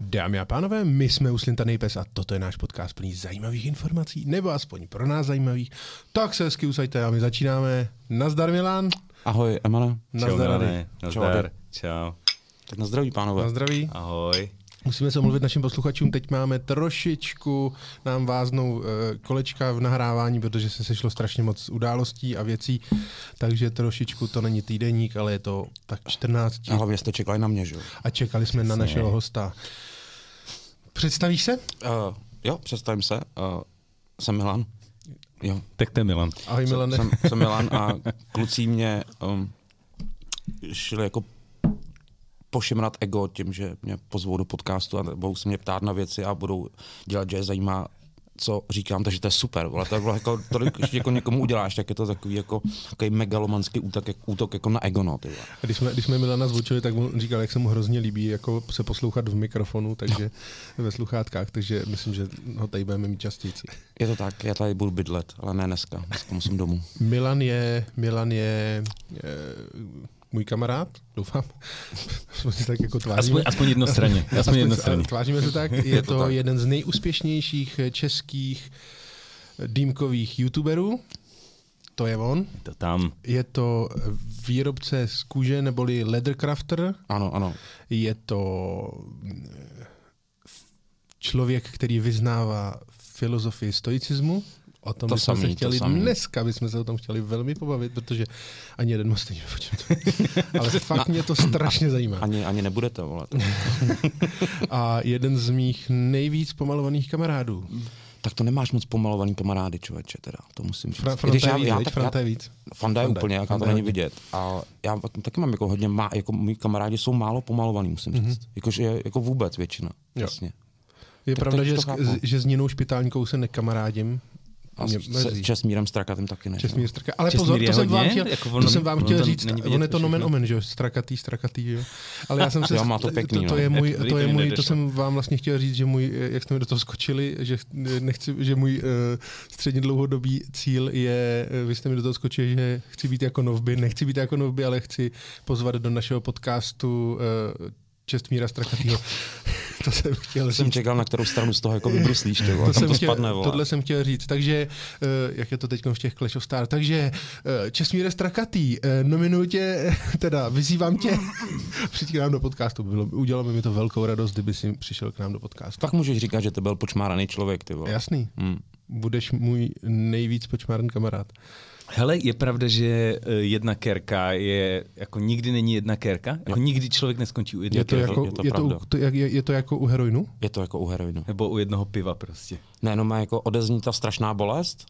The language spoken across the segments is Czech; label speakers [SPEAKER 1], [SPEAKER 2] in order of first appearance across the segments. [SPEAKER 1] Dámy a pánové, my jsme Uslintaný pes a toto je náš podcast plný zajímavých informací, nebo aspoň pro nás zajímavých. Tak se hezky usaďte a my začínáme. Nazdar Milan.
[SPEAKER 2] Ahoj, Emana.
[SPEAKER 3] Čau,
[SPEAKER 1] Nazdar Rady.
[SPEAKER 3] Milane. Nazdar. Čau.
[SPEAKER 2] Tak na zdraví, pánové.
[SPEAKER 1] Na zdraví.
[SPEAKER 3] Ahoj.
[SPEAKER 1] Musíme se omluvit našim posluchačům, teď máme trošičku, nám váznou eh, kolečka v nahrávání, protože se sešlo strašně moc událostí a věcí, takže trošičku to není týdeník, ale je to tak 14
[SPEAKER 2] A hlavně jste čekali na mě, že jo?
[SPEAKER 1] a čekali jsme na našeho hosta. Představíš se?
[SPEAKER 2] Uh, jo, představím se. Uh, jsem Milan. Jo,
[SPEAKER 3] Tak to je Milan.
[SPEAKER 1] Ahoj Milane.
[SPEAKER 2] jsem, jsem Milan a kluci mě um, šli jako pošimrat ego tím, že mě pozvou do podcastu a budou se mě ptát na věci a budou dělat, že je zajímá, co říkám, takže to je super. Ale to bylo jako, to, když jako někomu uděláš, tak je to takový jako takový megalomanský útok, jak, útok jako na ego, no, ty vole.
[SPEAKER 1] A Když jsme, když jsme Milana zvučili, tak on říkal, jak se mu hrozně líbí jako se poslouchat v mikrofonu, takže ve sluchátkách, takže myslím, že ho tady budeme mít častěji.
[SPEAKER 2] Je to tak, já tady budu bydlet, ale ne dneska, dneska musím domů.
[SPEAKER 1] Milan je, Milan je, eh, můj kamarád, doufám. Aspoň se tak jako tváříme.
[SPEAKER 3] Aspoň, aspoň jednostranně. Aspoň jednostranně.
[SPEAKER 1] tváříme se tak. Je,
[SPEAKER 2] Je
[SPEAKER 1] to,
[SPEAKER 2] to tak.
[SPEAKER 1] jeden z nejúspěšnějších eh, českých eh, dýmkových youtuberů. To je on.
[SPEAKER 3] To tam.
[SPEAKER 1] Je to eh, výrobce z kůže neboli leathercrafter.
[SPEAKER 2] Ano, ano.
[SPEAKER 1] Je to mm, člověk, který vyznává filozofii stoicismu. O tom
[SPEAKER 2] To
[SPEAKER 1] bychom se
[SPEAKER 2] samý, to
[SPEAKER 1] chtěli
[SPEAKER 2] samý.
[SPEAKER 1] dneska, bychom se o tom chtěli velmi pobavit, protože ani jeden moc nevím, o čem to je. Ale fakt mě to strašně zajímá.
[SPEAKER 2] Ani, ani nebudete, vole.
[SPEAKER 1] A jeden z mých nejvíc pomalovaných kamarádů.
[SPEAKER 2] Tak to nemáš moc pomalovaný kamarády, člověče, teda, to musím říct.
[SPEAKER 1] Fra- Franta je víc,
[SPEAKER 2] I
[SPEAKER 1] viď? Franta je víc.
[SPEAKER 2] Fanda je
[SPEAKER 1] Franta-
[SPEAKER 2] úplně, jak na
[SPEAKER 1] Franta
[SPEAKER 2] to
[SPEAKER 1] je
[SPEAKER 2] není
[SPEAKER 1] hodně.
[SPEAKER 2] vidět. A já pak- taky mám jako hodně, má, jako mý kamarádi jsou málo pomalovaný, musím říct. Mm-hmm. Jakože jako vůbec většina,
[SPEAKER 1] Mhm. Jo.
[SPEAKER 2] vlastně.
[SPEAKER 1] Je
[SPEAKER 2] Tak
[SPEAKER 1] pravda,
[SPEAKER 2] teď
[SPEAKER 1] že,
[SPEAKER 2] to
[SPEAKER 1] s-
[SPEAKER 2] chápu.
[SPEAKER 1] z- že s Ninou Špitálníkou se nekamarádím.
[SPEAKER 2] A
[SPEAKER 1] Mě
[SPEAKER 2] s, se,
[SPEAKER 1] mrzí.
[SPEAKER 2] Česmírem Strakatem taky ne. no.
[SPEAKER 1] Česmír Straka. Ale
[SPEAKER 3] Česmír
[SPEAKER 1] pozor,
[SPEAKER 3] je
[SPEAKER 1] to jsem
[SPEAKER 3] hodně,
[SPEAKER 1] vám chtěl,
[SPEAKER 3] jako
[SPEAKER 1] jako
[SPEAKER 3] ono-
[SPEAKER 1] to jsem vám
[SPEAKER 3] ono
[SPEAKER 1] chtěl
[SPEAKER 3] to
[SPEAKER 1] říct,
[SPEAKER 3] není vidět
[SPEAKER 1] on je to
[SPEAKER 3] všechno.
[SPEAKER 1] nomen omen, že jo, strakatý, strakatý, jo. Ale já jsem se,
[SPEAKER 2] Jo, má to pěkný,
[SPEAKER 1] to, to
[SPEAKER 2] no.
[SPEAKER 1] je můj,
[SPEAKER 3] Jak to
[SPEAKER 1] to, je
[SPEAKER 3] mi
[SPEAKER 1] můj, to
[SPEAKER 3] nedošlo.
[SPEAKER 1] jsem vám vlastně chtěl říct, že můj, jak jsme do toho skočili, že nechci, že můj uh, středně dlouhodobý cíl je, eh, vy jste mi do toho skočili, že chci být jako novby, nechci být jako novby, ale chci pozvat do našeho podcastu uh, Čestmíra Strakatýho. to jsem chtěl
[SPEAKER 2] To
[SPEAKER 1] říct.
[SPEAKER 2] jsem čekal, na kterou stranu z toho jako vybruslíš, ty vole,
[SPEAKER 1] To
[SPEAKER 2] kam
[SPEAKER 1] jsem
[SPEAKER 2] to
[SPEAKER 1] chtěl,
[SPEAKER 2] spadne, vole.
[SPEAKER 1] tohle jsem chtěl říct. Takže, eh, jak je to teď v těch Clash of Stars, takže eh, Česmíre Strakatý, eh, nominuji tě, teda vyzývám tě, přijď k nám do podcastu. Bylo, udělalo by mi to velkou radost, kdyby jsi přišel k nám do podcastu.
[SPEAKER 2] Pak můžeš říkat, že to byl počmáraný člověk, ty vole.
[SPEAKER 1] Jasný.
[SPEAKER 2] Hmm.
[SPEAKER 1] Budeš můj nejvíc počmárný kamarád.
[SPEAKER 3] Hele, je pravda, že eh, jedna kerka je, jako nikdy není jedna kerka. Jako nikdy člověk neskončí u jedné
[SPEAKER 1] Je to,
[SPEAKER 3] kerky.
[SPEAKER 1] jako,
[SPEAKER 2] je to
[SPEAKER 1] je, to, u-
[SPEAKER 2] pravda.
[SPEAKER 1] to, jak- je, je to jako u heroinu?
[SPEAKER 2] Je to jako u heroinu.
[SPEAKER 3] Nebo u jednoho piva prostě.
[SPEAKER 2] Ne, no má jako odezní ta strašná bolest.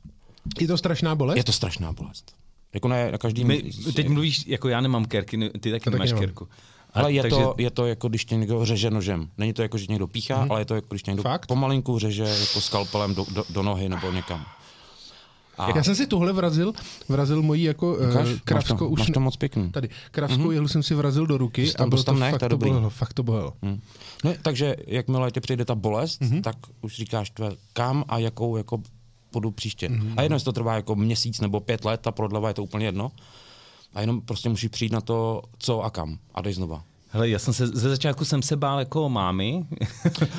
[SPEAKER 1] Je to strašná bolest?
[SPEAKER 2] Je to strašná bolest. Jako ne, na každý...
[SPEAKER 3] My, teď mluvíš, jako já nemám kerky, ne- ty taky
[SPEAKER 1] taky
[SPEAKER 3] nemáš
[SPEAKER 1] nemám.
[SPEAKER 3] kerku. A
[SPEAKER 2] Ale je,
[SPEAKER 3] takže-
[SPEAKER 2] to, je to jako, když tě někdo řeže nožem. Není to jako, že tě někdo píchá, ale je to jako, když tě někdo
[SPEAKER 1] Mhm. Fakt?
[SPEAKER 2] pomalinku řeže jako skalpelem do, do, do nohy nebo někam. A
[SPEAKER 1] Já jsem si tohle vrazil, vrazil mojí jako eh,
[SPEAKER 2] Ukaž, máš
[SPEAKER 1] kravsko
[SPEAKER 2] to,
[SPEAKER 1] už
[SPEAKER 2] máš to
[SPEAKER 1] ne-
[SPEAKER 2] moc pěkný.
[SPEAKER 1] Tady, kravskou jehlu jsem si vrazil do ruky
[SPEAKER 2] Jsi tam
[SPEAKER 1] a bylo to,
[SPEAKER 2] dostal, ne?
[SPEAKER 1] fakt,
[SPEAKER 2] To je
[SPEAKER 1] to
[SPEAKER 2] dobrý.
[SPEAKER 1] bolelo, fakt to bolelo.
[SPEAKER 2] No, takže jakmile tě přijde ta bolest,
[SPEAKER 1] Mhm.
[SPEAKER 2] tak už říkáš, tvé, kam a jakou jako půjdu příště.
[SPEAKER 1] Mhm.
[SPEAKER 2] A jedno, jestli to trvá jako měsíc nebo pět let, ta prodleva je to úplně jedno. A jenom prostě musíš přijít na to, co a kam. A jdeš znova.
[SPEAKER 3] Hele, já jsem se, ze začátku jsem se bál jako mámy,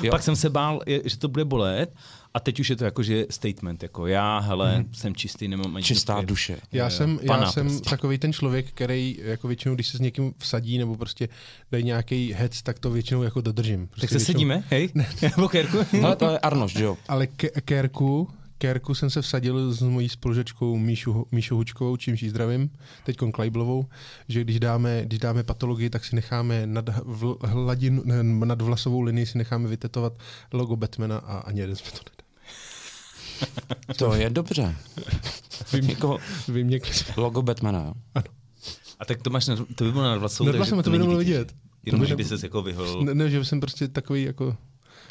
[SPEAKER 2] Jo.
[SPEAKER 3] pak jsem se bál, je- že to bude bolet a teď už je to jako, že statement, jako já, hele, mm-hmm. jsem čistý, nemám ani
[SPEAKER 2] Čistá
[SPEAKER 3] žádný-
[SPEAKER 2] duše.
[SPEAKER 1] Já
[SPEAKER 3] Jo,
[SPEAKER 1] jsem, já
[SPEAKER 3] pana
[SPEAKER 1] jsem
[SPEAKER 3] prostě.
[SPEAKER 1] takový ten člověk, který jako většinou, když se s někým vsadí nebo prostě dají nějaký hec, tak to většinou jako dodržím. Prostě
[SPEAKER 3] Tak se
[SPEAKER 1] většinou.
[SPEAKER 3] sedíme, hej, nebo kerku?
[SPEAKER 2] Hele, to je Arnoš, že jo?
[SPEAKER 1] Ale ke- Kerku, Kerku jsem se vsadil s mojí spolužečkou Míšu, Míšou Hučkovou, čímž jí zdravím, teď Klejblovou, že když dáme, když dáme patologii, tak si necháme nad, vl, hladin, ne, nad vlasovou linii si necháme vytetovat logo Batmana a ani jeden jsme to nedali.
[SPEAKER 2] To je dobře. jako
[SPEAKER 1] Vím někde.
[SPEAKER 2] logo Batmana, jo?
[SPEAKER 3] A tak to máš, na, to by bylo na vlasou,
[SPEAKER 1] Nad
[SPEAKER 3] takže
[SPEAKER 1] vlasem, to by
[SPEAKER 3] není
[SPEAKER 1] nebylo
[SPEAKER 3] vidět.
[SPEAKER 1] vidět. To
[SPEAKER 3] Jenom
[SPEAKER 1] by
[SPEAKER 3] když by
[SPEAKER 1] nebylo-
[SPEAKER 3] ses jako vyhl.
[SPEAKER 1] Ne, ne, že jsem prostě takový jako,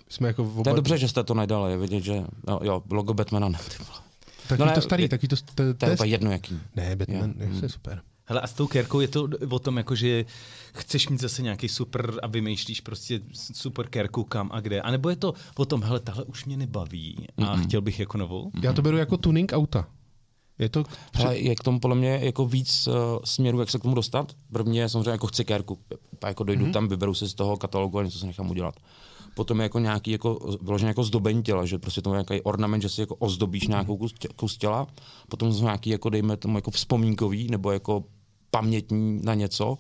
[SPEAKER 1] my jsme jako oba,
[SPEAKER 2] To je dobře, že jste to nedali, je vidět, že no, jo, logo Batmana ne. Ty vole.
[SPEAKER 1] Takový
[SPEAKER 2] No ne,
[SPEAKER 1] to starý,
[SPEAKER 2] je-
[SPEAKER 1] takový to, to,
[SPEAKER 2] To
[SPEAKER 1] to
[SPEAKER 2] je
[SPEAKER 1] je
[SPEAKER 2] úplně jedno jaký.
[SPEAKER 1] Ne, Batman, je, to je super.
[SPEAKER 3] Hele, a s tou kerkou je to o tom, jako, že chceš mít zase nějaký super a vymýšlíš prostě super kerku kam a kde. A nebo je to o tom, hele, tahle už mě nebaví a chtěl bych jako novou?
[SPEAKER 1] Já to beru jako tuning auta. Je to...
[SPEAKER 2] Hele, je k tomu podle mě jako víc uh, směrů, jak se k tomu dostat. Prvně samozřejmě jako chci kérku, a jako dojdu mm-hmm. tam, vyberu se z toho katalogu a něco se nechám udělat. Potom je jako nějaký jako, vyloženě jako zdobení těla, že prostě to je nějaký ornament, že si jako ozdobíš mm-hmm. nějakou kus, tě, kus těla. Potom jsou nějaký jako dejme tomu jako vzpomínkový nebo jako pamětní na něco.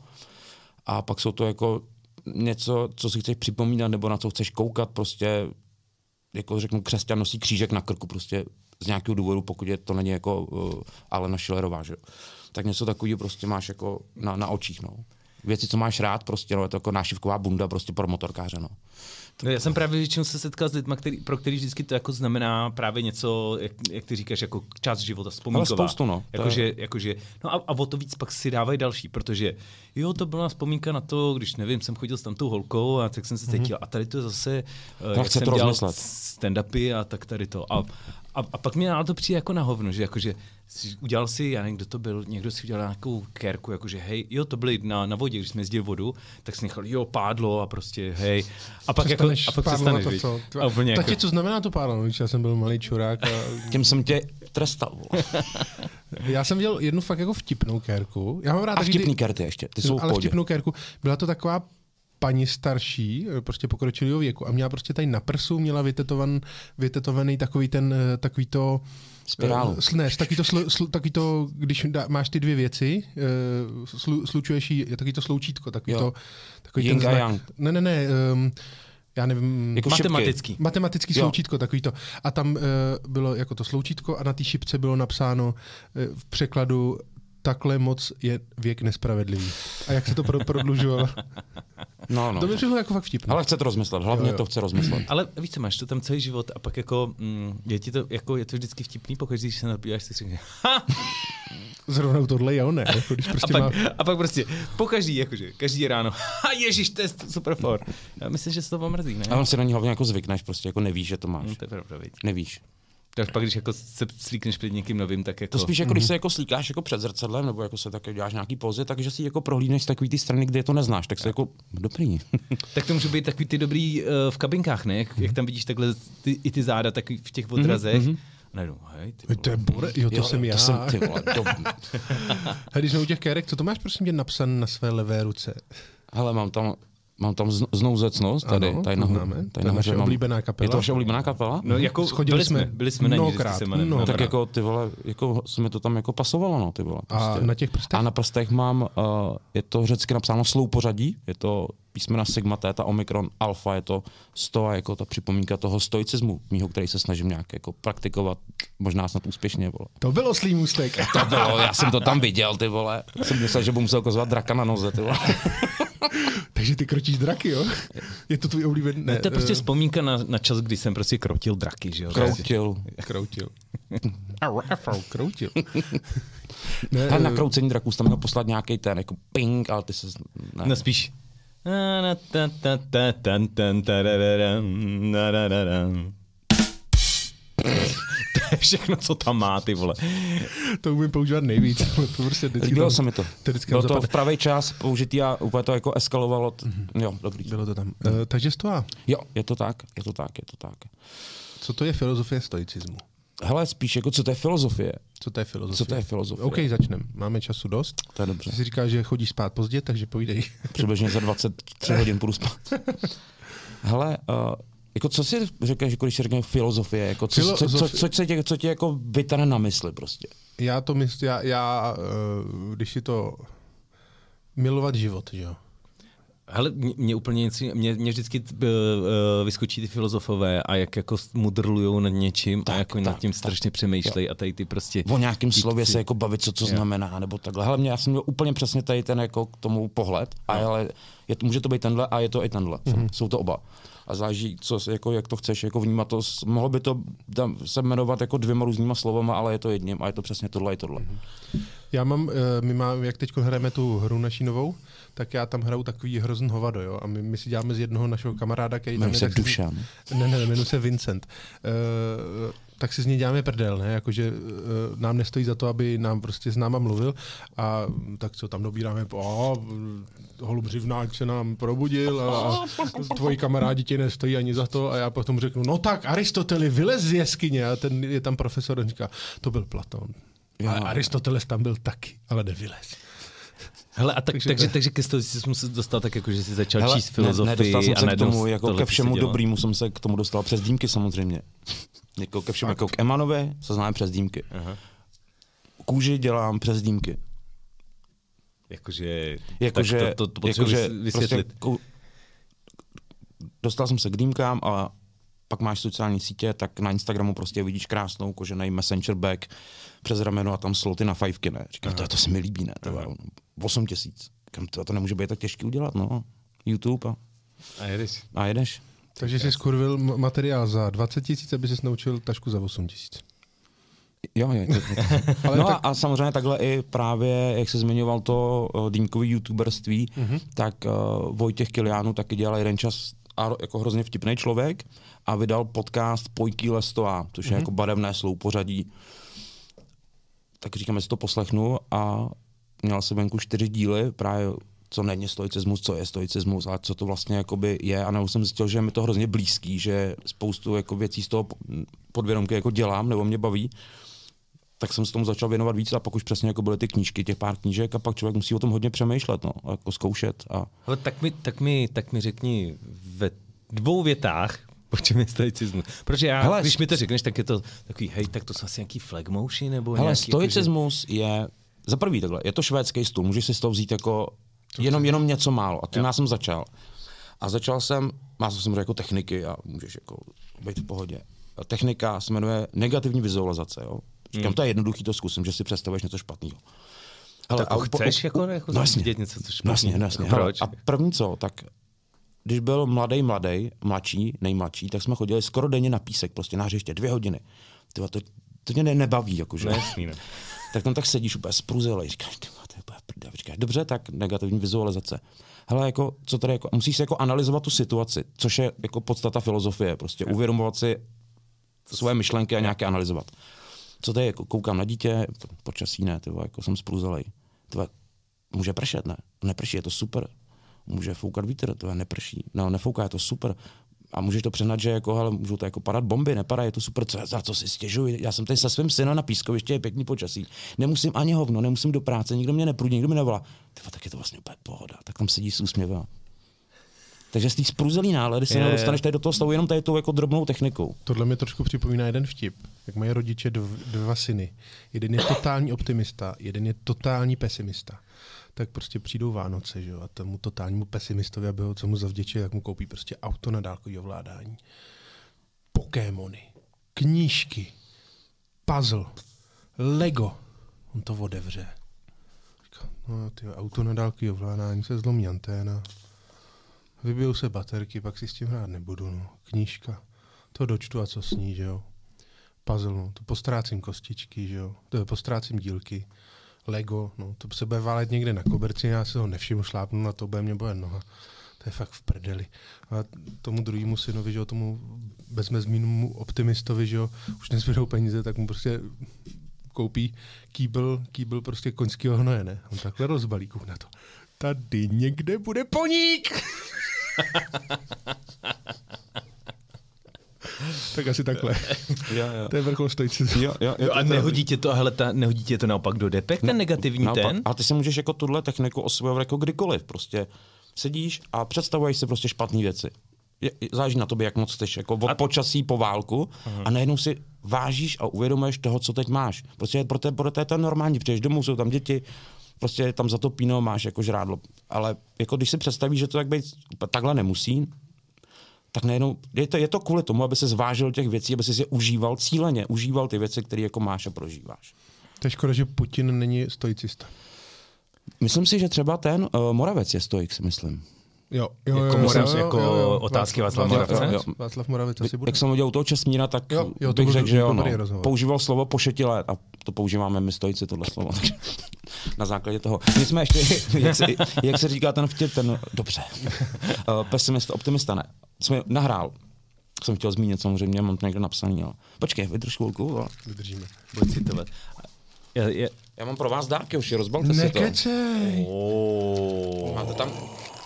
[SPEAKER 2] A pak jsou to jako něco, co si chceš připomínat nebo na co chceš koukat, prostě jako řeknu, křesťan nosí křížek na krku, prostě z nějakého důvodu, pokud je to není jako uh, Alena Schillerová, že Tak něco takového prostě máš jako na, na očích, no. Věci, co máš rád, prostě, no, je to jako nášivková bunda prostě pro motorkáře, no.
[SPEAKER 3] No, já jsem právě většinou se setkal s lidmi, který, pro který vždycky to jako znamená právě něco, jak, jak ty říkáš, jako část života, vzpomínková.
[SPEAKER 2] Ale spoustu, no. To
[SPEAKER 3] Jako,
[SPEAKER 2] je-
[SPEAKER 3] že, jako, že, no a, a, o to víc pak si dávají další, protože jo, to byla vzpomínka na to, když nevím, jsem chodil s tamtou holkou a tak jsem se cítil. A tady to je zase, eh, jak
[SPEAKER 2] Mhm. No, chce
[SPEAKER 3] jsem
[SPEAKER 2] to
[SPEAKER 3] dělal
[SPEAKER 2] rozmyslet.
[SPEAKER 3] stand-upy a tak tady to. A, a, a pak mi na to přijde jako na hovno, že jakože si udělal si, já nevím, kdo to byl, někdo si udělal nějakou kérku, jakože hej, jo, to byli na, na vodě, když jsme jezdili vodu, tak si nechal, jo, pádlo a prostě hej. A pak, jako, a pak přestaneš, viď?
[SPEAKER 1] to,
[SPEAKER 3] a úplně
[SPEAKER 1] Tak
[SPEAKER 3] jako,
[SPEAKER 1] ti co znamená to pádlo? no, když Já jsem byl malý čurák a
[SPEAKER 2] Tím jsem tě trestal, vole.
[SPEAKER 1] Já jsem dělal jednu fakt jako vtipnou kérku. Já mám rád
[SPEAKER 2] A
[SPEAKER 1] taky
[SPEAKER 2] vtipný karty ještě, ty jsou v
[SPEAKER 1] ale
[SPEAKER 2] pohodě.
[SPEAKER 1] vtipnou kérku. Byla to taková paní starší, eh, prostě pokročilého věku a měla prostě tady na prsu, měla vytetovan, vytetovaný takový ten, eh, takový to...
[SPEAKER 2] Spirálu.
[SPEAKER 1] eh, Ne, takový to, sl, sl, takový to když dá, máš ty dvě věci, eh, slu, slučuješ jí, je takový to sloučítko, takový
[SPEAKER 2] Jo.
[SPEAKER 1] to... Takový
[SPEAKER 2] Yin
[SPEAKER 1] ten
[SPEAKER 2] a
[SPEAKER 1] znak.
[SPEAKER 2] yang.
[SPEAKER 1] Ne, ne, ne, um, já nevím...
[SPEAKER 2] Jako šipky.
[SPEAKER 3] matematický.
[SPEAKER 1] Matematický
[SPEAKER 2] Jo.
[SPEAKER 1] sloučítko, takový to. A tam uh, bylo jako to sloučítko a na té šipce bylo napsáno uh, v překladu takhle moc je věk nespravedlivý. A jak se to pro, prodlužovalo.
[SPEAKER 2] No, no.
[SPEAKER 1] To mi přišlo jako fakt vtipné.
[SPEAKER 2] Ale chce to rozmyslet, hlavně
[SPEAKER 1] Jo, jo.
[SPEAKER 2] to chce rozmyslet.
[SPEAKER 3] Ale víš co, máš to tam celý život a pak jako, mm, je, ti to, jako, je to vždycky vtipný, pokud když se napíjáš, si řekneš, ha!
[SPEAKER 1] Zrovna u tohle jo, ne. Jako když
[SPEAKER 3] A
[SPEAKER 1] prostě má...
[SPEAKER 3] pak, a pak prostě, po každý, jakože, každý ráno, ha, ježiš, to je super for. Já myslím, že se to pomrzí, ne?
[SPEAKER 2] A on si na ní hlavně jako zvykneš, prostě jako nevíš, že to máš.
[SPEAKER 1] Mhm.
[SPEAKER 3] No, to je pravda, viď.
[SPEAKER 2] Nevíš.
[SPEAKER 3] Takže pak, když jako se slíkneš před někým novým, tak jako...
[SPEAKER 2] To spíš
[SPEAKER 1] Mhm.
[SPEAKER 2] jako, když se jako slíkáš jako před zrcadlem, nebo jako se taky děláš nějaký pozy, takže si jako prohlídneš z takový ty strany, kde je to neznáš, tak se jako, dobrý.
[SPEAKER 3] Tak to může být takový ty dobrý uh, v kabinkách, ne? Jak, jak tam vidíš takhle ty, i ty záda taky v těch odrazech. Mm-hmm. A najednou, hej, ty
[SPEAKER 1] To je bore, jo, to jo, jsem
[SPEAKER 2] to
[SPEAKER 1] já.
[SPEAKER 2] Jsem, ty vole, dobrý.
[SPEAKER 1] A když jsme u těch kerek, co to máš prosím tě napsan na své levé ruce?
[SPEAKER 2] Hele, mám tam, mám tam zn- znouzecnost tady,
[SPEAKER 1] Ano,
[SPEAKER 2] tady
[SPEAKER 1] to
[SPEAKER 2] nahoře.
[SPEAKER 1] známe.
[SPEAKER 2] Tady
[SPEAKER 1] To je
[SPEAKER 2] nahoře
[SPEAKER 1] naše
[SPEAKER 2] mám-
[SPEAKER 1] oblíbená kapela.
[SPEAKER 2] Je to vaše oblíbená kapela?
[SPEAKER 3] No, jako
[SPEAKER 1] Schodili
[SPEAKER 3] byli jsme,
[SPEAKER 1] jsme
[SPEAKER 3] byli jsme na ní,
[SPEAKER 1] mnohokrát,
[SPEAKER 3] vždycky se no, jmenujeme.
[SPEAKER 1] mnohokrát.
[SPEAKER 2] tak jako ty vole, jako se mi to tam jako pasovalo, no ty vole.
[SPEAKER 1] A na těch prstech?
[SPEAKER 2] A na prstech mám, uh, je to řecky napsáno slou pořadí, je to písmena sigma, theta, omikron, alfa, je to 100 a jako ta připomínka toho stoicismu mýho, který se snažím nějak jako praktikovat, možná snad úspěšně, vole.
[SPEAKER 1] To bylo slý můstek.
[SPEAKER 2] To bylo, já jsem to tam viděl, ty vole. Jsem myslel, že budu musel kozovat draka na noze, ty vole.
[SPEAKER 1] Takže ty kročíš draky, jo? Je to tvůj oblíbený? Ne,
[SPEAKER 3] To je prostě
[SPEAKER 1] eh,
[SPEAKER 3] vzpomínka na, na čas, kdy jsem prostě krotil draky, že jo? Prostě.
[SPEAKER 2] Kroutil.
[SPEAKER 1] eh, Kroutil. Kroutil. Ne,
[SPEAKER 2] Hele, na
[SPEAKER 1] eh,
[SPEAKER 2] kroucení draků jsem tam měl poslat nějaký ten, jako ping, ale ty se... Ne.
[SPEAKER 3] No spíš. Na, na, ta, ta, ta, tan, tan, tarararam, narararam. To je všechno, co tam má, ty vole.
[SPEAKER 1] To umím používat nejvíc, ale to prostě vždycky
[SPEAKER 2] Líbilo
[SPEAKER 1] tam-
[SPEAKER 2] se mi to.
[SPEAKER 1] To vždycky
[SPEAKER 2] Bylo
[SPEAKER 1] tam
[SPEAKER 2] to v
[SPEAKER 1] zapadne.
[SPEAKER 2] pravý čas použitý a úplně to jako eskalovalo. T-
[SPEAKER 1] Mhm.
[SPEAKER 2] Jo, dobrý.
[SPEAKER 1] Bylo to tam.
[SPEAKER 2] No.
[SPEAKER 1] Eh, takže stoa.
[SPEAKER 2] Jo, je to tak, je to tak, je to tak.
[SPEAKER 1] Co to je filozofie stoicismu?
[SPEAKER 2] Hele, spíš jako co to je filozofie?
[SPEAKER 1] Co to je filozofie?
[SPEAKER 2] Co to je filozofie?
[SPEAKER 1] OK, začneme. Máme času dost.
[SPEAKER 2] To je dobře.
[SPEAKER 1] Ty si říkáš, že chodíš spát pozdě, takže povídej.
[SPEAKER 2] Přibližně za 23 hodin půjdu spát. Hele, uh, jako co si řekneš, jako když si řekne filozofie? Jako co, co, co,
[SPEAKER 1] Filozofi-
[SPEAKER 2] co, co, tě, co tě jako vytane na mysli prostě?
[SPEAKER 1] Já to myslím, já, já eh, když si to milovat život, že jo?
[SPEAKER 3] Hele, mě, mě úplně nic, mě, mě vždycky t, uh, vyskočí ty filozofové a jak jako mudrlujou nad něčím tak, a jako tak, nad tím tak, strašně přemýšlej a tady ty prostě...
[SPEAKER 2] O nějakém slově se jako bavit, co to znamená, nebo takhle. Hele, mě, já jsem měl úplně přesně tady ten jako k tomu pohled, a ale je, to- může to být tenhle a je to i tenhle.
[SPEAKER 3] Mhm.
[SPEAKER 2] Mm-hmm. Jsou to oba. A záleží, co, s- jako, jak to chceš jako vnímat. To, s- mohlo by to tam, se jmenovat jako dvěma různýma slovama, ale je to jedním a je to přesně tohle i tohle.
[SPEAKER 3] Mhm.
[SPEAKER 2] Mm-hmm.
[SPEAKER 1] Já mám, eh, my máme, jak teď hrajeme tu hru naši novou, tak já tam hraju takový hrozný hovado, jo? A my, my si děláme z jednoho našeho kamaráda, který tam
[SPEAKER 2] Jmenuje
[SPEAKER 1] je,
[SPEAKER 2] se
[SPEAKER 1] tak si-
[SPEAKER 2] Dušan.
[SPEAKER 1] Ne, ne, jmenuji se Vincent. Uh, tak si z něj děláme prdel, ne? Jakože uh, nám nestojí za to, aby nám prostě s náma mluvil a mm, tak co tam dobíráme, a holub Řivnáč se nám probudil a, a tvoji kamarádi ti nestojí ani za to a já potom řeknu, no tak Aristoteli, vylez z jeskyně a ten je tam profesor, on říká, to byl Platón. Ale Aristoteles tam byl taky, ale nevylez.
[SPEAKER 3] Hele, a tak, takže, takže, takže ke stoici jsi musel dostat tak, jako, že jsi začal Hele, číst filozofii.
[SPEAKER 2] Ne, nedostal jsem
[SPEAKER 3] a
[SPEAKER 2] se k
[SPEAKER 3] najednou
[SPEAKER 2] tomu, jako
[SPEAKER 3] tohle
[SPEAKER 2] ke
[SPEAKER 3] si
[SPEAKER 2] všemu
[SPEAKER 3] dělal.
[SPEAKER 2] dobrýmu jsem se k tomu dostal přes dýmky samozřejmě. Jako ke všemu, jako k Emanovi se známe přes dýmky.
[SPEAKER 3] Aha.
[SPEAKER 2] Kůži dělám přes dýmky.
[SPEAKER 3] Jakože,
[SPEAKER 2] Jakože,
[SPEAKER 3] tak to, to, to potřebuji
[SPEAKER 2] jakože
[SPEAKER 3] vysvětlit.
[SPEAKER 2] jako Prostě, kou- dostal jsem se k dýmkám a pak máš sociální sítě, tak na Instagramu prostě vidíš krásnou kožený messenger bag přes rameno a tam sloty na fajfky, ne? Říkám, to, to se mi líbí, ne? To 8 tisíc. Říkám, to, to nemůže být tak těžký udělat, no. YouTube a,
[SPEAKER 3] A jedeš.
[SPEAKER 2] a jedeš.
[SPEAKER 1] Takže jsi skurvil m- materiál za 20 tisíc, aby ses naučil tašku za 8 tisíc.
[SPEAKER 2] Jo, jo. To, to, to. no a, a samozřejmě takhle i právě, jak se zmiňoval to eh, dýmkový youtuberství, mm-hmm. tak uh, Vojtěch Kiliánu taky dělal jeden čas a ro- jako hrozně vtipný člověk a vydal podcast Pojký lestoá, což je mm-hmm. jako barevné sloupořadí. Tak říkám, jestli to poslechnu a měl jsem venku čtyři díly právě co není stoicismus, co je stoicismus a co to vlastně jakoby je. A nebo jsem zjistil, že je mi to hrozně blízký, že spoustu jako věcí z toho po- podvědomky jako dělám nebo mě baví tak jsem se tomu začal věnovat víc a pak už přesně jako byly ty knížky, těch pár knížek a pak člověk musí o tom hodně přemýšlet, no, a jako zkoušet a
[SPEAKER 3] Hele, tak mi, tak mi, tak mi řekni ve dvou větách, po čem je stoicismus. Protože já, Hele,
[SPEAKER 2] Hele,
[SPEAKER 3] když
[SPEAKER 2] s-
[SPEAKER 3] mi to řekneš, tak je to takový, hej, tak to jsou asi nějaký flagmouši nebo
[SPEAKER 2] Hele,
[SPEAKER 3] nějaký, jako,
[SPEAKER 2] stoicismus je, za prvý takhle, je to švédský stůl, můžeš si z toho vzít jako jenom, jenom něco málo. A tím já jsem začal. A začal jsem, má jsem jako techniky a můžeš jako být v pohodě. A technika se jmenuje negativní vizualizace. Jo? Říkám,
[SPEAKER 3] Hmm.
[SPEAKER 2] to je jednoduchý, to zkusím, že si představuješ něco špatného. Hele,
[SPEAKER 3] Tak chceš jako- jako
[SPEAKER 2] no jasně,
[SPEAKER 3] vidět něco, co
[SPEAKER 2] no
[SPEAKER 3] špatný?
[SPEAKER 2] jasně, no jasně.
[SPEAKER 3] Jako
[SPEAKER 2] Hele,
[SPEAKER 3] proč?
[SPEAKER 2] A první co, tak když byl mladý, mladý, mladší, nejmladší, tak jsme chodili skoro denně na písek, prostě na hřiště, dvě hodiny. Tyva, to, to mě ne, nebaví, jakože.
[SPEAKER 3] No jasný, no.
[SPEAKER 2] tak tam tak sedíš úplně spruzelej, říkáš, ty vole, to je úplně prdel. Říkáš, dobře, tak negativní vizualizace. Hele, jako, co tady, jako, musíš se jako analyzovat tu situaci, což je jako podstata filozofie, prostě uvědomovat si svoje myšlenky a nějaké analyzovat. Co tady, jako, koukám na dítě, počasí ne, ty vole, jako jsem spruzelej. Ty vole, může pršet, ne? Neprší, je to super. Může foukat vítr, to je neprší. No, nefouká, je to super. A můžeš to přehnat, že jako, hele, můžou to jako padat bomby, nepadá, je to super, co, za co si stěžuji. Já jsem tady se svým synem na pískovišti, je pěkný počasí. Nemusím ani hovno, nemusím do práce, nikdo mě neprudí, nikdo mě nevolá. Ty vole, tak je to vlastně úplně pohoda. Tak tam sedí s úsměvem. Takže z té spruzelý nálady se
[SPEAKER 3] Je, je, je.
[SPEAKER 2] nedostaneš tady do toho stavu jenom tady tou jako drobnou technikou.
[SPEAKER 1] Tohle mi trošku připomíná jeden vtip. Jak mají rodiče dv, dva syny. Jeden je totální optimista, jeden je totální pesimista. Tak prostě přijdou Vánoce, že jo, a tomu totálnímu pesimistovi, aby ho co mu zavděčil, tak mu koupí prostě auto na dálkový ovládání. Pokémony, knížky, puzzle, Lego. On to otevře. Říká, no ty auto na dálkový ovládání se zlomí anténa. Vybijou se baterky, pak si s tím hrát nebudu. No. Knížka. To dočtu a co s ní, že jo. Puzzle, no. To postrácím kostičky, že jo. To je postrácím dílky. Lego, no. To se bude válet někde na koberci, já si ho nevšimnu, šlápnu na to, bude mě bude noha. To je fakt v prdeli. A tomu druhému synovi, že jo, tomu bezmezmínnému optimistovi, že jo, už nezbydou peníze, tak mu prostě koupí kýbl, kýbl prostě koňského hnoje, ne? On takhle rozbalí, kouk na to. Tady někde bude poník! tak asi takhle.
[SPEAKER 2] Jo, jo.
[SPEAKER 1] To je vrchol stojící.
[SPEAKER 2] Jo, jo,
[SPEAKER 3] Jo, a nehodí tě to, hele, ta, nehodí tě to naopak do depek, ten negativní
[SPEAKER 2] Naopak.
[SPEAKER 3] ten?
[SPEAKER 2] A ty si můžeš jako tuhle techniku osvojovat jako kdykoliv. Prostě sedíš a představuješ si prostě špatné věci. Je, je- záleží na tobě, jak moc jsi jako od počasí po válku
[SPEAKER 3] Mhm.
[SPEAKER 2] a najednou si vážíš a uvědomuješ toho, co teď máš. Prostě pro tebe, pro tebe to je normální, přijdeš domů, jsou tam děti, prostě tam za to píno máš jako žrádlo. Ale jako když si představíš, že to tak být takhle nemusí, tak najednou, je to, je to kvůli tomu, aby se zvážil těch věcí, aby si je užíval cíleně, užíval ty věci, které jako máš a prožíváš.
[SPEAKER 1] To je škoda, že Putin není stojicista.
[SPEAKER 2] Myslím si, že třeba ten uh, Moravec je stoik, si myslím.
[SPEAKER 1] Jo, jo,
[SPEAKER 3] Jako Moravec, jako otázky Václava
[SPEAKER 2] Moravce?
[SPEAKER 1] Václav, Václav Moravec asi bude.
[SPEAKER 2] Jak jsem viděl u toho Česmíra, tak
[SPEAKER 1] Jo, jo, to
[SPEAKER 2] bych
[SPEAKER 1] byl
[SPEAKER 2] řekl, že jo, no.
[SPEAKER 1] dobrý rozhovor.
[SPEAKER 2] Používal slovo pošetile a to používáme my stojíci, tohle slovo. takže Na základě toho. Nicméně ještě, jak se, jak se říká ten vtip, ten, dobře, Eh, pesimista, optimista ne. Jsme nahrál. Jsem chtěl zmínit samozřejmě, mám to někde napsaný, ale počkej, vydrž chvilku. vole.
[SPEAKER 1] Vydržíme.
[SPEAKER 3] Buď citovat. Je, je,
[SPEAKER 2] Já mám pro vás dárky už, rozbalte si to.
[SPEAKER 1] Nekecej!
[SPEAKER 3] oh,
[SPEAKER 2] Máte tam,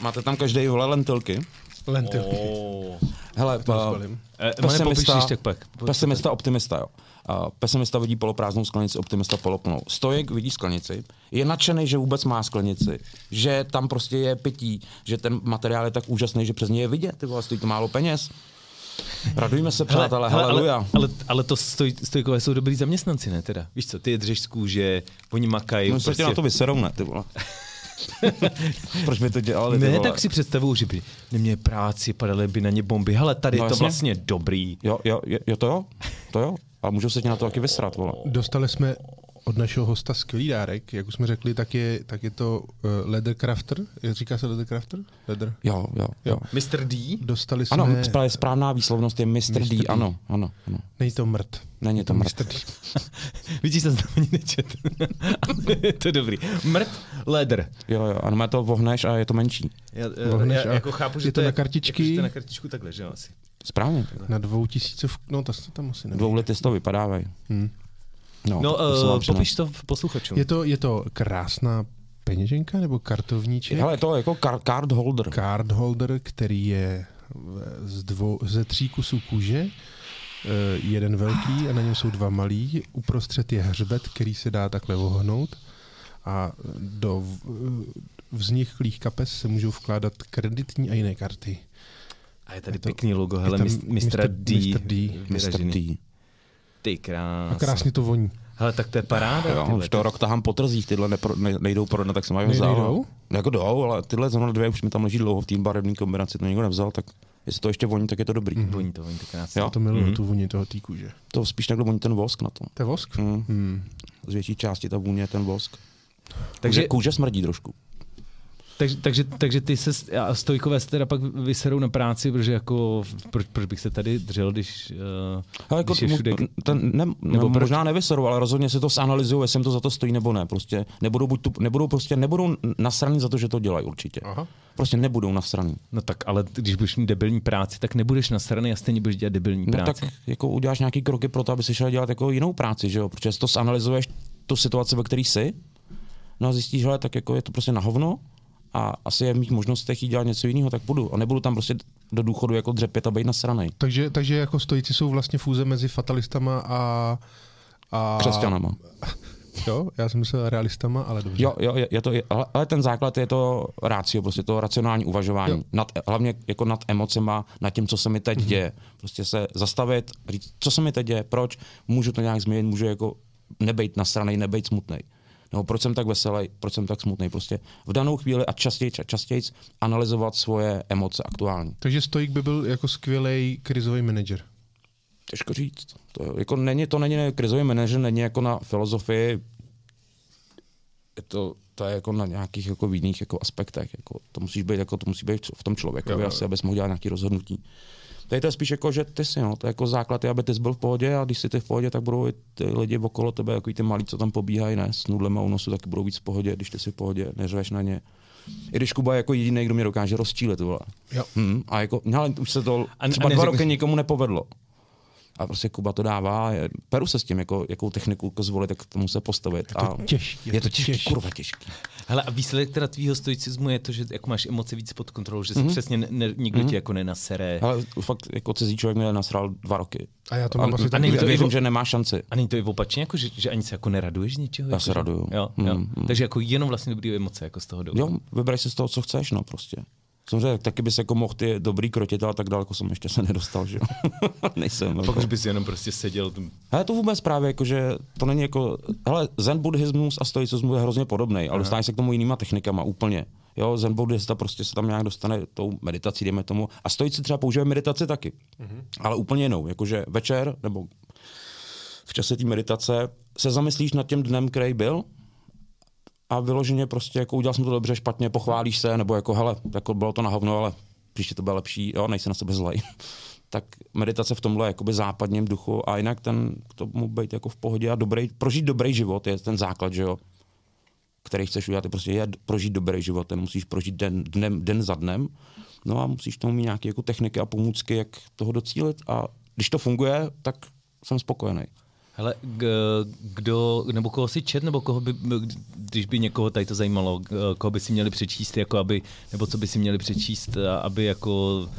[SPEAKER 2] máte tam každý vole lentilky.
[SPEAKER 1] Lentilky.
[SPEAKER 3] oh.
[SPEAKER 2] Hele, pa,
[SPEAKER 1] rozbalím.
[SPEAKER 3] Eh, Mane, popiš
[SPEAKER 2] pesimista,
[SPEAKER 3] když tak pak. Po-
[SPEAKER 2] pesimista, optimista, jo. A pesimista vidí poloprázdnou sklenici, optimista poloplnou. Stojek vidí sklenici, je nadšený, že vůbec má sklenici, že tam prostě je pití, že ten materiál je tak úžasný, že přes něj je vidět, ty vole, stojí to málo peněz. Radujme se, přátelé,
[SPEAKER 3] ale,
[SPEAKER 2] haleluja.
[SPEAKER 3] ale, ale to stoj, stojkové jsou dobrý zaměstnanci, ne teda? Víš co, ty je dřeš z kůže, oni makají. prostě.
[SPEAKER 2] No se tě na to vyserou, ne, ty vole. Proč by to dělali, ty
[SPEAKER 3] ne,
[SPEAKER 2] vole?
[SPEAKER 3] tak si představuju, že by neměli práci, padaly by na ně bomby. Hele, tady
[SPEAKER 2] No
[SPEAKER 3] je to
[SPEAKER 2] jasně.
[SPEAKER 3] vlastně dobrý.
[SPEAKER 2] Jo, jo, jo, jo, to jo, to jo. A můžou se tě na to taky vysrat, vole.
[SPEAKER 1] Dostali jsme od našeho hosta skvělý dárek, jak už jsme řekli, tak je, tak je to uh, Leather Crafter, Jak říká se Leather Crafter? Leather.
[SPEAKER 2] Jo, jo, jo.
[SPEAKER 3] Mr. D?
[SPEAKER 1] Dostali jsme,
[SPEAKER 2] Ano, spra- správná výslovnost je Mr. D, ano, ano, ano.
[SPEAKER 1] není to mrt.
[SPEAKER 2] Není to mrt.
[SPEAKER 3] Vidíš, jsem tam ani nečet. Ale je to dobrý. Mrt, leder.
[SPEAKER 2] Jo, jo, ano, má to vohneš a je to menší.
[SPEAKER 3] Já,
[SPEAKER 1] Vohneš a je to na kartičky?
[SPEAKER 3] Jako, že to je na kartičku takhle, že jo, asi.
[SPEAKER 2] Správně.
[SPEAKER 1] Na dvou tisícovku, no to se tam asi neví.
[SPEAKER 2] Dvou lety to vypadávají.
[SPEAKER 1] Hm.
[SPEAKER 2] No,
[SPEAKER 3] No,
[SPEAKER 2] to jsem vám
[SPEAKER 3] uh,
[SPEAKER 2] přinesl.
[SPEAKER 3] popiš to v posluchačům.
[SPEAKER 1] Je to, je to krásná peněženka nebo kartovníček?
[SPEAKER 2] Hele, to je jako kar- card holder.
[SPEAKER 1] card holder, který je v- z dvou, ze tří kusů kůže, e, jeden velký a na něm jsou dva malí. Uprostřed je hřbet, který se dá takhle ohnout a do v- vzniklých kapes se můžou vkládat kreditní a jiné karty.
[SPEAKER 3] A je tady
[SPEAKER 1] Je to-
[SPEAKER 3] pěkný logo, hele,
[SPEAKER 1] tam
[SPEAKER 3] mis-
[SPEAKER 1] Mr.
[SPEAKER 3] Mr. D.
[SPEAKER 1] Mr. D.
[SPEAKER 2] Mr.
[SPEAKER 3] vyražený.
[SPEAKER 2] D.
[SPEAKER 3] Ty
[SPEAKER 1] A
[SPEAKER 3] krásně.
[SPEAKER 1] krásně to voní.
[SPEAKER 3] Hele, tak to je paráda.
[SPEAKER 2] Jo,
[SPEAKER 3] tyhle.
[SPEAKER 2] už to rok tahám po trzích, tyhle nepro, ne, nejdou prodat, tak jsem je vzal.
[SPEAKER 1] Nejdou?
[SPEAKER 2] Jako jdou, ale tyhle zrovna dvě už mi tam leží dlouho v té barevné kombinaci, to nikdo nevzal, tak jestli to ještě voní, tak je to dobrý. Mm.
[SPEAKER 3] Voní to, voní to krásně.
[SPEAKER 2] Jo.
[SPEAKER 1] To miluju, mm-hmm. tu vůni toho té kůže.
[SPEAKER 2] To spíš takhle voní ten vosk na to.
[SPEAKER 1] To je vosk?
[SPEAKER 2] Mm.
[SPEAKER 1] Hmm.
[SPEAKER 2] Z větší části ta vůně je ten vosk. Takže
[SPEAKER 3] Takže,
[SPEAKER 2] kůže, kůže smrdí trošku.
[SPEAKER 3] takže, takže, takže ty se, a stojkové se teda pak vyserou na práci, protože jako, proč, proč bych se tady dřel, když, uh,
[SPEAKER 2] Ale jako
[SPEAKER 3] když je
[SPEAKER 2] mu-
[SPEAKER 3] všude...
[SPEAKER 2] ten, ne,
[SPEAKER 3] Nebo
[SPEAKER 2] nebo
[SPEAKER 3] proč?
[SPEAKER 2] možná nevyserou, ale rozhodně si to zanalizují, jestli jim to za to stojí nebo ne. Prostě nebudou, buď tu, nebudou, prostě nebudou nasraný za to, že to dělají určitě.
[SPEAKER 1] Aha.
[SPEAKER 2] Prostě nebudou nasraný.
[SPEAKER 3] No tak ale když budeš mít debilní práci, tak nebudeš nasraný a stejně budeš dělat debilní
[SPEAKER 2] No
[SPEAKER 3] práci.
[SPEAKER 2] tak jako uděláš nějaký kroky pro to, aby si šel dělat jako jinou práci, že jo? Protože si to zanalizuješ tu situaci, ve které jsi, no a zjistíš, že tak jako je to prostě na hovno a asi je v mých možnostech jít dělat něco jiného, tak půjdu. A nebudu tam prostě do důchodu jako dřepět a být nasranej.
[SPEAKER 1] Takže, takže jako stojíci jsou vlastně fůze mezi fatalistama a... a
[SPEAKER 2] Křesťanama.
[SPEAKER 1] Jo, já jsem myslel realistama, ale dobře.
[SPEAKER 2] Jo, jo, je, je to, je, ale- ale ten základ je to rácio, prostě to racionální uvažování.
[SPEAKER 1] Jo. Mhm.
[SPEAKER 2] Nad, hlavně jako nad emocema, nad tím, co se mi teď mm-hmm. děje. Prostě se zastavit, říct, co se mi teď děje, proč, můžu to nějak změnit, můžu jako nebejt nasranej, nebejt smutnej. Nebo proč jsem tak veselý, proč jsem tak smutný. Prostě v danou chvíli a častěji, a častěji analyzovat svoje emoce aktuální.
[SPEAKER 1] Takže Stoik by byl jako skvělý krizový manager.
[SPEAKER 2] Těžko říct. To, jako není, to není krizový manažer, není jako na filozofii, je to, to je jako na nějakých jako v jiných jako aspektech. Jako, to, musíš být, jako, to musí být v tom člověku,
[SPEAKER 1] Jo, jo, jo.
[SPEAKER 2] asi, abys mohl dělat nějaké rozhodnutí. Tady to je spíš jako, že ty si, no, to je jako základ, je, aby ty jsi byl v pohodě a když jsi ty v pohodě, tak budou i ty lidi okolo tebe, jako i ty malí, co tam pobíhají, ne, s nudlema u nosu, tak budou víc v pohodě, když ty jsi v pohodě, neřveš na ně. I když Kuba je jako jediný, kdo mě dokáže rozčílit, vole.
[SPEAKER 1] Jo.
[SPEAKER 2] Hmm, a jako, no, ale už se to
[SPEAKER 3] A-
[SPEAKER 2] a,
[SPEAKER 3] a
[SPEAKER 2] třeba dva
[SPEAKER 3] neřekneš-
[SPEAKER 2] roky nikomu nepovedlo. A prostě Kuba to dává, je, peru se s tím, jako, jakou techniku jako zvolit, jak k tomu se postavit. Je to a
[SPEAKER 1] těžký,
[SPEAKER 2] je, je to těžký, těžký, kurva těžký.
[SPEAKER 3] Hele, a výsledek teda tvýho stoicismu je to, že jako máš emoce víc pod kontrolou, že
[SPEAKER 2] Mhm.
[SPEAKER 3] mm-hmm. přesně ne, ne, nikdo mm-hmm. tě jako nenasere.
[SPEAKER 2] Ale fakt jako cizí člověk mě nasral dva roky.
[SPEAKER 1] A já to mám asi jako-
[SPEAKER 2] a
[SPEAKER 1] tak.
[SPEAKER 3] nejde-
[SPEAKER 2] věřím,
[SPEAKER 3] to-
[SPEAKER 2] věřím, že nemá šanci.
[SPEAKER 3] A není to i opačně, jako, že, že ani se jako neraduješ z ničeho? jako,
[SPEAKER 2] se
[SPEAKER 3] že-
[SPEAKER 2] raduju.
[SPEAKER 3] Jo, jo.
[SPEAKER 2] Mm,
[SPEAKER 3] Mm-hmm. Takže jako jenom vlastně dobrý emoce jako z toho dobu.
[SPEAKER 2] Jo, vybereš si z toho, co chceš, no prostě. Samozřejmě, tak taky bys jako mohl ty dobrý krotit, ale tak daleko jsem ještě se nedostal, že jo. Nejsem.
[SPEAKER 3] Pak
[SPEAKER 2] Jako.
[SPEAKER 3] už bys jenom prostě seděl tam.
[SPEAKER 2] Hele, to vůbec právě jako, že to není jako, hele, zen buddhismus a stoicismus je hrozně podobný, ale dostáváš se k tomu jinýma technikama úplně. Jo, zen buddhista prostě se tam nějak dostane tou meditací, dejme tomu. A stoici třeba používají meditaci taky, ale úplně jinou. Jakože večer nebo v čase té meditace se zamyslíš nad tím dnem, který byl a vyloženě prostě jako udělal jsem to dobře, špatně, pochválíš se, nebo jako hele, jako bylo to na hovno, ale příště to bylo lepší, jo, nejsi na sebe zlej. tak meditace v tomhle jakoby západním duchu a jinak ten, k tomu být jako v pohodě a dobrý, prožít dobrý život je ten základ, že jo, který chceš udělat, je prostě je prožít dobrý život, ten musíš prožít den, dnem, den za dnem, no a musíš tomu mít nějaké jako techniky a pomůcky, jak toho docílit a když to funguje, tak jsem spokojený.
[SPEAKER 3] Hele, k- kdo, nebo koho si čet, nebo koho by, když by někoho tady to zajímalo, k- koho by si měli přečíst, jako aby, nebo co by si měli přečíst, a- aby jako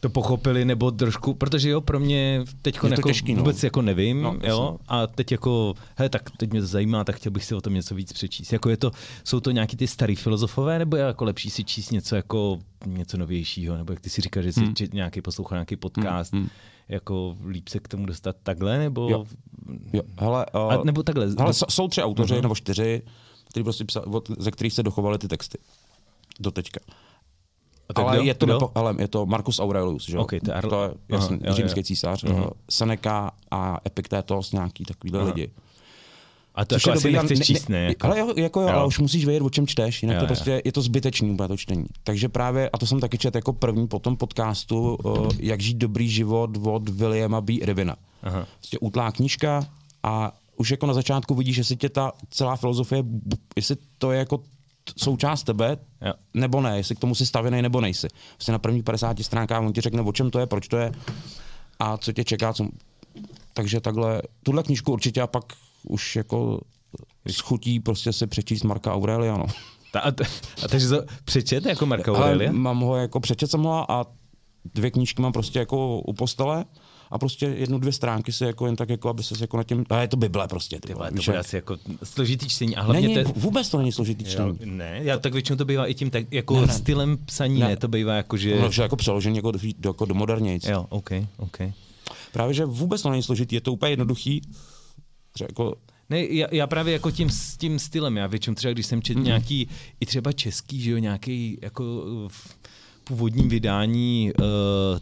[SPEAKER 3] to pochopili, nebo trošku, protože jo, pro mě teď
[SPEAKER 2] Je to
[SPEAKER 3] jako
[SPEAKER 2] těžký, no.
[SPEAKER 3] vůbec jako nevím,
[SPEAKER 2] No,
[SPEAKER 3] no,
[SPEAKER 2] jasně.
[SPEAKER 3] jo, a teď jako, hele, tak teď mě to zajímá, tak chtěl bych si o tom něco víc přečíst. Jako je to, jsou to nějaký ty starý filozofové, nebo je jako lepší si číst něco jako něco novějšího, nebo jak ty si říkáš, že si hmm. nějaký poslouchá nějaký podcast, hmm. jako líp se k tomu dostat takhle, nebo...
[SPEAKER 2] Jo. Jo, hele, uh,
[SPEAKER 3] A nebo Mhm. takhle.
[SPEAKER 2] hele, s- jsou tři autoři nebo čtyři, který prostě psa, od, ze kterých se dochovaly ty texty. Do teďka.
[SPEAKER 3] A tak
[SPEAKER 2] Ale
[SPEAKER 3] kdo?
[SPEAKER 2] je to,
[SPEAKER 3] Kdo?
[SPEAKER 2] nepo, hele, je to Marcus Aurelius, že? jo?
[SPEAKER 3] Ok, to je Arle-
[SPEAKER 2] to je jasný,
[SPEAKER 3] Aha, jo, Mhm.
[SPEAKER 2] římský
[SPEAKER 3] jo.
[SPEAKER 2] císař, uh Seneca a Epiktetos, nějaký takovýhle lidi.
[SPEAKER 3] A to jako asi
[SPEAKER 2] dobrý,
[SPEAKER 3] nechceš
[SPEAKER 2] ale
[SPEAKER 3] číst, ne? Jako.
[SPEAKER 2] Ale jo, jako jo,
[SPEAKER 3] Jo.
[SPEAKER 2] ale už musíš vědět, o čem čteš, jinak
[SPEAKER 3] Jo,
[SPEAKER 2] to
[SPEAKER 3] jo.
[SPEAKER 2] prostě je to zbytečný úplně to čtení. Takže právě, a to jsem taky čet jako první po tom podcastu, uh, Jak žít dobrý život od Williama B. Irvina.
[SPEAKER 3] Aha.
[SPEAKER 2] Prostě útlá knížka a už jako na začátku vidíš, jestli tě ta celá filozofie, bu- jestli to je jako t- součást tebe,
[SPEAKER 3] Jo.
[SPEAKER 2] nebo ne, jestli k tomu jsi stavěný nebo nejsi. Prostě na první 50 stránkách on ti řekne, o čem to je, proč to je a co tě čeká. Co... Takže takhle, tuhle knížku určitě a pak už jako schutí prostě si přečíst Marka Aurelia. No.
[SPEAKER 3] Ta, a, t- a takže to přečet jako Marka
[SPEAKER 2] Ale
[SPEAKER 3] Aurelia?
[SPEAKER 2] mám ho jako přečet jsem ho a dvě knížky mám prostě jako u postele a prostě jednu, dvě stránky si jako jen tak jako, aby se jako na tím, a je to Bible prostě. Ty,
[SPEAKER 3] Ty vole,
[SPEAKER 2] vole,
[SPEAKER 3] to
[SPEAKER 2] víš,
[SPEAKER 3] bude
[SPEAKER 2] jak-
[SPEAKER 3] asi jako složitý čtení. A hlavně
[SPEAKER 2] Není,
[SPEAKER 3] te,
[SPEAKER 2] vů- vůbec to není složitý
[SPEAKER 3] Jo,
[SPEAKER 2] čtení.
[SPEAKER 3] ne, já tak většinou to bývá i tím tak, jako ne, ne. stylem psaní, ne.
[SPEAKER 2] Ne.
[SPEAKER 3] ne, to bývá jako, že...
[SPEAKER 2] No, že jako přeložení jako, do- do- jako do modernějc.
[SPEAKER 3] Jo, OK, OK.
[SPEAKER 2] Právě, že vůbec to není složitý, je to úplně jednoduchý. Že jako,
[SPEAKER 3] Ne, já, já právě jako tím, s tím stylem, já většinou třeba, když jsem četl
[SPEAKER 2] Mhm.
[SPEAKER 3] mm. nějaký, i třeba český, že jo, nějaký jako eh, v původním vydání uh,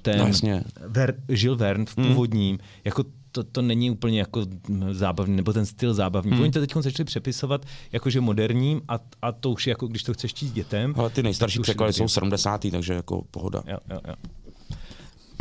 [SPEAKER 3] ten
[SPEAKER 2] No, jasně. Mhm.
[SPEAKER 3] Ver, Žil Vern v původním, jako to, to není úplně jako mm, zábavný, nebo ten styl zábavní.
[SPEAKER 2] Mhm.
[SPEAKER 3] Mm. Oni to teď začali přepisovat jakože moderním a, a to už je jako, když to chceš číst dětem.
[SPEAKER 2] ale ty
[SPEAKER 3] tak to
[SPEAKER 2] nejstarší
[SPEAKER 3] už je
[SPEAKER 2] překlady
[SPEAKER 3] dobrý.
[SPEAKER 2] jsou 70. takže jako pohoda.
[SPEAKER 3] Jo, jo, jo.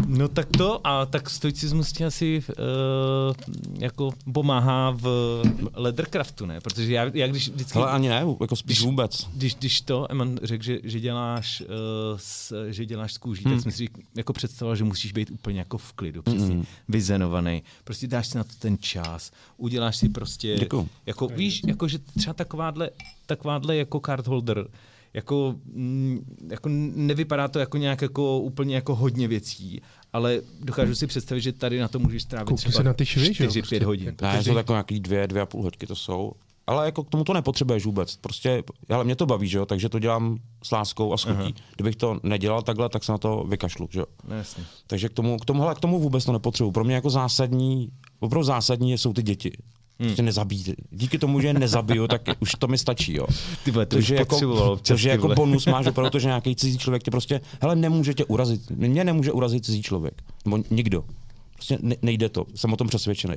[SPEAKER 3] No tak to, a tak stoicismus ti asi uh, jako pomáhá v Leathercraftu, ne? Protože já, já když vždycky...
[SPEAKER 2] Hele, ani ne, jako spíš vůbec.
[SPEAKER 3] Když, když to, Eman řekl, že, že, děláš, uh, s, že děláš z kůží, hmm. tak jsem si řík- jako představoval, že musíš být úplně jako v klidu, přesně, mm vyzenovaný. Prostě dáš si na to ten čas, uděláš si prostě,
[SPEAKER 2] Děkuju.
[SPEAKER 3] jako víš, jako že třeba takováhle, takováhle jako card holder, jako, mm, jako nevypadá to jako nějak jako úplně jako hodně věcí, ale dokážu si představit, že tady na to můžeš strávit
[SPEAKER 1] Koukni
[SPEAKER 3] třeba
[SPEAKER 1] se na ty švy, že jo,
[SPEAKER 3] 4-5
[SPEAKER 1] prostě.
[SPEAKER 3] hodin.
[SPEAKER 2] Ne, jsou takové nějaký dvě, dvě a půl hoďky to jsou. Ale jako k tomu to nepotřebuješ vůbec. Prostě, ale mě to baví, že jo, takže to dělám s láskou a s chutí. Kdybych to nedělal takhle, tak se na to vykašlu, že jo.
[SPEAKER 3] No, jasně.
[SPEAKER 2] Takže k tomu, k tomu, hele, k tomu vůbec to nepotřebuji. Pro mě jako zásadní, opravdu zásadní jsou ty děti.
[SPEAKER 3] Hmm.
[SPEAKER 2] Prostě nezabít. Díky tomu, že je nezabiju, tak už to mi stačí, jo.
[SPEAKER 3] Ty vole, to
[SPEAKER 2] To,
[SPEAKER 3] už
[SPEAKER 2] že
[SPEAKER 3] potřeboval
[SPEAKER 2] jako,
[SPEAKER 3] občas,
[SPEAKER 2] to, že
[SPEAKER 3] ty
[SPEAKER 2] jako
[SPEAKER 3] vole.
[SPEAKER 2] bonus máš opravdu to, že nějaký cizí člověk tě prostě, hele, nemůže tě urazit. Mě nemůže urazit cizí člověk. Nebo nikdo. Prostě ne- nejde to. Jsem o tom přesvědčený.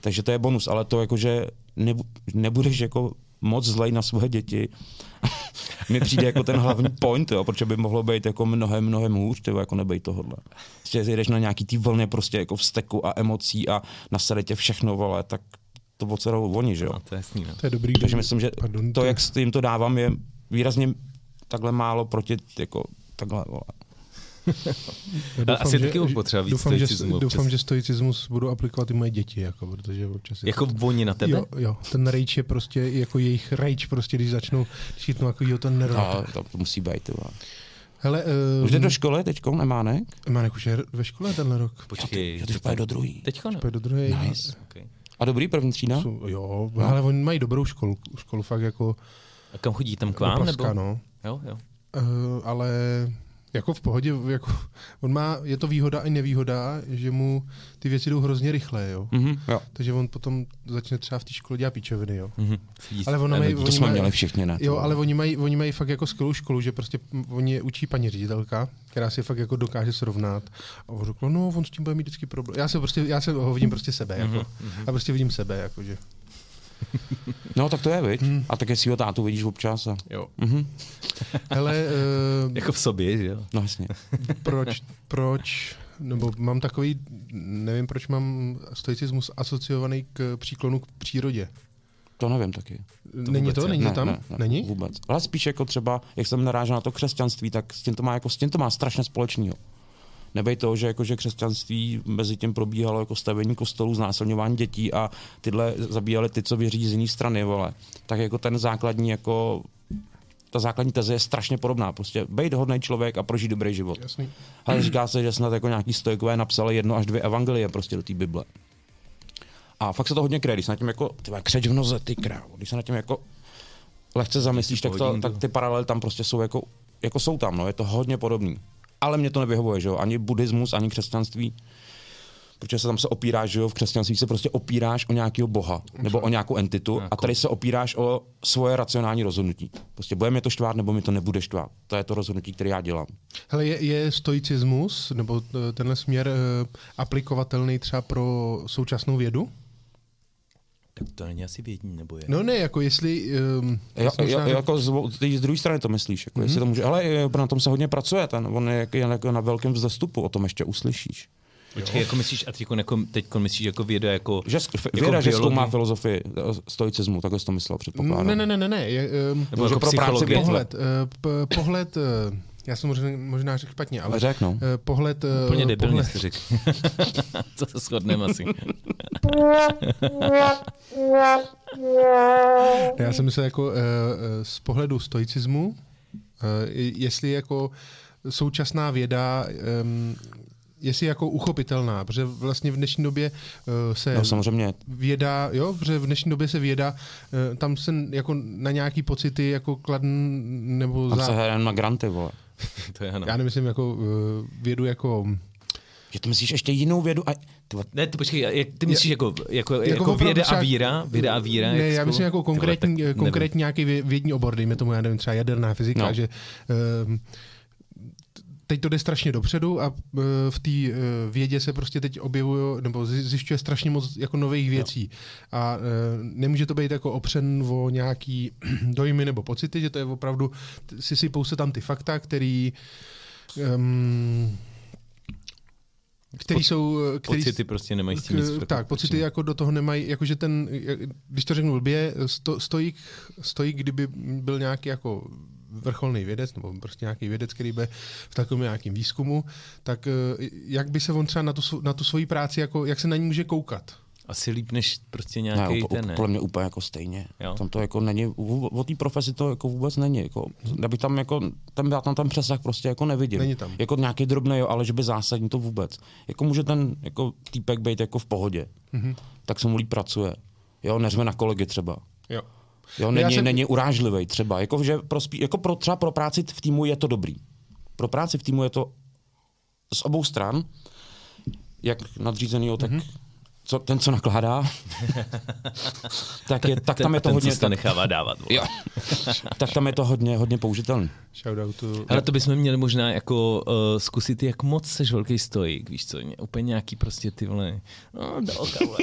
[SPEAKER 2] Takže to je bonus, ale to jako, že nebu- nebudeš jako moc zlej na svoje děti, mi přijde jako ten hlavní point, jo, protože by mohlo být jako mnohem, mnohem hůř, tyjo, jako nebejt tohohle. Prostě jdeš na nějaký tý vlně prostě jako vzteku a emocí a nasede tě všechno, vole, tak to ocerou oni, že jo.
[SPEAKER 3] No, to je jasný, no.
[SPEAKER 1] To je dobrý.
[SPEAKER 2] Takže myslím, že
[SPEAKER 1] Pardon,
[SPEAKER 2] to,
[SPEAKER 1] je-
[SPEAKER 2] jak s- jim to dávám, je výrazně takhle málo proti, jako takhle, vole.
[SPEAKER 1] já doufám,
[SPEAKER 3] asi
[SPEAKER 1] že-
[SPEAKER 3] taky
[SPEAKER 1] že-
[SPEAKER 3] potřeba víc
[SPEAKER 1] doufám, že,
[SPEAKER 3] stoicismu občas.
[SPEAKER 1] doufám, že stoicismus budou aplikovat i moje děti, jako, protože občas... je
[SPEAKER 3] Jako oni na tebe?
[SPEAKER 1] Jo, jo, ten rage je prostě jako jejich rage, prostě, když začnou šítnout jako jo, ten nerv.
[SPEAKER 2] No, to musí být, ty vole.
[SPEAKER 1] Hele,
[SPEAKER 2] Už jde
[SPEAKER 1] um,
[SPEAKER 2] do školy teďko, Emánek?
[SPEAKER 1] Mánek už je ve škole tenhle rok.
[SPEAKER 3] Počkej,
[SPEAKER 2] Jo, ty už půjde do druhý.
[SPEAKER 3] teďko no.
[SPEAKER 1] Pojď do druhé.
[SPEAKER 2] Nice.
[SPEAKER 3] Okay.
[SPEAKER 2] A dobrý první třída?
[SPEAKER 1] Jsou- Jo, ale oni mají dobrou školu, školu fakt jako
[SPEAKER 3] A kam chodí? Tam k
[SPEAKER 1] do
[SPEAKER 3] vám?
[SPEAKER 1] Paska,
[SPEAKER 3] Nebo?
[SPEAKER 1] no.
[SPEAKER 3] Jo, jo.
[SPEAKER 1] Eh, ale jako v pohodě, jako, on má, je to výhoda i nevýhoda, že mu ty věci jdou hrozně rychle, jo.
[SPEAKER 2] Mhm, jo.
[SPEAKER 1] Takže on potom začne třeba v té škole dělat píčoviny, jo.
[SPEAKER 3] Mhm. Sedí
[SPEAKER 1] Ale
[SPEAKER 3] si-
[SPEAKER 1] ono mají,
[SPEAKER 3] nevadí.
[SPEAKER 2] To
[SPEAKER 1] oni
[SPEAKER 2] jsme
[SPEAKER 1] mají,
[SPEAKER 2] měli všichni, ne? ty
[SPEAKER 1] Jo,
[SPEAKER 2] vole.
[SPEAKER 1] ale oni mají, oni mají fakt jako skvělou školu, že prostě m, oni je učí paní ředitelka, která si je fakt jako dokáže srovnat. A on řekl, no, on s tím bude mít vždycky problém. Já se prostě, já se ho vidím prostě sebe,
[SPEAKER 2] Mhm,
[SPEAKER 1] jako. Mm-hmm. A prostě vidím sebe, jako, že.
[SPEAKER 2] No, tak to je, viď? A také si ho tátu vidíš občas a...
[SPEAKER 1] Jo. Mm-hmm. Hele, uh,
[SPEAKER 3] Hm. Jako v sobě, že jo?
[SPEAKER 2] No jasně.
[SPEAKER 1] proč, proč, nebo mám takový, nevím, proč mám stoicismus asociovaný k příklonu k přírodě.
[SPEAKER 2] To nevím taky.
[SPEAKER 1] Není to?
[SPEAKER 3] ne.
[SPEAKER 1] Není to tam? Není?
[SPEAKER 2] Vůbec. Ale spíš jako třeba, jak jsem narážel na to křesťanství, tak s tím to má, jako, s tím to má strašně společného. Nebej toho, že, jako, že křesťanství mezi tím probíhalo jako stavení kostelů, znásilňování dětí a tyhle zabíjali ty, co věří z jiné strany, vole. Tak jako ten základní jako ta základní teze je strašně podobná. Prostě bejt hodný člověk a prožít dobrý život.
[SPEAKER 1] Jasný.
[SPEAKER 2] Ale říká se, že snad jako nějaký stojkové napsali jedno až dvě evangelie prostě do té Bible. A fakt se to hodně kreje, když se na tím jako, ty vole, křeč v noze, ty krávo, když se na tím jako lehce zamyslíš, tak, to,
[SPEAKER 3] pohodím,
[SPEAKER 2] tak ty paralely tam prostě jsou jako, jako jsou tam, no, je to hodně podobný. Ale mě to nevyhovuje, že jo, ani buddhismus, ani křesťanství, protože se tam se opíráš, že jo, v křesťanství se prostě opíráš o nějakého boha, nebo o nějakou entitu a tady se opíráš o svoje racionální rozhodnutí. Prostě bude mě to štvát, nebo mi to nebude štvát. To je to rozhodnutí, které já dělám.
[SPEAKER 1] Hele, je, je stoicismus, nebo eh, tenhle směr eh, aplikovatelný třeba pro současnou vědu?
[SPEAKER 3] Tak to není asi vědní, nebo je?
[SPEAKER 1] No ne, jako jestli... Um,
[SPEAKER 2] Jo, jo, jako z, ty z druhé strany to myslíš, jako mm-hmm.
[SPEAKER 1] Mhm.
[SPEAKER 2] jestli to může, ale je, na tom se hodně pracuje, ten, on je, je jako na velkém vzestupu, o tom ještě uslyšíš.
[SPEAKER 3] Počkej, jako myslíš, a teď jako, teďko myslíš jako věda jako...
[SPEAKER 2] Že, jako věda, že
[SPEAKER 3] biologii?
[SPEAKER 2] zkoumá filozofii eh, stoicismu, takhle jsi to myslel, předpokládám.
[SPEAKER 1] Ne, ne, ne, ne, ne. Je, um,
[SPEAKER 3] Nebo
[SPEAKER 2] že
[SPEAKER 3] jako
[SPEAKER 2] pro práci
[SPEAKER 3] psychologie.
[SPEAKER 2] tohle.
[SPEAKER 1] pohled, eh, p- pohled, eh, já jsem možná, možná řekl špatně, ale
[SPEAKER 2] Řeknu.
[SPEAKER 1] eh, pohled, eh,
[SPEAKER 3] Úplně debilně
[SPEAKER 1] pohled,
[SPEAKER 3] jste řekl. to se shodneme asi.
[SPEAKER 1] Ne, Já jsem myslel jako uh, z pohledu stoicismu, uh, jestli jako současná věda, um, jestli je jako uchopitelná, protože vlastně v dnešní době uh, se
[SPEAKER 2] No samozřejmě,
[SPEAKER 1] věda, jo, protože v dnešní době se věda, eh, tam se jako na nějaký pocity jako kladn nebo
[SPEAKER 2] tam se
[SPEAKER 1] za,
[SPEAKER 2] hrajeme na granty, vole.
[SPEAKER 3] to je ano.
[SPEAKER 1] já nemyslím jako eh, vědu jako
[SPEAKER 2] Že to myslíš ještě jinou vědu a... Ty vole,
[SPEAKER 3] Ne, ty počkej, a jak ty myslíš jako, jako, jako, jako
[SPEAKER 1] opravdu
[SPEAKER 3] věda
[SPEAKER 1] třeba-
[SPEAKER 3] a víra? Věda a víra?
[SPEAKER 1] Ne,
[SPEAKER 3] jak
[SPEAKER 1] já
[SPEAKER 3] spolu-
[SPEAKER 1] myslím jako
[SPEAKER 3] Ty vole,
[SPEAKER 1] konkrétní,
[SPEAKER 3] tak
[SPEAKER 1] eh, konkrétní nějaký vě- vědní obor, dejme tomu, já nevím, třeba jaderná fyzika, no.
[SPEAKER 2] No.
[SPEAKER 1] že ehm, t- teď to jde strašně dopředu a eh, v té vědě se prostě teď objevuje, nebo zi- zjišťuje strašně moc jako
[SPEAKER 3] No.
[SPEAKER 1] nových věcí. A eh, nemůže to být jako opřen o nějaký dojmy nebo pocity, že to je opravdu, t- si si pouze tam ty fakta, který um, který jsou, eh, který,
[SPEAKER 3] Pocity prostě nemají s tím nic.
[SPEAKER 1] k, tak, pocity jako do toho nemají, jakože ten, jak- když to řeknu blbě, sto, stojík, stojík, kdyby byl nějaký jako vrcholný vědec, nebo prostě nějaký vědec, který by v takovém nějakém výzkumu, tak eh, jak by se on třeba na tu, sv- na tu svoji práci, jako, jak se na ní může koukat?
[SPEAKER 3] Asi líp než prostě
[SPEAKER 2] ne,
[SPEAKER 3] nějaký
[SPEAKER 2] úplně,
[SPEAKER 3] ten, ne?
[SPEAKER 2] podle mě úplně jako stejně.
[SPEAKER 3] Jo.
[SPEAKER 2] Tam to jako není, vů- o té profesi to jako vůbec není. Jako, aby tam jako, tam, já tam ten přesah prostě jako nevidím.
[SPEAKER 1] Není tam.
[SPEAKER 2] Jako nějaký drobný, jo, ale že by zásadní to vůbec. Jako může ten jako týpek být jako v pohodě.
[SPEAKER 1] Mhm.
[SPEAKER 2] Mm-hmm. Tak se mu líp pracuje. Jo, neřve na kolegy třeba.
[SPEAKER 1] Jo.
[SPEAKER 2] Jo,
[SPEAKER 1] já
[SPEAKER 2] není,
[SPEAKER 1] jsem-
[SPEAKER 2] jsem... není urážlivý třeba. Jako, že pro, spí, jako pro, třeba pro práci v týmu je to dobrý. Pro práci v týmu je to z obou stran, jak nadřízenýho, tak mm-hmm. co, ten, co nakládá, tak, je, tak
[SPEAKER 3] Ten-
[SPEAKER 2] tam
[SPEAKER 3] a
[SPEAKER 2] je to
[SPEAKER 3] ten,
[SPEAKER 2] hodně...
[SPEAKER 3] co se to nechává dávat. vole.
[SPEAKER 2] Jo. tak tam je to hodně, hodně použitelný.
[SPEAKER 1] Shoutoutu.
[SPEAKER 3] Ale to bychom měli možná jako uh, zkusit, jak moc seš velký stojík, víš co, ně- úplně nějaký prostě ty vole, no, do oka, vole.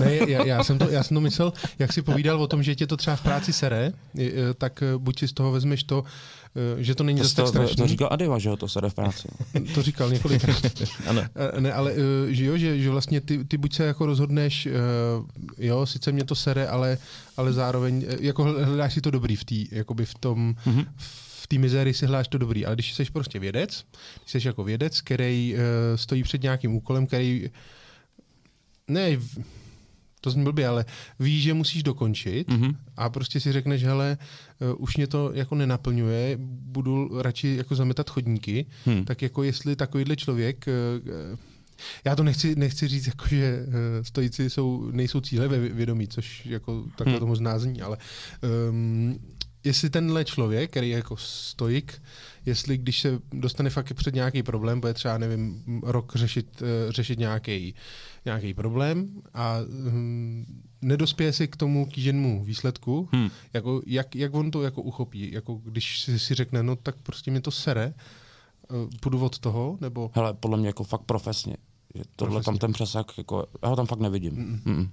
[SPEAKER 1] Ne, já, já, jsem to, já jsem to myslel, jak jsi povídal o tom, že tě to třeba v práci sere, je- eh, tak eh, buď si z toho vezmeš to, eh, že to není
[SPEAKER 2] To,
[SPEAKER 1] zase tak
[SPEAKER 2] to, to,
[SPEAKER 1] strašný.
[SPEAKER 2] to říkal Adiva, že jo, to se jde v práci.
[SPEAKER 1] To říkal několikrát.
[SPEAKER 3] Ano.
[SPEAKER 1] Eh, Ne, ale eh, že jo, že, že vlastně ty, ty buď se jako rozhodneš, eh, jo, sice mě to sere, ale, ale zároveň eh, jako hl- hledáš si to dobrý v tý, jakoby v tom, mm-hmm. v té mizérii si hledáš to dobrý, ale když jsi prostě vědec, když jsi jako vědec, který eh, stojí před nějakým úkolem, který, ne, v- to zní blbě, ale víš, že musíš dokončit mm-hmm. a prostě si řekneš, hele, eh, už mě to jako nenaplňuje, budu radši jako zametat chodníky, hmm. tak jako jestli takovýhle člověk, eh, eh, já to nechci, nechci říct, jako, že eh, stojíci jsou, nejsou cíle ve vědomí, což jako takhle to možná zní, ale um, jestli tenhle člověk, který je jako stoik, jestli když se dostane fakt před nějaký problém, bude třeba, nevím, rok řešit, eh, řešit nějaký, nějaký problém a hm, nedospěje si k tomu kýženému výsledku, hmm. jako, jak, jak on to jako uchopí? Jako, když si, si řekne, no tak prostě mě to sere, eh, půjdu od toho, nebo...
[SPEAKER 2] Hele, podle mě jako fakt profesně. Že tohle
[SPEAKER 1] Profesně.
[SPEAKER 2] tam ten přesah, jako, já ho tam fakt nevidím. Mm. Mm-mm.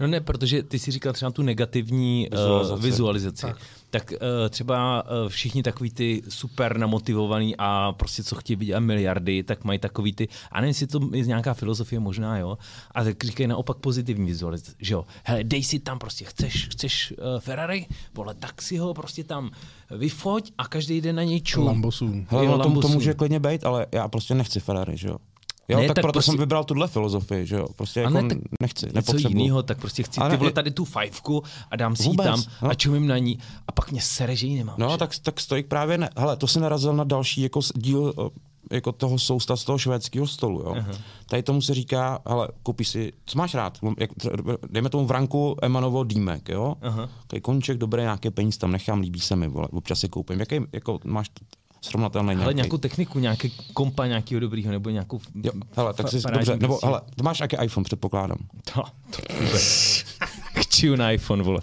[SPEAKER 3] No ne, protože ty si říkal třeba tu negativní vizualizaci.
[SPEAKER 2] Vizualizaci.
[SPEAKER 3] Uh, vizualizaci. Tak, tak uh, třeba uh, všichni takový ty super namotivovaný a prostě co chtějí vidět a miliardy, tak mají takový ty, a nevím, jestli to je nějaká filozofie možná, jo, a tak říkají naopak pozitivní vizualizaci, že jo. Hele, dej si tam prostě, chceš, chceš uh, Ferrari, vole, tak si ho prostě tam vyfoť a každý den na něj čum.
[SPEAKER 1] Lambosům.
[SPEAKER 2] Hele,
[SPEAKER 3] Jo,
[SPEAKER 2] jo, to, to
[SPEAKER 3] Lambusu.
[SPEAKER 2] může klidně být, ale já prostě nechci Ferrari, že jo. Jo,
[SPEAKER 3] Ne,
[SPEAKER 2] ne, tak,
[SPEAKER 3] tak
[SPEAKER 2] tak proto
[SPEAKER 3] prostě-
[SPEAKER 2] prostě... jsem vybral tuhle filozofii, že jo. Prostě
[SPEAKER 3] A
[SPEAKER 2] jako
[SPEAKER 3] ne,
[SPEAKER 2] ne,
[SPEAKER 3] tak
[SPEAKER 2] nechci,
[SPEAKER 3] Něco
[SPEAKER 2] nepotřebuji.
[SPEAKER 3] jiného, tak prostě chci
[SPEAKER 2] Ale
[SPEAKER 3] ty vole
[SPEAKER 2] i-
[SPEAKER 3] tady tu fajfku a dám si ji
[SPEAKER 2] Vůbec,
[SPEAKER 3] tam
[SPEAKER 2] no.
[SPEAKER 3] a čumím na ní a pak mě sere, že ji nemám.
[SPEAKER 2] No,
[SPEAKER 3] že?
[SPEAKER 2] tak, tak Stoik právě ne. Hele, to si narazil na další jako s- díl eh, jako toho sousta z toho švédského stolu. Jo. Tady tomu se říká, hele, koupíš si, co máš rád? Mám, Jak, tr- dejme tomu v ranku Emanovo dýmek, jo?
[SPEAKER 3] Aha.
[SPEAKER 2] Takový konček, dobré, nějaké peníze tam nechám, líbí se mi, vole, občas si koupím. Jaký, jako, máš t- srovnatelný
[SPEAKER 3] Ale
[SPEAKER 2] nějaký?
[SPEAKER 3] nějakou techniku, nějaký kompa nějakého dobrýho, nebo nějakou...
[SPEAKER 2] Jo, hele, tak
[SPEAKER 3] fa-
[SPEAKER 2] si,
[SPEAKER 3] parádní
[SPEAKER 2] dobře, nebo,
[SPEAKER 3] prostě-
[SPEAKER 2] hele, to máš jaký iPhone, předpokládám.
[SPEAKER 3] To, to Kčiju na iPhone, vole.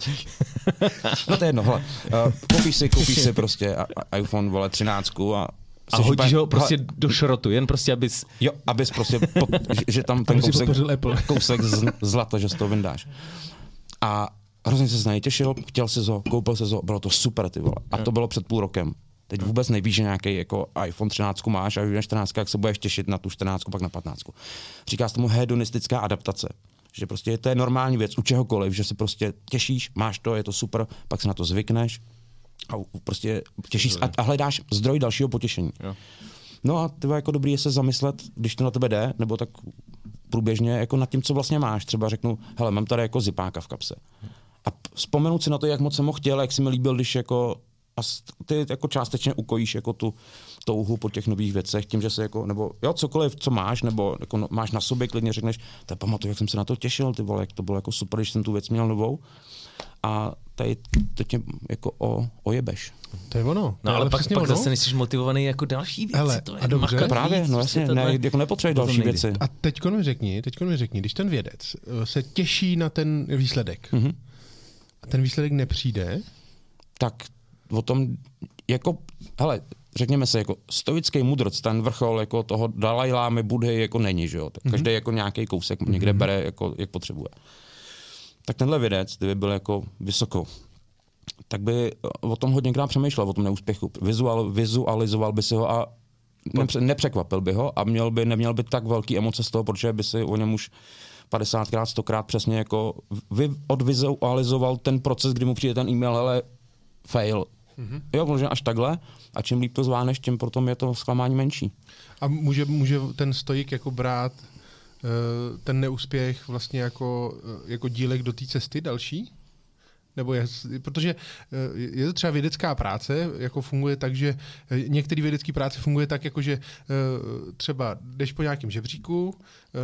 [SPEAKER 2] No to je jedno, hele, uh, koupíš si, koupíš si prostě a, a iPhone, vole, 13 a
[SPEAKER 3] A
[SPEAKER 2] jsi
[SPEAKER 3] hodíš
[SPEAKER 2] úplně-
[SPEAKER 3] ho prostě
[SPEAKER 2] hele,
[SPEAKER 3] do šrotu, jen prostě, abys...
[SPEAKER 2] Jo, abys prostě, po, že, že tam ten
[SPEAKER 1] Aby si
[SPEAKER 2] kousek,
[SPEAKER 1] podpořil Apple.
[SPEAKER 2] kousek z, zlata, že z toho vyndáš. A hrozně se z něj těšil, chtěl si ho, koupil si ho, bylo to super, ty vole. A to bylo před půl rokem. Teď vůbec nevíš, že nějaký jako iPhone 13 máš a víš 14, jak se budeš těšit na tu 14, pak na 15. Říká se tomu hedonistická adaptace. Že prostě to je normální věc u čehokoliv, že se prostě těšíš, máš to, je to super, pak se na to zvykneš a u- prostě těšíš a, a hledáš zdroj dalšího potěšení.
[SPEAKER 3] Jo.
[SPEAKER 2] No a ty vole, jako dobrý je se zamyslet, když to na tebe jde, nebo tak průběžně jako nad tím, co vlastně máš. Třeba řeknu, hele, mám tady jako zipáka v kapse. A p- vzpomenout si na to, jak moc jsem ho chtěl, jak si mi líbil, když jako a s- ty jako částečně ukojíš jako tu touhu po těch nových věcech, tím, že se jako, nebo jo, cokoliv, co máš, nebo jako no, máš na sobě, klidně řekneš, to pamatuju, jak jsem se na to těšil, ty vole, jak to bylo jako super, když jsem tu věc měl novou. A tady to tě jako o, ojebeš.
[SPEAKER 1] To je ono. To
[SPEAKER 3] No
[SPEAKER 1] je
[SPEAKER 3] ale pak,
[SPEAKER 1] přesně
[SPEAKER 3] pak
[SPEAKER 1] ono.
[SPEAKER 3] zase nejsi motivovaný jako další věci.
[SPEAKER 1] Hele,
[SPEAKER 3] to je
[SPEAKER 1] a dobře.
[SPEAKER 3] makat
[SPEAKER 2] Právě,
[SPEAKER 3] víc,
[SPEAKER 2] no
[SPEAKER 3] prostě
[SPEAKER 2] jasně, ne,
[SPEAKER 3] tohle-
[SPEAKER 2] jako nepotřebuješ
[SPEAKER 3] to tam
[SPEAKER 2] další
[SPEAKER 3] nejde.
[SPEAKER 2] věci.
[SPEAKER 1] A teďko mi řekni, teďko mi řekni, když ten vědec eh, se těší na ten výsledek
[SPEAKER 3] Mhm.
[SPEAKER 1] mm-hmm. a ten výsledek nepřijde,
[SPEAKER 2] tak o tom, jako, hele, řekněme se, jako stoický mudrc, ten vrchol jako toho Dalajlámy, Budhy jako není, že jo? Tak každý jako nějaký kousek někde bere, jako, jak potřebuje. Tak tenhle vědec, kdyby byl jako vysoko, tak by eh, o tom hodněkrát přemýšlel, o tom neúspěchu. Vizual, vizualizoval by si ho a nepře- nepřekvapil by ho a měl by, neměl by tak velký emoce z toho, protože by si o něm už 50krát, 100krát přesně jako vy, odvizualizoval ten proces, kdy mu přijde ten e-mail, hele, fail. Mm-hmm. Jo, možná až takhle a čím líp to zvládneš, tím potom je to zklamání menší.
[SPEAKER 1] A může, může ten stojík jako brát eh, ten neúspěch vlastně jako, eh, jako dílek do té cesty další? Nebo je, protože eh, je to třeba vědecká práce, jako funguje tak, že eh, některé vědecké práce funguje tak, jako že eh, třeba jdeš po nějakém žebříku,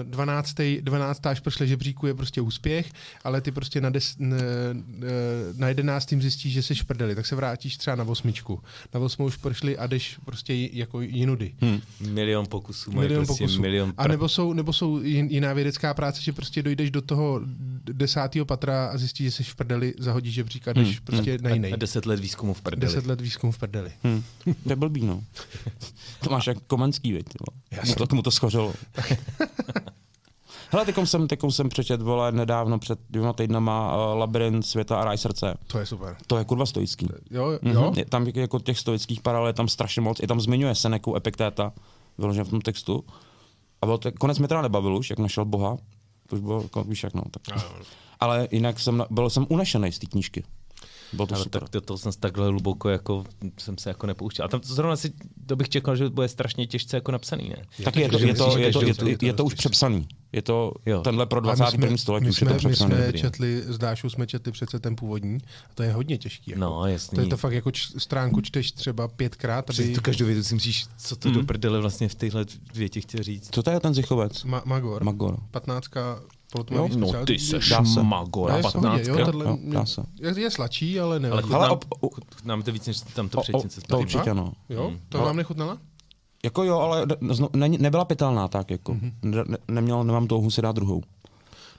[SPEAKER 1] eh, 12. 12. špršle žebříku je prostě úspěch, ale ty prostě na, des, n- eh, na 11. zjistíš, že jsi šprdeli, tak se vrátíš třeba na osmičku. Na osmou špršli a jdeš prostě ji- jako jinudy. Hmm.
[SPEAKER 3] Hm, Milion pokusů, mají
[SPEAKER 1] Milion
[SPEAKER 3] prostě
[SPEAKER 1] pokusů.
[SPEAKER 3] milion
[SPEAKER 1] a nebo jsou, nebo jsou jin- jiná vědecká práce, že prostě dojdeš do toho desátého patra a zjistíš, že jsi v prdeli, zahodíš žebřík a jdeš hmm. prostě hmm. na jiný.
[SPEAKER 3] a deset let výzkumu v prdeli.
[SPEAKER 1] Deset let výzkum v prdeli.
[SPEAKER 2] Hmm. To je blbý, no. To máš jak Komenský, viď, jo. Mu to, mu to schořelo. Hele, teďkom jsem, teďkom jsem přečet, vole, nedávno před dvěma týdnama uh, Labirint světa a ráj srdce.
[SPEAKER 1] To je super.
[SPEAKER 2] To je kurva stoický.
[SPEAKER 1] Jo, jo.
[SPEAKER 2] Mhm. Je tam jako těch stoických paralel je tam strašně moc. I tam zmiňuje Seneku Epiktéta, vyloženě v tom textu. A bylo to, konec mě teda nebavil už, jak našel Boha. To už bylo, jako, víš jak, no. Tak. Ale jinak jsem, na- byl jsem unešený z té knížky. Bylo to
[SPEAKER 3] Ale
[SPEAKER 2] super.
[SPEAKER 3] tak to, to jsem se takhle hluboko jako, jsem se jako nepouštěl. A tam to zrovna si, to bych čekal, že bude strašně těžce jako napsaný, ne?
[SPEAKER 2] Tak je to,
[SPEAKER 1] Takže
[SPEAKER 2] je to,
[SPEAKER 1] musíš
[SPEAKER 2] je to, je to,
[SPEAKER 1] každou
[SPEAKER 2] je to, je to už
[SPEAKER 1] tu-
[SPEAKER 2] přepsaný. Je to
[SPEAKER 3] Jo.
[SPEAKER 2] tenhle pro
[SPEAKER 1] A
[SPEAKER 2] 21. století
[SPEAKER 1] my
[SPEAKER 2] už je
[SPEAKER 1] jsme,
[SPEAKER 2] to
[SPEAKER 1] my
[SPEAKER 2] přepsaný.
[SPEAKER 1] jsme
[SPEAKER 2] Dobrý, jo.
[SPEAKER 1] četli, s Dášou jsme četli přece ten původní, a to je hodně těžký. Jako.
[SPEAKER 3] No, jasný.
[SPEAKER 1] To je to fakt jako č- stránku čteš třeba pětkrát,
[SPEAKER 3] Přes
[SPEAKER 1] aby...
[SPEAKER 3] tu každou větu si musíš, co to do prdele vlastně v téhle větě chtěl říct.
[SPEAKER 2] Co to je ten zichovec?
[SPEAKER 1] Ma- Magor.
[SPEAKER 2] Magor.
[SPEAKER 1] Patnáctka polotmový
[SPEAKER 2] Jo,
[SPEAKER 1] speciál.
[SPEAKER 2] Dá se.
[SPEAKER 3] magor.
[SPEAKER 1] To je v pohodě, jo,
[SPEAKER 2] Jo,
[SPEAKER 1] tohle
[SPEAKER 2] jo,
[SPEAKER 1] mě-
[SPEAKER 2] dá se.
[SPEAKER 1] je, je sladší, ale ne.
[SPEAKER 3] Ale
[SPEAKER 2] Hele,
[SPEAKER 3] chutná,
[SPEAKER 2] ob- u-
[SPEAKER 3] nám to víc, než tam to
[SPEAKER 2] O, o,
[SPEAKER 3] předtím se
[SPEAKER 2] to
[SPEAKER 3] stalo.
[SPEAKER 2] určitě ano.
[SPEAKER 1] Jo,
[SPEAKER 3] Hmm. No.
[SPEAKER 1] to vám nechutnala?
[SPEAKER 2] Jako jo, ale d- zno- ne, nebyla pitelná tak jako. Ne, ne- neměl, nemám touhu si dát druhou.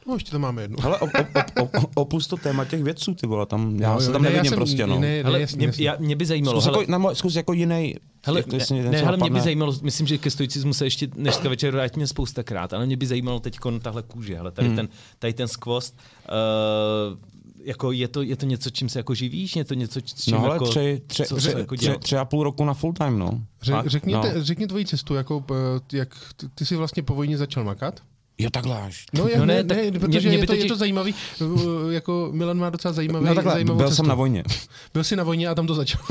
[SPEAKER 1] No, ještě tam máme jednu.
[SPEAKER 2] Hele, op, op, op, op, opust to téma těch vědců, ty vole, tam, já
[SPEAKER 1] Jo,
[SPEAKER 2] se
[SPEAKER 1] jo,
[SPEAKER 2] tam
[SPEAKER 1] ne, já
[SPEAKER 2] nevidím
[SPEAKER 1] jsem-
[SPEAKER 2] prostě, no.
[SPEAKER 1] Ne, ne,
[SPEAKER 3] Hele,
[SPEAKER 1] jasně,
[SPEAKER 3] mě,
[SPEAKER 1] jasně.
[SPEAKER 3] já, mě by zajímalo,
[SPEAKER 2] Zkus
[SPEAKER 3] hele,
[SPEAKER 2] jako, na mo- zkus jako jiný.
[SPEAKER 3] Hele,
[SPEAKER 2] jako jestli
[SPEAKER 3] ne,
[SPEAKER 2] něco
[SPEAKER 3] ne, hele, mě by
[SPEAKER 2] napadne.
[SPEAKER 3] zajímalo, myslím, že ke stoicismu se ještě dneska večer vrátíme spoustakrát, ale mě by zajímalo teď tahle kůže, hele, tady, hmm. ten, tady ten skvost, uh, jako je to, je to něco, čím se jako živíš, je to něco, s čím
[SPEAKER 2] No ale
[SPEAKER 3] jako,
[SPEAKER 2] tři, tři,
[SPEAKER 3] co
[SPEAKER 2] tři,
[SPEAKER 3] se jako
[SPEAKER 2] tři,
[SPEAKER 3] dělá?
[SPEAKER 2] tři a půl roku na full time, no.
[SPEAKER 1] Řek,
[SPEAKER 2] Fakt?
[SPEAKER 1] řekni,
[SPEAKER 2] No.
[SPEAKER 1] te, řekni tvoji cestu, jako, eh, jak ty- ty jsi vlastně po vojně začal makat.
[SPEAKER 2] Jo, takhle až.
[SPEAKER 1] No, jak,
[SPEAKER 3] No ne,
[SPEAKER 1] ne,
[SPEAKER 3] tak
[SPEAKER 1] ne,
[SPEAKER 3] mě-
[SPEAKER 1] protože
[SPEAKER 3] mě
[SPEAKER 1] je,
[SPEAKER 3] by
[SPEAKER 1] to, je
[SPEAKER 3] totiž-
[SPEAKER 1] to zajímavý, uh, jako Milan má docela zajímavý,
[SPEAKER 2] No takhle,
[SPEAKER 1] zajímavou
[SPEAKER 2] byl
[SPEAKER 1] cestu.
[SPEAKER 2] jsem na Hmm. vojně.
[SPEAKER 1] Byl jsi na vojně a tam to začalo.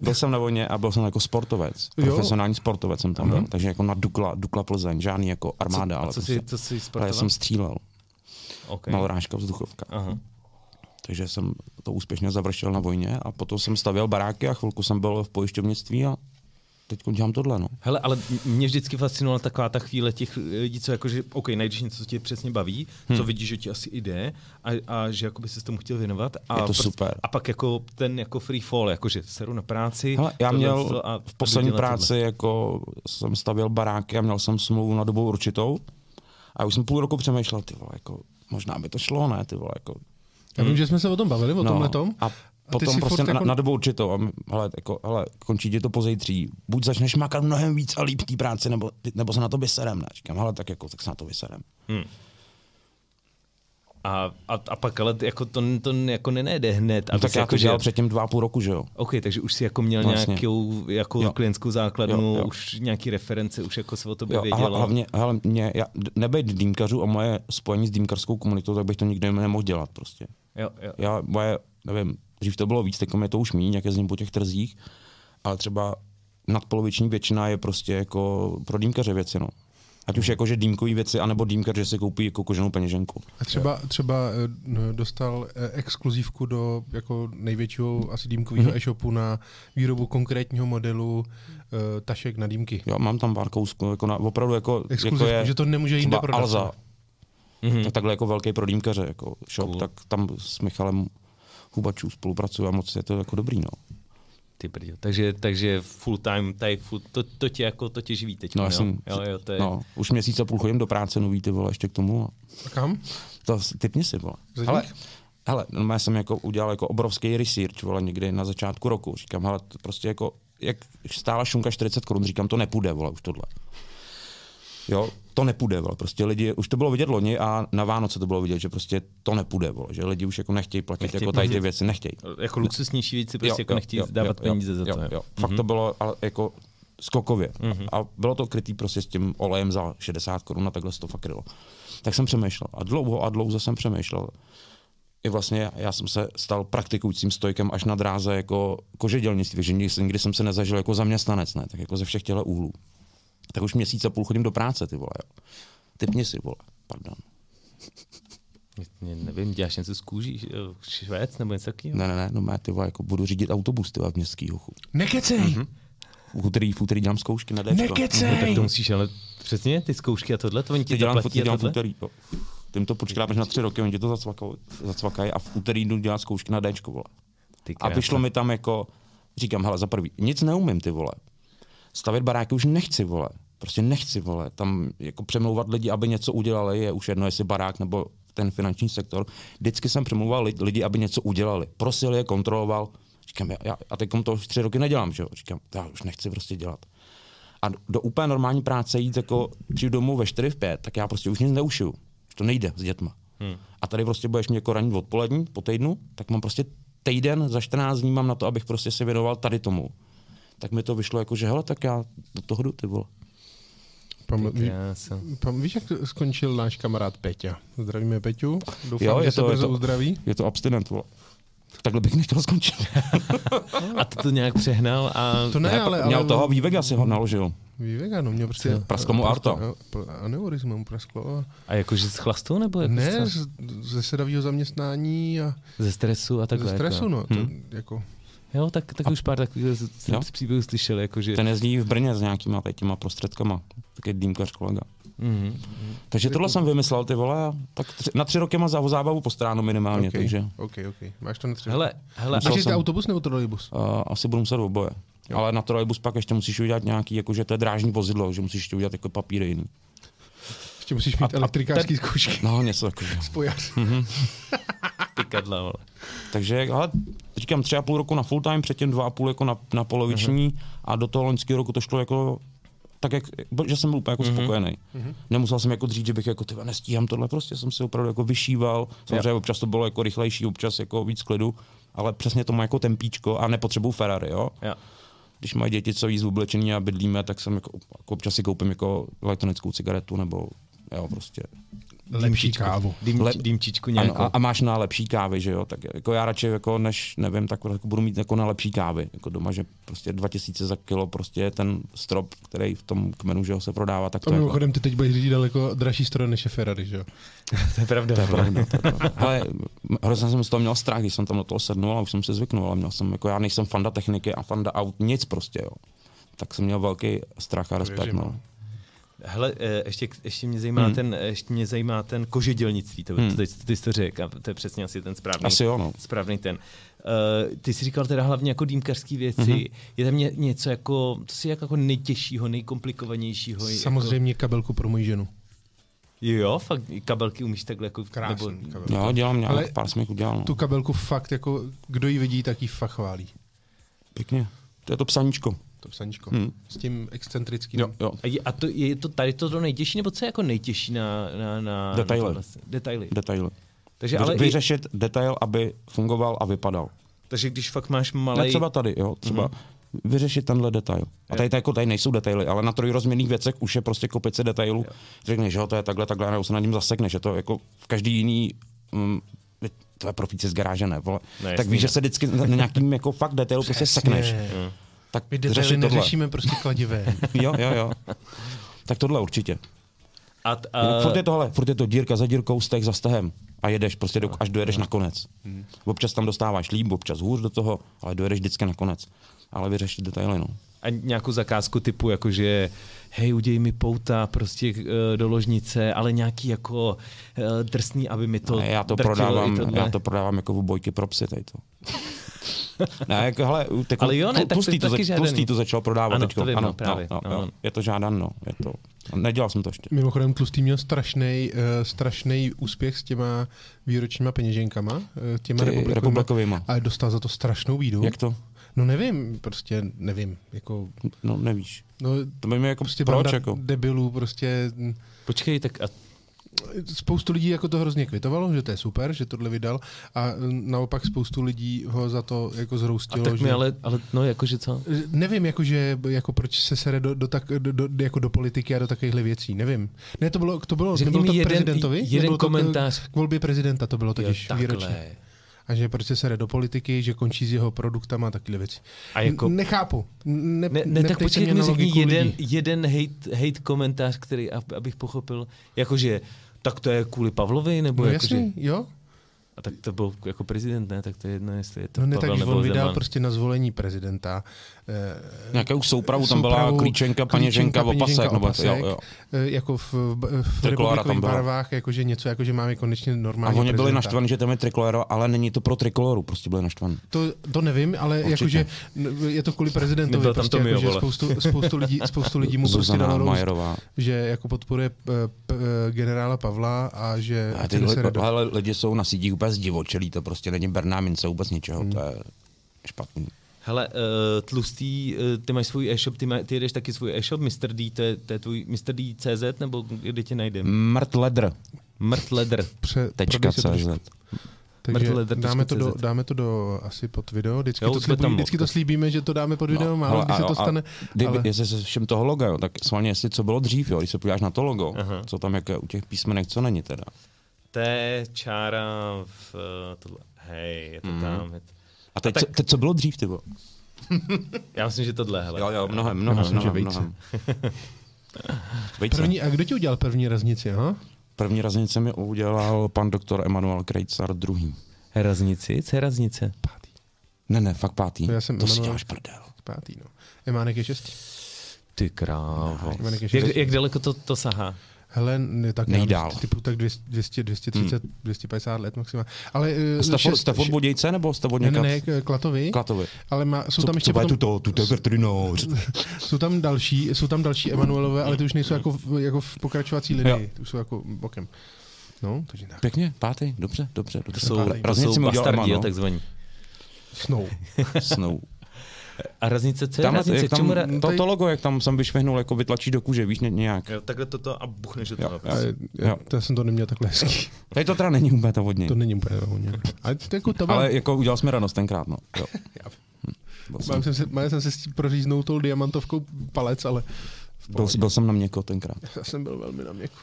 [SPEAKER 2] Byl jsem na vojně a byl jsem jako sportovec.
[SPEAKER 1] Jo.
[SPEAKER 2] Profesionální sportovec jsem tam byl. Takže jako na Dukla, Dukla Plzeň, žádný jako armáda.
[SPEAKER 3] Mhm. a
[SPEAKER 2] ale
[SPEAKER 3] co jsi,
[SPEAKER 2] prostě-
[SPEAKER 3] co jsi
[SPEAKER 2] ale
[SPEAKER 3] sportoval?
[SPEAKER 2] já jsem střílel.
[SPEAKER 3] okay.
[SPEAKER 2] Malorážka, vzduchovka.
[SPEAKER 3] Aha.
[SPEAKER 2] Takže jsem to úspěšně završil na vojně a potom jsem stavěl baráky a chvilku jsem byl v pojišťovnictví a teď dělám tohle. No.
[SPEAKER 3] Hele, ale m- mě vždycky fascinovala taková ta chvíle těch e, lidí, co jakože, OK, najdeš něco, co tě přesně baví, hmm. co
[SPEAKER 2] Hm.
[SPEAKER 3] vidíš, že ti asi jde a, a že jakoby se tomu chtěl věnovat. A
[SPEAKER 2] Je to
[SPEAKER 3] prostě-
[SPEAKER 2] super.
[SPEAKER 3] A pak jako ten jako free fall, jakože seru na práci.
[SPEAKER 2] Hele, já
[SPEAKER 3] tohle
[SPEAKER 2] měl
[SPEAKER 3] to a
[SPEAKER 2] v poslední
[SPEAKER 3] jdu dělat
[SPEAKER 2] práci
[SPEAKER 3] tohle.
[SPEAKER 2] jako jsem stavěl baráky a měl jsem smlouvu na dobu určitou a už jsem půl roku přemýšlel, ty vole, jako možná by to šlo, ne, ty vole, jako.
[SPEAKER 1] Já vím, že jsme se o tom bavili, o
[SPEAKER 2] no,
[SPEAKER 1] tomhle tom.
[SPEAKER 2] A potom prostě na,
[SPEAKER 1] jako...
[SPEAKER 2] na, dobu určitou, a my, hele, jako, hele, končí ti to pozítří, buď začneš makat mnohem víc a líp té práci, nebo, nebo se na to vyserem, ne, říkám, hele, tak jako, tak se na to vyserem.
[SPEAKER 3] Hm. A, a, a pak ale jako to, to jako nenajde hned.
[SPEAKER 2] No,
[SPEAKER 3] aby
[SPEAKER 2] tak
[SPEAKER 3] jsi
[SPEAKER 2] já to
[SPEAKER 3] jakože-
[SPEAKER 2] dělal předtím dva a půl roku, že jo.
[SPEAKER 3] OK, takže už si jako měl
[SPEAKER 2] Vlastně.
[SPEAKER 3] nějakou jako
[SPEAKER 2] Jo.
[SPEAKER 3] klientskou základnu,
[SPEAKER 2] Jo, jo.
[SPEAKER 3] už nějaký reference, už jako se o tobě
[SPEAKER 2] Jo, a
[SPEAKER 3] vědělo.
[SPEAKER 2] hla- hlavně, hlavně já, d- nebejt dýmkařů a moje spojení s dýmkařskou komunitou, tak bych to nikdy nemohl dělat prostě.
[SPEAKER 3] Jo, jo.
[SPEAKER 2] Já moje, nevím, dřív to bylo víc, teď je to už méně, jak jezdím po těch trzích, ale třeba nadpoloviční většina je prostě jako pro dýmkaře věci, no. Ať
[SPEAKER 1] Mhm.
[SPEAKER 2] už jako, že dýmkový věci, anebo dýmkař, že si koupí jako koženou peněženku.
[SPEAKER 1] A třeba, třeba eh, n- dostal eh, exkluzívku do jako největšího asi dýmkového
[SPEAKER 2] Mhm.
[SPEAKER 1] e-shopu na výrobu konkrétního modelu eh, tašek na dýmky.
[SPEAKER 2] Jo, mám tam pár kousků, jako na, opravdu jako, jako
[SPEAKER 1] Exkluzivku,
[SPEAKER 2] je
[SPEAKER 1] že to nemůže jinde
[SPEAKER 2] třeba
[SPEAKER 1] prodat.
[SPEAKER 2] Alza,
[SPEAKER 3] Mhm.
[SPEAKER 2] mm-hmm. tak takhle jako velký pro dýmkaře, jako shop, cool. tak tam s Michalem Hubačů spolupracuju a moc je to jako dobrý, no.
[SPEAKER 3] Ty brdio. Takže, takže full time, tady full, to, to, tě jako, to tě živí teď.
[SPEAKER 2] No,
[SPEAKER 3] jo?
[SPEAKER 2] já jsem,
[SPEAKER 3] jo, jo, to je,
[SPEAKER 2] no, už měsíc a půl chodím do práce, nový ty vole, ještě k tomu. A
[SPEAKER 1] A kam?
[SPEAKER 2] to s- typni si, vole.
[SPEAKER 1] Zdeník?
[SPEAKER 2] Hele, hele, no, já jsem jako udělal jako obrovský research, vole, někdy na začátku roku. Říkám, hele, to prostě jako, jak stála šunka 40 korun, říkám, to nepůjde, vole, už tohle. Jo, to nepůjde, vole, prostě lidi, už to bylo vidět loni a na Vánoce to bylo vidět, že prostě to nepůjde, vole, že lidi už jako nechtějí platit
[SPEAKER 3] Nechtějí
[SPEAKER 2] jako tady ty věci, nechtějí
[SPEAKER 3] jako luxusnější věci prostě jako nechtějí dávat peníze za to.
[SPEAKER 2] Jo,
[SPEAKER 3] jo. Mhm.
[SPEAKER 2] jo. Fakt to bylo ale jako skokově. Mm-hmm. A bylo to krytý prostě s tím olejem za 60 korun a takhle se to fakt krylo. Tak jsem přemýšlel a dlouho a dlouho jsem přemýšlel. I vlastně já jsem se stal praktikujícím stojkem až na dráze jako kožedělnictví, takže nikdy, nikdy jsem se nezažil jako zaměstnanec, ne, tak jako ze všech těchto úhlů. Tak už měsíc a půl chodím do práce, ty vole. Jo. Typni si, vole, pardon.
[SPEAKER 3] Ne, nevím, děláš něco z kůží, že jo, švéc nebo něco takového?
[SPEAKER 2] Ne, ne, ne, no má, ty vole, jako budu řídit autobus, ty vole, v městského chu.
[SPEAKER 1] Nekecej!
[SPEAKER 2] Mhm. V úterý, v úterý dělám zkoušky na Dčko.
[SPEAKER 1] Nekecej!
[SPEAKER 3] No, Tak to musíš, ale přesně ty zkoušky a tohle, to oni ti
[SPEAKER 2] Ty dělám,
[SPEAKER 3] zaplatí
[SPEAKER 2] fotky,
[SPEAKER 3] a
[SPEAKER 2] dělám v
[SPEAKER 3] tohle?
[SPEAKER 2] úterý. jo. Tím to počkám až na tři roky, oni ti to zacvakaj- zacvakají a v úterý jdu dělat zkoušky na Dčko, vole.
[SPEAKER 3] Ty
[SPEAKER 2] A vyšlo mi tam jako, říkám, hele, za prvý, nic neumím, ty vole. Stavět baráky už nechci, vole. Prostě nechci, vole. Tam jako přemlouvat lidi, aby něco udělali, je už jedno, jestli barák nebo ten finanční sektor. Vždycky jsem přemlouval lidi, lidi aby něco udělali. Prosil je, kontroloval. Říkám, já, já a teď to už tři roky nedělám, že jo? Říkám, já už nechci prostě dělat. A do, do úplně normální práce jít jako přijdu domů ve 4 v 5, tak já prostě už nic neušiju. Už to nejde s dětma. Hmm. A tady prostě budeš mě jako ranit odpolední po týdnu, tak mám prostě týden za 14 dní mám na to, abych prostě se věnoval tady tomu. Tak mi to vyšlo jako, že hele, tak já do toho jdu, ty vole.
[SPEAKER 1] Pam,
[SPEAKER 3] Ty
[SPEAKER 1] ví,
[SPEAKER 3] krása.
[SPEAKER 1] pam, víš, jak skončil náš kamarád Peťa? Zdravíme Peťu. Doufám,
[SPEAKER 2] Jo,
[SPEAKER 1] jo,
[SPEAKER 2] je
[SPEAKER 1] že se
[SPEAKER 2] to- je
[SPEAKER 1] brzo
[SPEAKER 2] to-
[SPEAKER 1] uzdraví.
[SPEAKER 2] Je to abstinent, vole. Takhle bych nechtěl skončit.
[SPEAKER 3] A ty to nějak přehnal a... jako-
[SPEAKER 1] To ne,
[SPEAKER 2] Já
[SPEAKER 1] ale... no.
[SPEAKER 2] Měl
[SPEAKER 1] ale,
[SPEAKER 2] toho vývek, asi ho naložil.
[SPEAKER 1] Ví vegano, měl prostě...
[SPEAKER 2] Prasklo mu arto.
[SPEAKER 1] Aneurisma mu prasklo. a-
[SPEAKER 3] A jakože z chlastu nebo jako z
[SPEAKER 1] Ne,
[SPEAKER 3] čeho?
[SPEAKER 1] z- ze sedavého zaměstnání a
[SPEAKER 3] ze stresu a takhle?
[SPEAKER 1] ze stresu,
[SPEAKER 3] jako.
[SPEAKER 1] no.
[SPEAKER 2] Hm.
[SPEAKER 1] To, jako,
[SPEAKER 3] Jo, tak, tak už pár takových z-
[SPEAKER 2] Jo.
[SPEAKER 3] jsem z příběhů slyšel, jakože...
[SPEAKER 2] Ten jezdí v Brně s nějakýma tady těma prostředkama. Taky dýmkař kolega.
[SPEAKER 3] Mhm.
[SPEAKER 2] Takže tohle jsem vymyslel, ty vole, a tak tři, na tři roky mám za- zábavu po stránu minimálně, okay.
[SPEAKER 1] okay,
[SPEAKER 2] takže
[SPEAKER 1] OK, OK. Máš to na tři.
[SPEAKER 3] Hele,
[SPEAKER 1] a
[SPEAKER 3] hele,
[SPEAKER 2] Musel
[SPEAKER 1] že
[SPEAKER 2] jsem-
[SPEAKER 1] jsem... autobus nebo trolejbus?
[SPEAKER 2] uh, asi budu muset oboje. Jo. Ale na trolejbus pak ještě musíš udělat nějaký, jakože to je drážní vozidlo, že musíš ještě udělat jako papíry jiný.
[SPEAKER 1] Ještě musíš mít elektrikářský zkoušky.
[SPEAKER 2] No, něco takového.
[SPEAKER 1] Spojař.
[SPEAKER 2] Hm,
[SPEAKER 3] pikadla, vole.
[SPEAKER 2] Takže, ale říkám, tři a půl roku na full time, předtím dva a půl jako na, na poloviční uh-huh. a do toho loňského roku to šlo jako tak, jak, že jsem byl úplně jako uh-huh. spokojený. Uh-huh. Nemusel jsem jako dřít, že bych jako tyhle nestíhám tohle, prostě jsem si opravdu jako vyšíval. Samozřejmě občas to bylo jako rychlejší, občas jako víc klidu, ale přesně tomu jako tempíčko a nepotřebuju Ferrari, jo.
[SPEAKER 3] Jo.
[SPEAKER 2] když mají děti, co jí z oblečení a bydlíme, tak jsem jako, jako občas si koupím jako elektronickou cigaretu nebo Jo, prostě.
[SPEAKER 1] Lepší kávu.
[SPEAKER 3] Dým,
[SPEAKER 2] Le-
[SPEAKER 3] dýmčičku nějakou.
[SPEAKER 2] Ano, a, a, máš na lepší kávy, že jo? Tak jako já radši, jako, než nevím, tak jako budu mít jako na lepší kávy. Jako doma, že prostě 2000 za kilo prostě je ten strop, který v tom kmenu, že jo, se prodává.
[SPEAKER 1] To
[SPEAKER 2] Tak to, je jako,
[SPEAKER 1] mimochodem ty teď budeš řídit daleko dražší stroj než je Ferrari, že jo?
[SPEAKER 3] to je pravda.
[SPEAKER 2] to je pravda. to je pravda. Ale hrozně jsem z toho měl strach, když jsem tam do toho sednul a už jsem se zvyknul. Ale měl jsem, jako já nejsem fanda techniky a fanda aut, nic prostě, jo. Tak jsem měl velký strach a respekt,
[SPEAKER 1] Věřím,
[SPEAKER 2] no.
[SPEAKER 3] Hele, eh, ještě, ještě, mě zajímá hmm. ten, ještě mě zajímá ten kožedělnictví, to, hmm. to, teď- ty jsi to řekl, a to je přesně asi ten správný,
[SPEAKER 2] Asi jo, no.
[SPEAKER 3] správný ten. Uh, ty jsi říkal teda hlavně jako dýmkařský věci,
[SPEAKER 2] Mhm.
[SPEAKER 3] mm-hmm. je tam ně, něco jako, to si jak jako nejtěžšího, nejkomplikovanějšího.
[SPEAKER 1] Samozřejmě kabelku pro moji ženu.
[SPEAKER 3] Jako, jo, fakt i kabelky umíš takhle jako.
[SPEAKER 1] Krásný
[SPEAKER 3] nebo-
[SPEAKER 1] kabelku.
[SPEAKER 2] Jo, dělám nějak,
[SPEAKER 1] Ale-
[SPEAKER 2] pár jsem jich udělal, no.
[SPEAKER 1] Tu kabelku fakt jako, kdo ji vidí, tak ji fakt chválí.
[SPEAKER 2] Pěkně. To je to psaníčko.
[SPEAKER 1] To psaníčko.
[SPEAKER 2] Hmm.
[SPEAKER 1] S tím excentrickým.
[SPEAKER 2] Jo, jo.
[SPEAKER 3] A, je, a to, je to tady to, to nejtěžší, nebo co je jako nejtěžší na... na, na
[SPEAKER 2] Detaily.
[SPEAKER 3] Na tohle? Detaily.
[SPEAKER 2] Detaily.
[SPEAKER 3] Takže,
[SPEAKER 2] Vy,
[SPEAKER 3] ale
[SPEAKER 2] ale
[SPEAKER 3] i,
[SPEAKER 2] vyřešit i... detail, aby fungoval a vypadal.
[SPEAKER 3] takže když fakt máš
[SPEAKER 2] Ale... Ne
[SPEAKER 3] malý...
[SPEAKER 2] třeba tady, jo, třeba mm-hmm. vyřešit tenhle detail. A tady, tady, jako tady nejsou detaily, ale na trojrozměrných věcech už je prostě kopice detailů. Řekneš, že jo, to je takhle, takhle, nebo se na ním zasekneš, je to jako v každý jiný um, tvé profíci z garáže ne, vole.
[SPEAKER 3] No,
[SPEAKER 2] tak
[SPEAKER 3] jasný,
[SPEAKER 2] víš, že
[SPEAKER 3] no.
[SPEAKER 2] se vždycky na nějakým jako fakt detailu prostě sekneš. Tak
[SPEAKER 1] My
[SPEAKER 2] řešit
[SPEAKER 1] detaily
[SPEAKER 2] tohle.
[SPEAKER 1] neřešíme prostě kladivé.
[SPEAKER 2] Jo, jo, jo. Tak tohle určitě.
[SPEAKER 3] A, t-
[SPEAKER 2] Jinak
[SPEAKER 3] a,
[SPEAKER 2] No, furt je tohle, furt je to dírka za dírkou, steh za stehem a jedeš prostě, do, až dojedeš na konec.
[SPEAKER 3] Mm-hmm.
[SPEAKER 2] Občas tam dostáváš líp, občas hůř do toho, ale dojedeš vždycky na konec. Ale vyřešit detaily, no.
[SPEAKER 3] a nějakou zakázku typu, jakože hej, uděj mi pouta prostě eh, do ložnice, ale nějaký jako eh, drsný, aby mi to
[SPEAKER 2] Ne, já to
[SPEAKER 3] drtilo i
[SPEAKER 2] prodávám,
[SPEAKER 3] tohle.
[SPEAKER 2] já to prodávám jako v bojky pro psy, tady to. ne, jako, hele, tak,
[SPEAKER 3] Ale jo, ne, tak to
[SPEAKER 2] tlustý, to
[SPEAKER 3] taky
[SPEAKER 2] zač,
[SPEAKER 3] žádaný.
[SPEAKER 2] tlustý to začal prodávat
[SPEAKER 3] Ano,
[SPEAKER 2] teďko.
[SPEAKER 3] to vím,
[SPEAKER 2] ano,
[SPEAKER 3] no, právě,
[SPEAKER 2] No, no,
[SPEAKER 3] no.
[SPEAKER 2] jo. Je to žádan, no. Je to, nedělal jsem to ještě.
[SPEAKER 1] Mimochodem Tlustý měl strašný, uh, strašný úspěch s těma výročníma peněženkama, uh, těma
[SPEAKER 2] Ty
[SPEAKER 1] republikovýma.
[SPEAKER 2] republikovýma.
[SPEAKER 1] Ale dostal za to strašnou bídu.
[SPEAKER 2] Jak to?
[SPEAKER 1] No nevím, prostě nevím. Jako,
[SPEAKER 2] No, nevíš.
[SPEAKER 1] no,
[SPEAKER 2] To by mi jako,
[SPEAKER 1] prostě
[SPEAKER 2] proč,
[SPEAKER 1] banda
[SPEAKER 2] jako?
[SPEAKER 1] debilů, prostě mm,
[SPEAKER 3] Počkej, tak a
[SPEAKER 1] spoustu lidí jako to hrozně kvitovalo, že to je super, že tohle vydal a mm, naopak spoustu lidí ho za to jako
[SPEAKER 3] A
[SPEAKER 1] zhroustilo.
[SPEAKER 3] tak mi
[SPEAKER 1] že...
[SPEAKER 3] ale, ale, no jakože co?
[SPEAKER 1] Nevím, jakože, jako proč se sere do, do, tak, do, do, jako do politiky a do takovýchhle věcí, nevím. Ne, to bylo, to bylo,
[SPEAKER 3] Řekni
[SPEAKER 1] nebylo
[SPEAKER 3] mi
[SPEAKER 1] to
[SPEAKER 3] jeden-
[SPEAKER 1] k prezidentovi?
[SPEAKER 3] jeden
[SPEAKER 1] Nebylo to k-
[SPEAKER 3] komentář.
[SPEAKER 1] K volbě prezidenta to bylo totiž
[SPEAKER 3] Jo,
[SPEAKER 1] výročně. A že proč se sere do politiky, že končí s jeho produktama a takovýhle věci.
[SPEAKER 3] A jako-
[SPEAKER 1] N- Nechápu. Ne,
[SPEAKER 3] Ne, ne tak
[SPEAKER 1] neptej se
[SPEAKER 3] počkej,
[SPEAKER 1] mě
[SPEAKER 3] mi
[SPEAKER 1] na
[SPEAKER 3] řekni
[SPEAKER 1] logiku
[SPEAKER 3] jeden,
[SPEAKER 1] lidí.
[SPEAKER 3] jeden hate, hate komentář, který, ab- abych pochopil, jakože tak to je kvůli Pavlovi, nebo
[SPEAKER 1] No
[SPEAKER 3] jakože...
[SPEAKER 1] jasně, jo?
[SPEAKER 3] A tak to byl jako prezident, ne? Tak to je jedno, jestli je to
[SPEAKER 1] No ne,
[SPEAKER 3] Pavel
[SPEAKER 1] tak, že
[SPEAKER 3] nebo
[SPEAKER 1] on vydal
[SPEAKER 3] Zeman.
[SPEAKER 1] prostě na zvolení prezidenta. eh,
[SPEAKER 2] Nějakou soupravu, tam byla
[SPEAKER 1] soupravu,
[SPEAKER 2] klíčenka, paněženka, opasek, nebo jo, jo.
[SPEAKER 1] eh, Jako v, v, v
[SPEAKER 2] Trikoloára tam
[SPEAKER 1] republikových
[SPEAKER 2] byla.
[SPEAKER 1] barvách, jakože něco, jakože máme konečně
[SPEAKER 2] A
[SPEAKER 1] normálně
[SPEAKER 2] oni byli
[SPEAKER 1] prezidenta.
[SPEAKER 2] naštvaní, že tam je trikolero, ale není to pro trikoloru, prostě byli naštvaní.
[SPEAKER 1] To, to nevím, ale
[SPEAKER 2] Určitě.
[SPEAKER 1] jakože n- je to kvůli prezidentovi.
[SPEAKER 3] Nebyl tam
[SPEAKER 1] prostě,
[SPEAKER 3] Tomio,
[SPEAKER 1] jakože
[SPEAKER 3] vole.
[SPEAKER 1] spoustu, spoustu, lidí, spoustu lidí mu prostě
[SPEAKER 2] Zuzana
[SPEAKER 1] dalo rost,
[SPEAKER 2] Majerová.
[SPEAKER 1] že jako podporuje eh, p- eh, generála Pavla a že
[SPEAKER 2] A ty
[SPEAKER 1] chce se
[SPEAKER 2] lidi,
[SPEAKER 1] redo-
[SPEAKER 2] ale lidi jsou na sítích úplně zdivočelí, to prostě není Berná mince vůbec ničeho,
[SPEAKER 1] Hmm.
[SPEAKER 2] to je špatný.
[SPEAKER 3] Hele, uh, tlustý, uh, ty máš svůj e-shop, ty, má, ty jedeš taky svůj e-shop, Mr. D, to je, to je tvůj Mr. D CZ, nebo kde tě najdeme?
[SPEAKER 2] Mrt ledr. Hmm.
[SPEAKER 3] Mrt Ledr.
[SPEAKER 1] pře-
[SPEAKER 2] Tečka
[SPEAKER 1] prodej se
[SPEAKER 2] CZ.
[SPEAKER 1] trošku. Takže
[SPEAKER 3] Mrtvledr.cz.
[SPEAKER 1] dáme to, do, dáme to do asi pod video. Vždycky,
[SPEAKER 3] Jo,
[SPEAKER 1] to,
[SPEAKER 3] už jsme tam
[SPEAKER 1] slíbí, vždycky to
[SPEAKER 3] odkud.
[SPEAKER 1] slíbíme, že to dáme pod video, no, málo kdy
[SPEAKER 2] a-
[SPEAKER 1] se to
[SPEAKER 2] a-
[SPEAKER 1] stane.
[SPEAKER 2] Kdyby,
[SPEAKER 1] ale...
[SPEAKER 2] Jestli se všem toho loga, jo, tak svalně jestli co bylo dřív, jo, když se podíváš na to logo, Aha. co tam jak je u těch písmenek, co není teda.
[SPEAKER 3] To je čára v eh, tohle. Hej, je to
[SPEAKER 2] Hmm.
[SPEAKER 3] mm. tam. Je to...
[SPEAKER 2] A teď,
[SPEAKER 3] A
[SPEAKER 2] co, teď co bylo dřív, ty bylo?
[SPEAKER 3] Já myslím, že tohle, hele.
[SPEAKER 2] Jo, jo, mnohem, mnohem,
[SPEAKER 1] myslím, že
[SPEAKER 2] mnohem,
[SPEAKER 1] vejce.
[SPEAKER 2] mnohem. Vejce. První...
[SPEAKER 1] První, a kdo ti udělal první raznici, aha?
[SPEAKER 2] První raznice mi udělal pan doktor Emanuel Krejcar druhý.
[SPEAKER 3] Raznici? Co je raznice?
[SPEAKER 1] Pátý.
[SPEAKER 2] Ne, ne, fakt pátý.
[SPEAKER 1] No, já jsem
[SPEAKER 2] to si
[SPEAKER 1] Emanuel-
[SPEAKER 2] děláš prdel.
[SPEAKER 1] Pátý, no. Emánek je šestý.
[SPEAKER 3] Ty krávo.
[SPEAKER 1] Ivanek je
[SPEAKER 3] Jak,
[SPEAKER 1] šestý.
[SPEAKER 3] jak daleko to, to sahá?
[SPEAKER 1] Hele, ne, tak
[SPEAKER 2] Nejdál.
[SPEAKER 1] já
[SPEAKER 2] Hmm.
[SPEAKER 1] bych typu tak 200, 230, 250 let maximálně. Ale eh,
[SPEAKER 2] Jste,
[SPEAKER 1] šest-
[SPEAKER 2] šest, jste od Budějce, nebo jste od
[SPEAKER 1] Ne, ne,
[SPEAKER 2] někam?
[SPEAKER 1] ne, k- Klatovi.
[SPEAKER 2] Klatovi.
[SPEAKER 1] Ale má, jsou
[SPEAKER 2] Co-
[SPEAKER 1] tam ještě
[SPEAKER 2] co bude
[SPEAKER 1] potom,
[SPEAKER 2] tuto, tuto je veterinář.
[SPEAKER 1] jsou tam další, jsou tam další Emanuelové, ale ty už nejsou jako v, jako v pokračovací linii, ty už jsou jako bokem. No, takže tak.
[SPEAKER 2] Pěkně, pátý, dobře, dobře. dobře.
[SPEAKER 3] To jsou, to
[SPEAKER 2] Raznici
[SPEAKER 3] jsou
[SPEAKER 2] mi udělal no.
[SPEAKER 3] bastardi,
[SPEAKER 2] Emanuel.
[SPEAKER 3] jo, takzvaní.
[SPEAKER 1] Snou.
[SPEAKER 2] Snou.
[SPEAKER 3] A raznice, co je
[SPEAKER 2] Tam,
[SPEAKER 3] raznice?
[SPEAKER 2] jak
[SPEAKER 3] K čemu
[SPEAKER 2] tam, Mm.
[SPEAKER 3] ra...
[SPEAKER 2] to, to logo, jak tam jsem vyšvihnul, jako vytlačí do kůže, víš, ně- nějak.
[SPEAKER 3] Jo, takhle toto a buchneš do
[SPEAKER 2] Jo,
[SPEAKER 3] toho. prostě.
[SPEAKER 2] jo.
[SPEAKER 1] A, já,
[SPEAKER 2] Jo.
[SPEAKER 1] eh, to já jsem to neměl takhle hezky.
[SPEAKER 2] Tady to teda není úplně to od něj.
[SPEAKER 1] To není úplně o něm. Ale to, jako to mám,
[SPEAKER 2] Ale jako udělal jsme radost tenkrát, no. Jo.
[SPEAKER 1] Já-
[SPEAKER 2] Hm, Byl
[SPEAKER 1] mám
[SPEAKER 2] jsem,
[SPEAKER 1] jsem se, mám jsem se s tím proříznou tou diamantovkou palec, ale
[SPEAKER 2] byl, byl jsem na měko tenkrát.
[SPEAKER 1] já jsem byl velmi na měku.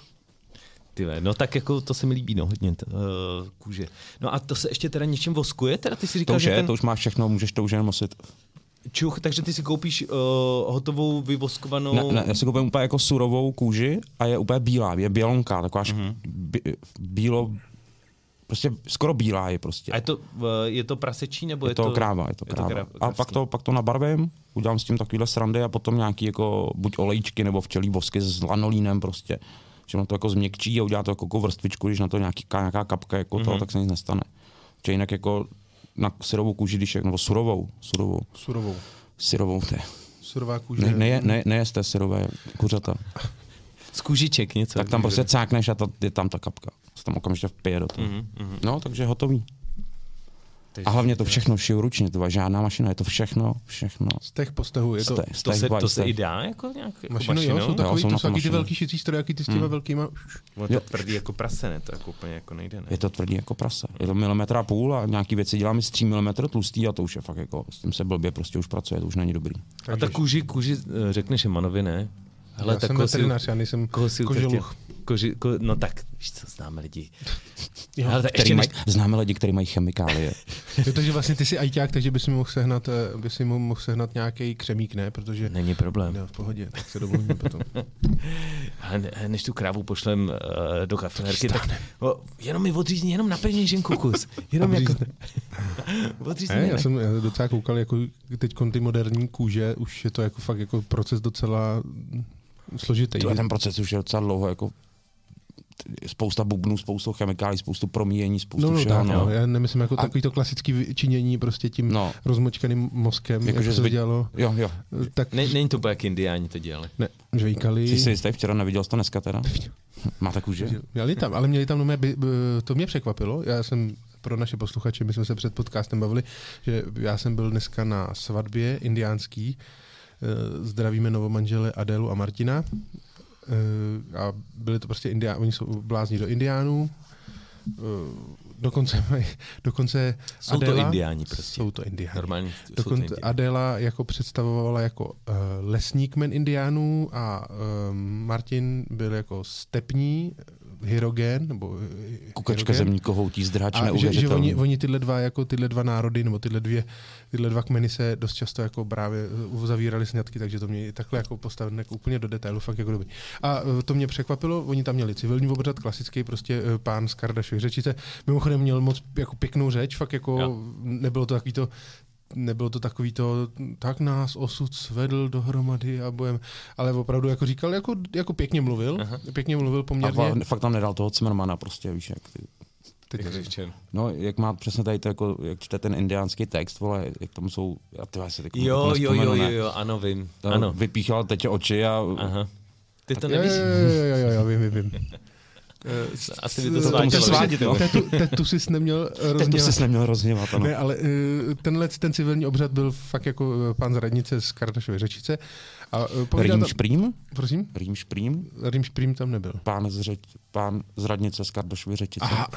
[SPEAKER 3] Ty ve, no tak jako to se mi líbí, no hodně t- uh, kůže. No a to se ještě teda něčím voskuje? Teda ty si
[SPEAKER 2] To
[SPEAKER 3] říkal,
[SPEAKER 2] už
[SPEAKER 3] že
[SPEAKER 2] je,
[SPEAKER 3] ten
[SPEAKER 2] to už máš všechno, můžeš to už jenom nosit.
[SPEAKER 3] čuch, takže ty si koupíš uh, hotovou vyvoskovanou...
[SPEAKER 2] Ne, ne, já si koupím úplně jako surovou kůži a je úplně bílá, je bělonká, taková mm-hmm. bílo, prostě skoro bílá je prostě.
[SPEAKER 3] A je to, uh, je to prasečí, nebo je,
[SPEAKER 2] je to, kráva, je to kráva.
[SPEAKER 3] kráv-
[SPEAKER 2] a
[SPEAKER 3] krásný.
[SPEAKER 2] pak to, pak to nabarvím, udělám s tím takovýhle srandy a potom nějaký jako buď olejčky nebo včelí vosky s lanolínem prostě. Že ono to jako změkčí a udělá to jako, jako vrstvičku, když na to nějaký, ka- nějaká kapka jako mm-hmm. toho, tak se nic nestane. Že jinak jako na syrovou kůži, když je, nebo surovou, surovou,
[SPEAKER 1] Surovou.
[SPEAKER 2] syrovou, to je.
[SPEAKER 1] Surová kůže.
[SPEAKER 2] Ne, ne, ne, nejeste syrové kuřata.
[SPEAKER 3] Z kůžiček něco. jako-
[SPEAKER 2] Tak tam prostě cákneš a ta, je tam ta kapka. Se tam okamžitě vpije do toho.
[SPEAKER 3] Mhm,
[SPEAKER 2] Mm-hmm. No, takže hotový.
[SPEAKER 3] Hmm. Takže-
[SPEAKER 2] A hlavně to všechno šiju ručně, to žádná mašina, je to všechno, všechno.
[SPEAKER 1] Z těch postehů je to.
[SPEAKER 2] Stej,
[SPEAKER 3] To
[SPEAKER 2] stej
[SPEAKER 3] se,
[SPEAKER 2] by
[SPEAKER 3] to se
[SPEAKER 2] stej.
[SPEAKER 3] i dá jako nějak jako
[SPEAKER 1] Mašinu, jo, jsou
[SPEAKER 2] tak-
[SPEAKER 1] takový,
[SPEAKER 2] jsou
[SPEAKER 1] to
[SPEAKER 2] na
[SPEAKER 1] jsou
[SPEAKER 2] to
[SPEAKER 1] taky ty
[SPEAKER 2] mašiny.
[SPEAKER 1] velký šicí stroje, jaký ty s těma velkýma.
[SPEAKER 3] Ono to tvrdý jako prasene, to jako úplně jako nejde, ne?
[SPEAKER 2] Je to tvrdý jako prase. Je to milimetra a půl a nějaký věci děláme z 3 mm tlustý a to už je fakt jako, s tím se blbě prostě už pracuje, to už není dobrý.
[SPEAKER 3] A ta kůži, kůži, eh, řekneš je manovi, ne?
[SPEAKER 1] Ale já
[SPEAKER 3] tak
[SPEAKER 1] jsem
[SPEAKER 3] koho si-
[SPEAKER 1] veterinář, já nejsem
[SPEAKER 3] Koho si
[SPEAKER 1] koželuch.
[SPEAKER 3] utrtil? Koži, ko, no tak, víš co, známe lidi.
[SPEAKER 1] Jo,
[SPEAKER 3] Ale tak
[SPEAKER 2] Který
[SPEAKER 3] ještě než,
[SPEAKER 2] maj, známe lidi, kteří mají chemikálie.
[SPEAKER 1] Jo, takže vlastně ty jsi ajťák, takže bys mi mohl sehnat, eh, bys mi mohl sehnat nějaký křemík, ne? Protože
[SPEAKER 3] není problém.
[SPEAKER 1] ne, v pohodě, tak se domluvíme potom.
[SPEAKER 3] Ale ne- než tu krávu pošlem uh, do kafilerky, tak o, jenom mi odřízni, jenom na pevnějším kukus. Jenom jako... odřízni,
[SPEAKER 1] Ne,
[SPEAKER 3] ne,
[SPEAKER 1] já jsem eh, docela koukal, jako teď ty moderní kůže, už je to jako fakt jako proces docela mm, složitý.
[SPEAKER 2] Tyhle, ten proces už je docela dlouho, jako t- spousta bubnů, spousta chemikálií, spoustu promíjení, spoustu
[SPEAKER 1] No, no,
[SPEAKER 2] všeho.
[SPEAKER 1] tak,
[SPEAKER 2] no.
[SPEAKER 1] no. Já nemyslím jako takový to klasický vyčinění prostě tím no.
[SPEAKER 2] No.
[SPEAKER 1] rozmočkaným mozkem, jako
[SPEAKER 2] Jakože
[SPEAKER 1] jak se
[SPEAKER 2] zbyt-
[SPEAKER 1] dělalo.
[SPEAKER 2] Jo, jo.
[SPEAKER 1] Tak
[SPEAKER 3] ne,
[SPEAKER 1] ne,
[SPEAKER 3] není to úplně jak indiáni to dělali.
[SPEAKER 1] ne žvejkali.
[SPEAKER 2] Ty jsi jistý, včera neviděl jsi to dneska teda? Máte kůže?
[SPEAKER 1] Měli tam, ale měli tam nové, by- b- to mě překvapilo, já jsem pro naše posluchače, my jsme se před podcastem bavili, že já jsem byl dneska na svatbě indiánský, Eh, zdravíme novomanžele Adélu a Martina Eh, a byli to prostě indiá, oni jsou blázni do indiánů, Eh, dokonce, mají- dokonce
[SPEAKER 3] Jsou to
[SPEAKER 1] Adéla,
[SPEAKER 3] indiáni prostě.
[SPEAKER 1] Jsou to indiáni.
[SPEAKER 3] Normální jsou to
[SPEAKER 1] Dokonce
[SPEAKER 3] indiáni.
[SPEAKER 1] Adela jako představovala jako uh, lesní kmen indiánů a um, Martin byl jako stepní hyrogen, nebo eh,
[SPEAKER 2] Kukačka
[SPEAKER 1] hyrogen.
[SPEAKER 2] zemní kohoutí, zdrhač,
[SPEAKER 1] a že, že
[SPEAKER 2] neuvěřitelný.
[SPEAKER 1] oni, oni, tyhle dva, jako tyhle dva národy, nebo tyhle, dvě, tyhle dva kmeny se dost často jako právě uzavírali sňatky, takže to mě takhle jako postavené jako úplně do detailu, fakt jako dobrý. A eh, to mě překvapilo, oni tam měli civilní obřad, klasický prostě eh, pán z Kardašovy řečice, mimochodem měl moc jako pěknou řeč, fakt jako
[SPEAKER 3] Jo.
[SPEAKER 1] nebylo to takový to, nebylo to takový to, tak nás osud svedl dohromady a bojem, ale opravdu jako říkal, jako, jako pěkně mluvil, Aha. pěkně mluvil
[SPEAKER 2] A
[SPEAKER 1] poměrně.
[SPEAKER 2] fa- fakt tam nedal toho Cimrmana prostě, víš, jak ty.
[SPEAKER 1] Teď
[SPEAKER 3] Jak
[SPEAKER 1] nevím.
[SPEAKER 3] řečeno.
[SPEAKER 2] No, jak má přesně tady to, jako, jak čte ten indiánský text, vole, jak tam jsou, a ty se tak
[SPEAKER 3] Jo, jo, jo, jo, jo, ano, vím.
[SPEAKER 1] No.
[SPEAKER 2] Ano.
[SPEAKER 3] Ano,
[SPEAKER 2] Vypíchal teď oči a
[SPEAKER 3] aha. Ty to
[SPEAKER 1] Jo,
[SPEAKER 3] nevíš?
[SPEAKER 1] jo, jo, jo, jo, jo, vím, vím, vím. Eh, s-
[SPEAKER 3] Asi by to
[SPEAKER 1] s-
[SPEAKER 3] svátilo.
[SPEAKER 1] tetu-
[SPEAKER 2] Svátit, jo.
[SPEAKER 1] tetu- Tetu jsi neměl
[SPEAKER 2] teď tu
[SPEAKER 1] rozmělat.
[SPEAKER 2] jsi neměl rozněvat, ano.
[SPEAKER 1] Ne, ale eh, tenhle ten civilní obřad byl fakt jako eh, pan z radnice z Kardašovy řečice. A eh, povídal
[SPEAKER 2] Rým
[SPEAKER 1] tam,
[SPEAKER 2] šprým?
[SPEAKER 1] prosím,
[SPEAKER 2] Rým šprým?
[SPEAKER 1] Rým Šprým tam nebyl.
[SPEAKER 2] Pán z, řeč, pán z radnice z Kardošovy řečice.
[SPEAKER 1] Aha.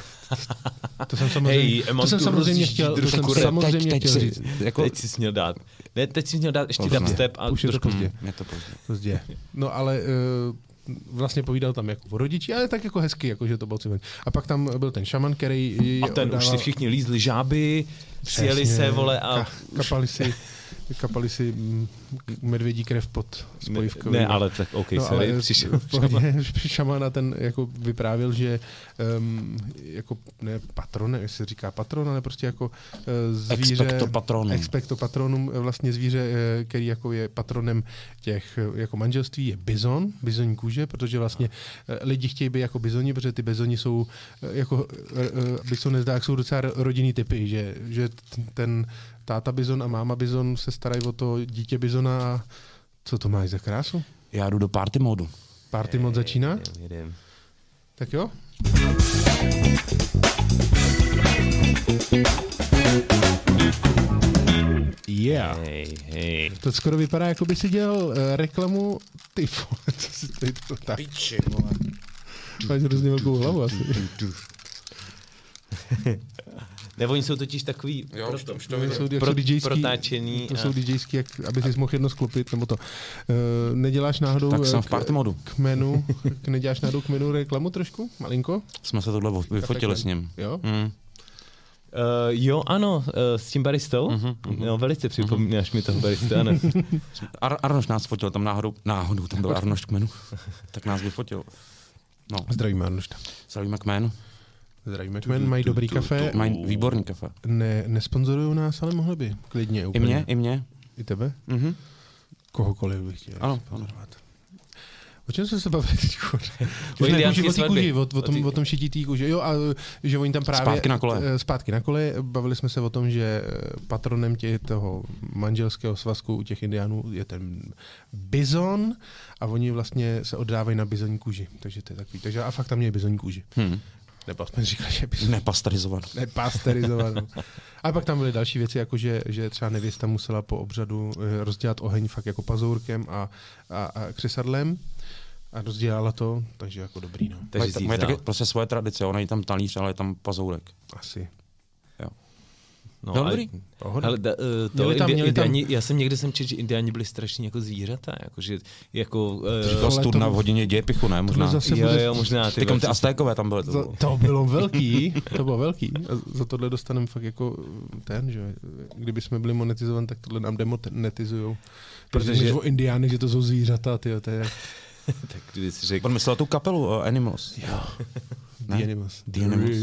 [SPEAKER 1] To jsem samozřejmě,
[SPEAKER 3] Hej,
[SPEAKER 1] to
[SPEAKER 3] mám
[SPEAKER 1] jsem
[SPEAKER 3] tu
[SPEAKER 1] samozřejmě
[SPEAKER 3] rozjíždí
[SPEAKER 1] chtěl, to jsem
[SPEAKER 3] trošku
[SPEAKER 2] Teď-
[SPEAKER 1] samozřejmě
[SPEAKER 2] teď,
[SPEAKER 1] chtěl
[SPEAKER 2] si-
[SPEAKER 1] říct. Prostě,
[SPEAKER 2] jako,
[SPEAKER 3] Teď jsi měl dát. Ne, teď jsi měl dát ještě
[SPEAKER 2] Pozdě.
[SPEAKER 3] dubstep a
[SPEAKER 1] Už je to
[SPEAKER 3] trošku...
[SPEAKER 1] pozdě.
[SPEAKER 2] mě to pozdě.
[SPEAKER 1] Pozdě. No ale eh, vlastně povídal tam jako o rodiči, ale tak jako hezky, jako že to bylo civilní. A pak tam byl ten šaman, který... eh,
[SPEAKER 3] A ten už
[SPEAKER 1] oddával-
[SPEAKER 3] si všichni lízli žáby, přijeli
[SPEAKER 1] Přesně.
[SPEAKER 3] se, vole, a...
[SPEAKER 1] Ka- kapali si, kapali si mm, medvědí krev pod
[SPEAKER 3] Ne,
[SPEAKER 1] spojivkou.
[SPEAKER 3] ne, ale tak, OK,
[SPEAKER 1] No,
[SPEAKER 3] sorry,
[SPEAKER 1] ale
[SPEAKER 3] přišel.
[SPEAKER 1] v pohodě, přišel šaman a ten jako vyprávěl, že um, jako, ne patron, nevím, jestli se říká patron, ale prostě jako uh, zvíře...
[SPEAKER 2] Expecto patronum.
[SPEAKER 1] Expecto patronum, eh, vlastně zvíře, eh, který jako je patronem těch eh, jako manželství, je bizon, bizoní kůže, protože vlastně eh, lidi chtějí být jako bizoni, protože ty bizoni jsou eh, jako, eh, eh, by se to nezdá, jak jsou docela ro- rodinný typy, že, že t- ten táta bizon a máma bizon se starají o to dítě bizona a co to máš za krásu?
[SPEAKER 2] Já jdu do party modu.
[SPEAKER 1] Party mod začíná?
[SPEAKER 3] Jedem, jedem.
[SPEAKER 1] Tak jo. Yeah.
[SPEAKER 3] Hej, hej.
[SPEAKER 1] To skoro vypadá, jako by si dělal uh, reklamu ty vole, co si tady to tak.
[SPEAKER 2] Piči, vole.
[SPEAKER 1] Máš hrozně velkou hlavu asi.
[SPEAKER 3] Nebo oni jsou totiž takový
[SPEAKER 2] Jo, už to, už to
[SPEAKER 1] To jsou,
[SPEAKER 2] vidím.
[SPEAKER 1] jak
[SPEAKER 3] Pro-
[SPEAKER 1] jsou DJský,
[SPEAKER 3] protáčený
[SPEAKER 1] to
[SPEAKER 3] a-
[SPEAKER 1] jsou DJský, jak, aby si mohl jedno sklopit, nebo to. Eh, neděláš náhodou
[SPEAKER 2] Tak jsem
[SPEAKER 1] eh,
[SPEAKER 2] v party modu.
[SPEAKER 1] k menu, k, neděláš náhodou k menu reklamu trošku, malinko?
[SPEAKER 2] Jsme se tohle vo- vyfotili s ním.
[SPEAKER 1] Jo?
[SPEAKER 2] Mm.
[SPEAKER 3] Uh, jo, ano, uh, s tím baristou. Uh-huh, uh-huh. No, velice připomínáš uh-huh. mi toho barista, ano.
[SPEAKER 2] Ar- Arnoš nás fotil tam náhodou, náhodou tam byl Arnoš Kmenu, tak nás vyfotil. No,
[SPEAKER 1] Zdravíme Arnošta.
[SPEAKER 2] zdravíme Kmenu,
[SPEAKER 1] Zdravíme. Kmen mají dobrý kafe,
[SPEAKER 2] mají výborný kafe.
[SPEAKER 1] ne, nesponzorují nás, ale mohli by, klidně.
[SPEAKER 2] I
[SPEAKER 1] Úplně.
[SPEAKER 2] mě, i mě.
[SPEAKER 1] I tebe?
[SPEAKER 2] Mhm.
[SPEAKER 1] Kohokoliv bych chtěl
[SPEAKER 2] Ano,
[SPEAKER 1] sponzorovat. O čem jsme se bavili teď?
[SPEAKER 3] O
[SPEAKER 1] O,
[SPEAKER 3] indiánské
[SPEAKER 1] kůži, o, té
[SPEAKER 3] svatbě.
[SPEAKER 1] kůži, o, o,
[SPEAKER 3] O
[SPEAKER 1] tom,
[SPEAKER 3] ty-
[SPEAKER 1] o tom šití té kůže. Jo, a že oni tam právě...
[SPEAKER 2] Zpátky na kole.
[SPEAKER 1] eh, Zpátky na kole. Bavili jsme se o tom, že eh, patronem tě, toho manželského svazku u těch indiánů je ten bizon a oni vlastně se oddávají na bizoní kůži. Takže to je takový. Takže a fakt tam měli bizoní kůži.
[SPEAKER 2] Hm.
[SPEAKER 1] Nebo jsme říkali, že bizon
[SPEAKER 2] Nepasterizovaný.
[SPEAKER 1] nepasterizovanou. A pak tam byly další věci, jako že, že třeba nevěsta musela po obřadu eh, rozdělat oheň fakt jako pazourkem a, a, a křesadlem a rozdělala to, takže jako dobrý, no.
[SPEAKER 3] Takže
[SPEAKER 2] Mají, mají taky
[SPEAKER 3] zítra.
[SPEAKER 2] prostě svoje tradice, ona je tam talíř, ale je tam pazourek.
[SPEAKER 1] Asi.
[SPEAKER 2] Jo.
[SPEAKER 3] No,
[SPEAKER 2] No,
[SPEAKER 3] a-
[SPEAKER 2] dobrý.
[SPEAKER 1] Pohoda.
[SPEAKER 3] Ale da, eh, to
[SPEAKER 1] Měli
[SPEAKER 3] měli
[SPEAKER 1] tam-
[SPEAKER 3] tam,
[SPEAKER 1] měli tam-
[SPEAKER 3] indiáni, já jsem někde jsem četl, že indiáni byli strašní jako zvířata, jako, že, jako,
[SPEAKER 2] To
[SPEAKER 1] tohle
[SPEAKER 3] uh,
[SPEAKER 2] z turna
[SPEAKER 1] to-
[SPEAKER 2] v hodině dějepichu, ne? Možná.
[SPEAKER 1] zase-
[SPEAKER 3] jo,
[SPEAKER 1] bude-
[SPEAKER 3] jo, možná ty,
[SPEAKER 2] Tykom ty
[SPEAKER 3] vole,
[SPEAKER 2] Aztékové tam byly. To
[SPEAKER 1] Za,
[SPEAKER 2] bylo.
[SPEAKER 1] to bylo velký, to bylo velký. A za tohle dostaneme fakt jako eh, ten, že kdyby jsme byli monetizovan, tak tohle nám demonetizujou.
[SPEAKER 3] Protože-
[SPEAKER 1] Protože o indiány, že to jsou zvířata, ty to je
[SPEAKER 3] tak kdyby si řekl,
[SPEAKER 2] On myslel tu kapelu uh, Animals. Ne.
[SPEAKER 1] The Animals.
[SPEAKER 2] The Animals.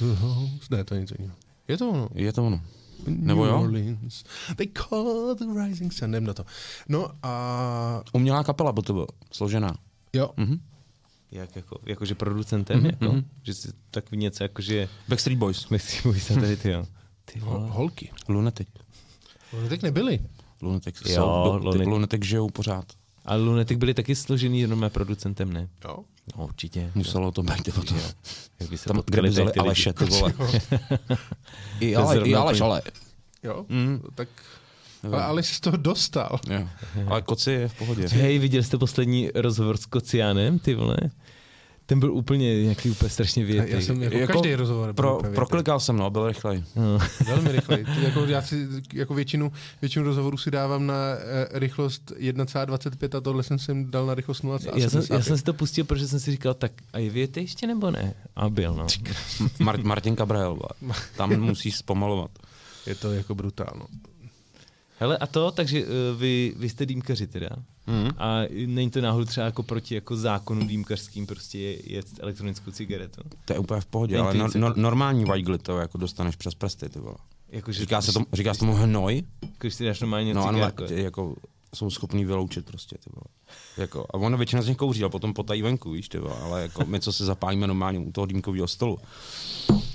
[SPEAKER 1] The House. Ne, to je něco jiného. Je to ono.
[SPEAKER 2] Je to ono.
[SPEAKER 1] New
[SPEAKER 2] Nebo jo?
[SPEAKER 1] Orleans. They call the rising sun. Jdem na to. No a
[SPEAKER 2] Umělá kapela by to bylo, složená.
[SPEAKER 1] jo,
[SPEAKER 2] Mhm.
[SPEAKER 3] jak, jako, jako, že producentem, mm-hmm. jako, že si tak něco, jako, že
[SPEAKER 2] Backstreet Boys,
[SPEAKER 3] myslím, že tady ty, jo. Ty
[SPEAKER 1] ho-
[SPEAKER 3] vole.
[SPEAKER 1] holky.
[SPEAKER 2] Lunatic.
[SPEAKER 1] Mhm. Oni tak nebyli.
[SPEAKER 2] Lunatic
[SPEAKER 3] Jo,
[SPEAKER 2] jsou, do, ty
[SPEAKER 3] Lunatic.
[SPEAKER 2] Lunatic žijou pořád.
[SPEAKER 3] A Lunetic byli taky složený jenom na producentem, ne?
[SPEAKER 1] Jo.
[SPEAKER 3] No, určitě.
[SPEAKER 2] Muselo to být, tyvo, to.
[SPEAKER 3] Jak by se
[SPEAKER 2] Tam, kde
[SPEAKER 3] potkali
[SPEAKER 2] by
[SPEAKER 3] tady
[SPEAKER 2] vzali
[SPEAKER 3] ty lidi.
[SPEAKER 2] Aleše, ty vole. I,
[SPEAKER 3] To je
[SPEAKER 2] ale, I
[SPEAKER 3] zrovna
[SPEAKER 2] Aleš,
[SPEAKER 3] úplně-
[SPEAKER 2] ale.
[SPEAKER 1] Jo.
[SPEAKER 2] Mm.
[SPEAKER 1] Tak Mhm. ale, ale jsi z toho dostal.
[SPEAKER 2] Jo. Ale koci je v pohodě.
[SPEAKER 3] Hej, viděl jste poslední rozhovor s Kociánem, ty vole? Ten byl úplně nějaký úplně strašně větý.
[SPEAKER 1] Já jsem jako, jako každý rozhovor. byl
[SPEAKER 2] Pro,
[SPEAKER 1] úplně
[SPEAKER 2] proklikal jsem, no, byl rychlej.
[SPEAKER 3] No.
[SPEAKER 1] větej. Velmi rychle. Jako, já si jako většinu, většinu rozhovorů si dávám na eh, rychlost 1,25 a tohle jsem si dal na rychlost 0,75.
[SPEAKER 3] Já jsem, já jsem si to pustil, protože jsem si říkal, tak a je větej ještě nebo ne? A byl, no.
[SPEAKER 2] Mar- Martin Gabriel, vole. tam musíš zpomalovat.
[SPEAKER 1] Je to jako brutálno.
[SPEAKER 3] Hele, a to, takže eh, vy, vy jste dýmkaři teda. Mm. A není to náhodou třeba jako proti jako zákonu dýmkařským prostě je, jet elektronickou cigaretu?
[SPEAKER 2] To je úplně v pohodě,
[SPEAKER 3] Ten
[SPEAKER 2] ale no,
[SPEAKER 3] princip.
[SPEAKER 2] no, normální vajgly to jako dostaneš přes prsty, ty vole.
[SPEAKER 3] Jako, že
[SPEAKER 2] Říká se,
[SPEAKER 3] když-
[SPEAKER 2] tomu, říká se tomu hnoj,
[SPEAKER 3] Když si dáš normálně
[SPEAKER 2] no
[SPEAKER 3] no,
[SPEAKER 2] ano,
[SPEAKER 3] cigárko.
[SPEAKER 2] ty jako jsou schopní vyloučit prostě, ty vole. Jako, a ono většina z nich kouří, a potom potají venku, víš, ty vole, ale jako my, co se zapálíme normálně u toho dýmkového stolu.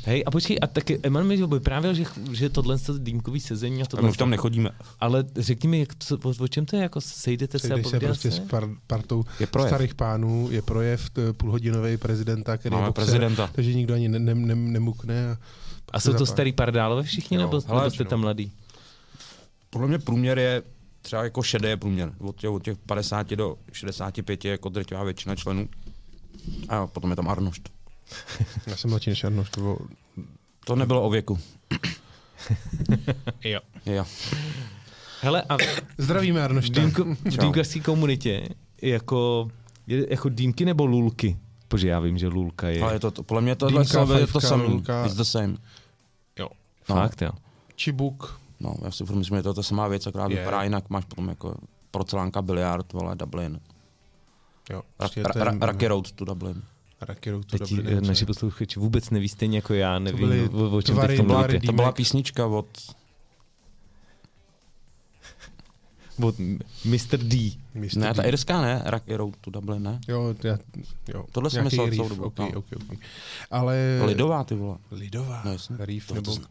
[SPEAKER 3] Hej, a počkej, a taky Eman mi vyprávěl, že, že tohle to dýmkový sezení a
[SPEAKER 2] A
[SPEAKER 3] tohle.
[SPEAKER 2] my už tam nechodíme.
[SPEAKER 3] Ale řekni mi, jak, co, o, o čem to je, jako sejdete se a
[SPEAKER 1] Sejdeš se
[SPEAKER 3] povídáte?
[SPEAKER 1] prostě s par, partou
[SPEAKER 2] Je projev.
[SPEAKER 1] starých pánů, je projev t- půlhodinový prezidenta, který
[SPEAKER 2] Máme
[SPEAKER 1] je boxer,
[SPEAKER 2] prezidenta.
[SPEAKER 1] takže nikdo ani ne, ne, ne, nemukne. A,
[SPEAKER 3] A jsou to starý pardálové všichni,
[SPEAKER 2] Jo,
[SPEAKER 3] nebo,
[SPEAKER 2] hele,
[SPEAKER 3] nebo jste
[SPEAKER 2] no.
[SPEAKER 3] tam mladý?
[SPEAKER 2] Podle mě průměr je třeba jako šedý je průměr, od těch, od těch 50 do 65 je jako drtivá většina členů. A potom je tam Arnošt.
[SPEAKER 1] Já jsem mladší než Arnoš, to bylo...
[SPEAKER 2] To nebylo o věku.
[SPEAKER 3] Jo.
[SPEAKER 2] Jo.
[SPEAKER 3] Hele, a
[SPEAKER 1] Zdravíme Arnoš.
[SPEAKER 3] v, dýmko, v dýmkařské komunitě jako, je- jako dýmky nebo lulky? Protože já vím, že lulka je...
[SPEAKER 2] Ale je to, to, podle mě tohle
[SPEAKER 1] Dýmka,
[SPEAKER 2] slovo je to
[SPEAKER 1] fajfka,
[SPEAKER 2] samý.
[SPEAKER 1] nulka.
[SPEAKER 2] It's the same.
[SPEAKER 1] Jo.
[SPEAKER 2] No.
[SPEAKER 3] Fakt, jo.
[SPEAKER 1] Čibuk.
[SPEAKER 2] No, já si furt myslím, že to je ta samá věc, akorát
[SPEAKER 1] Je.
[SPEAKER 2] vypadá jinak. Máš potom jako porcelánka, biliard, vole, Dublin.
[SPEAKER 1] Jo,
[SPEAKER 2] Ra- ra- ra- Rocky Road to Dublin.
[SPEAKER 1] Rakirou to
[SPEAKER 3] Teď
[SPEAKER 1] dobrý
[SPEAKER 3] eh,
[SPEAKER 1] den,
[SPEAKER 3] naši
[SPEAKER 1] co je.
[SPEAKER 3] posluchači vůbec neví stejně jako já,
[SPEAKER 1] byly
[SPEAKER 3] nevím, o, o čem
[SPEAKER 1] tvary,
[SPEAKER 3] teď
[SPEAKER 1] tvary
[SPEAKER 3] mluvíte.
[SPEAKER 2] To byla
[SPEAKER 1] Dýmek.
[SPEAKER 2] písnička od...
[SPEAKER 3] Od Mr. D.
[SPEAKER 1] Místo
[SPEAKER 2] Ne, ta
[SPEAKER 1] dýmek.
[SPEAKER 2] irská ne, Rocky Road to Dublin, ne?
[SPEAKER 1] Jo, já, jo.
[SPEAKER 2] Tohle jsem
[SPEAKER 1] Nějaký
[SPEAKER 2] myslel
[SPEAKER 1] rýf,
[SPEAKER 2] celou dobu,
[SPEAKER 1] ok,
[SPEAKER 2] no.
[SPEAKER 1] ok, ok. Ale...
[SPEAKER 2] Lidová, ty vole.
[SPEAKER 1] Lidová.
[SPEAKER 2] No, jasně.
[SPEAKER 1] Rýf
[SPEAKER 2] To- to
[SPEAKER 1] nebo...
[SPEAKER 2] zna-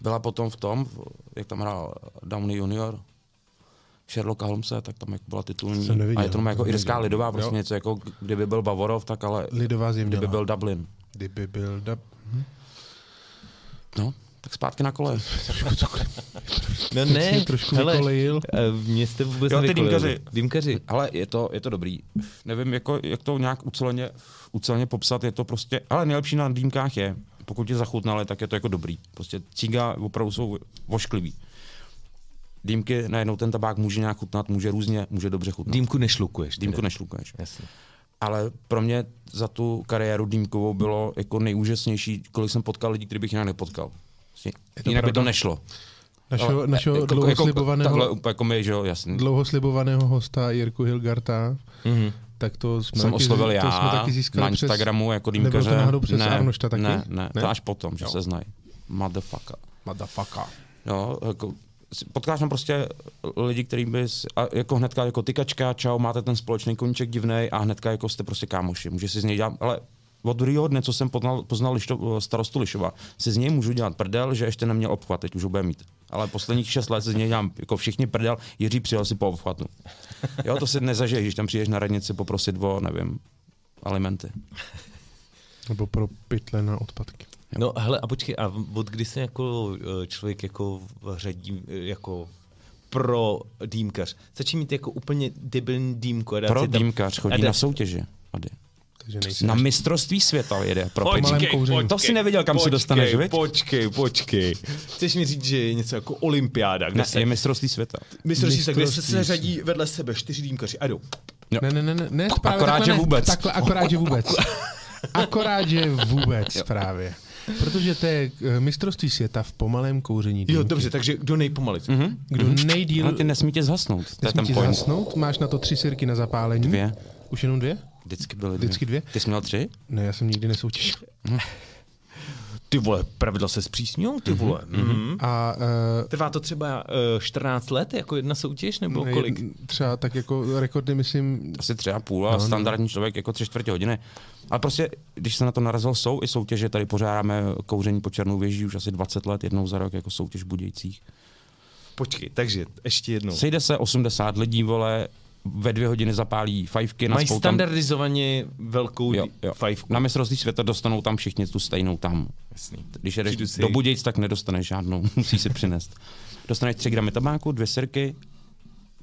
[SPEAKER 2] Byla potom v tom, v- jak tam hrál Downey junior, Sherlocka Holmesa, tak tam jako byla titulní.
[SPEAKER 1] Jsem neviděl,
[SPEAKER 2] a je to jenom jako
[SPEAKER 1] to jsem
[SPEAKER 2] irská
[SPEAKER 1] neviděl.
[SPEAKER 2] lidová, prostě
[SPEAKER 1] Jo.
[SPEAKER 2] něco jako, kdyby byl Bavorov, tak ale
[SPEAKER 1] Lidová zimněla.
[SPEAKER 2] kdyby byl Dublin.
[SPEAKER 1] Kdyby byl... Da...
[SPEAKER 2] No, tak zpátky na kole.
[SPEAKER 3] No ne,
[SPEAKER 1] Jsi trošku
[SPEAKER 3] hele,
[SPEAKER 1] vykolejil.
[SPEAKER 3] eh, Mě jste vůbec
[SPEAKER 2] Jo, ty
[SPEAKER 3] nevykolejili.
[SPEAKER 2] dýmkaři.
[SPEAKER 3] Dýmkaři.
[SPEAKER 2] Ale je to, je to dobrý. Nevím, jako, jak to nějak uceleně, uceleně popsat, je to prostě, ale nejlepší na dýmkách je, pokud tě zachutnali, tak je to jako dobrý. Prostě cíga opravdu jsou vošklivý. Dýmky, najednou ten tabák může nějak chutnat, může různě, může dobře chutnat.
[SPEAKER 3] Dýmku nešlukuješ.
[SPEAKER 2] Dýmku nešlukuješ.
[SPEAKER 3] Jasně.
[SPEAKER 2] Ale pro mě za tu kariéru dýmkovou bylo jako nejúžasnější, kolik jsem potkal lidí, který bych jinak nepotkal. Prostě
[SPEAKER 1] to
[SPEAKER 2] Jinak by to
[SPEAKER 1] pravda?
[SPEAKER 2] nešlo.
[SPEAKER 1] Našeho,
[SPEAKER 2] Ale-
[SPEAKER 1] našeho
[SPEAKER 2] jako-
[SPEAKER 1] dlouho
[SPEAKER 2] jako-
[SPEAKER 1] slibovaného-
[SPEAKER 2] Takhle úplně jako my, že jo, jasný.
[SPEAKER 1] dlouho slibovaného hosta Jirku Hilgarta, mm-hmm. tak to jsme,
[SPEAKER 2] Mhm. jsem
[SPEAKER 1] taky,
[SPEAKER 2] oslovil
[SPEAKER 1] to
[SPEAKER 2] já
[SPEAKER 1] jsme taky získali
[SPEAKER 2] na
[SPEAKER 1] přes-
[SPEAKER 2] Instagramu jako
[SPEAKER 1] Nebylo
[SPEAKER 2] dýmkaře.
[SPEAKER 1] to náhodou přes
[SPEAKER 2] ne,
[SPEAKER 1] Arnošta taky?
[SPEAKER 2] Ne, ne,
[SPEAKER 1] Ne?
[SPEAKER 2] to až potom, že se znají. Motherfucker.
[SPEAKER 1] Motherfucker.
[SPEAKER 2] Jo, jako, s- potkáš tam prostě lidi, kterým bys, a jako hnedka jako tykačka, čau, máte ten společný koníček divnej a hnedka jako jste prostě kámoši, může si z něj dělat, ale od druhého dne, co jsem poznal, poznal Lišto, starostu Lišova, si z něj můžu dělat prdel, že ještě neměl obchvat, teď už ho bude mít. Ale posledních šest let si z něj dělám jako všichni prdel, Jiří přijel si po obchvatu. Jo, to si nezažiješ, když tam přijdeš na radnici poprosit o, nevím, alimenty.
[SPEAKER 1] Nebo pro pytle na odpadky.
[SPEAKER 3] No hele, a počkej, a od kdy se jako eh, člověk jako v- řadí eh, jako pro dýmkař? Stačí mít jako úplně debilní dýmku a dát
[SPEAKER 2] Pro
[SPEAKER 3] si tam-
[SPEAKER 2] dýmkař
[SPEAKER 3] a
[SPEAKER 2] chodí
[SPEAKER 3] dát-
[SPEAKER 2] na soutěže. Tady.
[SPEAKER 1] Takže nejsi.
[SPEAKER 2] Na mistrovství světa jede. Pro
[SPEAKER 1] Pojď,
[SPEAKER 2] pomalém
[SPEAKER 1] malém kouření.
[SPEAKER 2] To si nevěděl, kam se
[SPEAKER 3] počkej,
[SPEAKER 2] dostaneš, viď?
[SPEAKER 3] Počkej, počkej. Chceš mi říct, že je něco jako olympiáda, kde
[SPEAKER 2] Ne,
[SPEAKER 3] se...
[SPEAKER 2] je mistrovství světa.
[SPEAKER 3] Mistrovství, se- kde se,
[SPEAKER 1] Mistrovství.
[SPEAKER 3] se řadí vedle sebe čtyři dýmkaři. A jdou.
[SPEAKER 1] Ne, ne, ne, ne, ne právě
[SPEAKER 2] akorát,
[SPEAKER 1] takhle
[SPEAKER 2] že
[SPEAKER 1] ne.
[SPEAKER 2] vůbec.
[SPEAKER 1] Takhle, akorát, že vůbec. Akorát, že vůbec právě. Protože to je eh, mistrovství světa v pomalém kouření.
[SPEAKER 3] Jo,
[SPEAKER 1] dýmky.
[SPEAKER 3] dobře, takže kdo nejpomalej?
[SPEAKER 2] Mhm.
[SPEAKER 3] Mm-hmm.
[SPEAKER 1] Kdo nejdíl
[SPEAKER 2] Ale ty nesmí tě zhasnout. To je
[SPEAKER 1] nesmí
[SPEAKER 2] ten
[SPEAKER 1] ti
[SPEAKER 2] point.
[SPEAKER 1] zhasnout, máš na to tři sirky na zapálení.
[SPEAKER 2] Dvě.
[SPEAKER 1] Už jenom dvě?
[SPEAKER 2] Vždycky byly dvě.
[SPEAKER 1] Vždycky dvě?
[SPEAKER 2] Ty jsi měl tři?
[SPEAKER 1] Ne, já jsem nikdy nesoutěžil.
[SPEAKER 3] Ty vole, pravidla se zpřísňují,
[SPEAKER 2] Mhm,
[SPEAKER 3] ty vole. Mm-hmm.
[SPEAKER 1] A eh,
[SPEAKER 3] Trvá to třeba uh, 14 let, jako jedna soutěž,
[SPEAKER 2] No,
[SPEAKER 3] nebo
[SPEAKER 1] ne,
[SPEAKER 3] kolik?
[SPEAKER 1] třeba tak jako rekordy, myslím,
[SPEAKER 2] Asi tři a půl a standardní člověk jako tři čtvrtě hodiny. Ale prostě, když se na to narazil, jsou i soutěže. Tady pořádáme kouření po černou věží už asi 20 let, jednou za rok jako soutěž budějících.
[SPEAKER 3] Počkej, takže ještě jednou.
[SPEAKER 2] Sejde se 80 lidí, vole, ve dvě hodiny zapálí fajfky.
[SPEAKER 3] Mají
[SPEAKER 2] naspou tam-
[SPEAKER 3] standardizovaně velkou
[SPEAKER 2] Jo, jo.
[SPEAKER 3] fajfku.
[SPEAKER 2] Na mistrovství světa dostanou tam všichni tu stejnou tam.
[SPEAKER 3] Jasný.
[SPEAKER 2] Když jedeš
[SPEAKER 3] Přijdu si-
[SPEAKER 2] do Budějc, tak nedostaneš žádnou, musíš si přinést. Dostaneš 3 gramy tabáku, dvě sirky,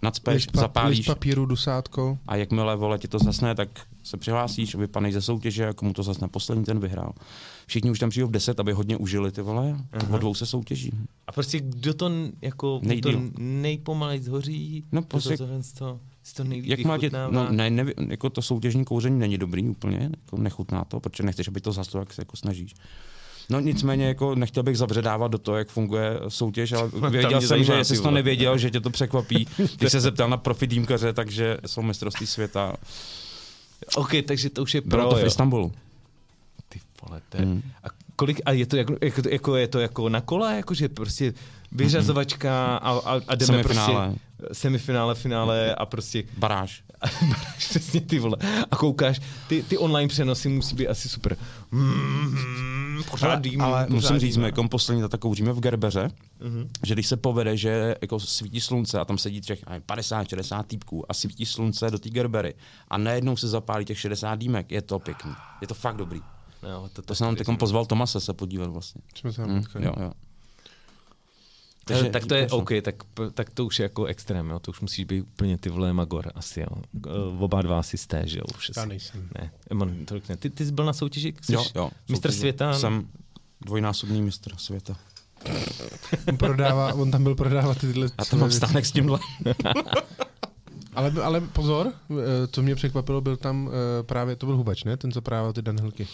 [SPEAKER 2] nadspeš,
[SPEAKER 1] list,
[SPEAKER 2] Lišpa,
[SPEAKER 1] pa, list
[SPEAKER 2] zapálíš
[SPEAKER 1] papíru, dusátko.
[SPEAKER 2] a jakmile vole ti to zasne, tak se přihlásíš, vypaneš ze soutěže a komu to zasne poslední, ten vyhrál. Všichni už tam přijdou v 10, aby hodně užili ty vole, o dvou se soutěží.
[SPEAKER 3] A prostě kdo to n- jako mu to
[SPEAKER 2] Nejdýl.
[SPEAKER 3] nejpomalej zhoří,
[SPEAKER 2] No
[SPEAKER 3] kdo
[SPEAKER 2] prostě-
[SPEAKER 3] to, tohle to, si to nejlíp
[SPEAKER 2] Jak má tě,
[SPEAKER 3] vychutnává.
[SPEAKER 2] no, ne, ne, jako to soutěžní kouření není dobrý úplně, jako nechutná to, protože nechceš, aby to zaslo, jak se jako snažíš. No nicméně, jako nechtěl bych zabředávat do toho, jak funguje soutěž, ale
[SPEAKER 3] mě
[SPEAKER 2] věděl jsem, že
[SPEAKER 3] zajímá,
[SPEAKER 2] jestli
[SPEAKER 3] ty
[SPEAKER 2] jsi to
[SPEAKER 3] vole.
[SPEAKER 2] nevěděl, že tě to překvapí. Když se zeptal na profi dýmkaře, takže jsou mistrovství světa.
[SPEAKER 3] OK, takže to už je pro,
[SPEAKER 2] Bylo to v
[SPEAKER 3] jo.
[SPEAKER 2] Istanbulu.
[SPEAKER 3] Ty vole, to
[SPEAKER 2] Hmm.
[SPEAKER 3] je... A kolik, a je to jako, jako, jako, je to jako na kole, jakože prostě vyřazovačka a, a, a jdeme
[SPEAKER 2] Semifinále.
[SPEAKER 3] prostě semifinále, finále a prostě
[SPEAKER 2] Baráž.
[SPEAKER 3] a přesně ty vole. A koukáš, ty, ty online přenosy musí být asi super.
[SPEAKER 2] Hmm,
[SPEAKER 3] Mm, pořád dým,
[SPEAKER 2] ale
[SPEAKER 3] pořád no. Mhm.
[SPEAKER 2] musím
[SPEAKER 3] dým.
[SPEAKER 2] říct, my jako poslední data kouříme v Gerbeře, že když se povede, že jako svítí slunce a tam sedí třech, nevím, 50, 60 týpků a svítí slunce do té Gerbery a najednou se zapálí těch 60 dýmek, je to pěkný. Je to fakt dobrý.
[SPEAKER 3] No, to,
[SPEAKER 2] To jsem nám takom pozval Tomase se podívat vlastně.
[SPEAKER 1] Jsme se tam potkali.
[SPEAKER 2] Jo, jo.
[SPEAKER 3] Takže, tak to je OK, tak, tak to už je jako extrém, jo? to už musíš být úplně ty vole Magor asi, jo. Eh, Oba dva asi jste, že jo? Už asi.
[SPEAKER 1] Já nejsem.
[SPEAKER 3] Ne, Eman, tolik ne. Ty, ty jsi byl na soutěži, jsi
[SPEAKER 2] Jo, jo.
[SPEAKER 3] mistr
[SPEAKER 2] Soutěží.
[SPEAKER 3] světa.
[SPEAKER 2] Jsem dvojnásobný mistr světa.
[SPEAKER 1] On, prodává, on tam byl prodávat tyhle
[SPEAKER 2] A tam mám stánek s tímhle.
[SPEAKER 1] Ale, ale pozor, eh, co mě překvapilo, byl tam eh, právě, to byl Hubač, ne? Ten, co právě ty danhilky.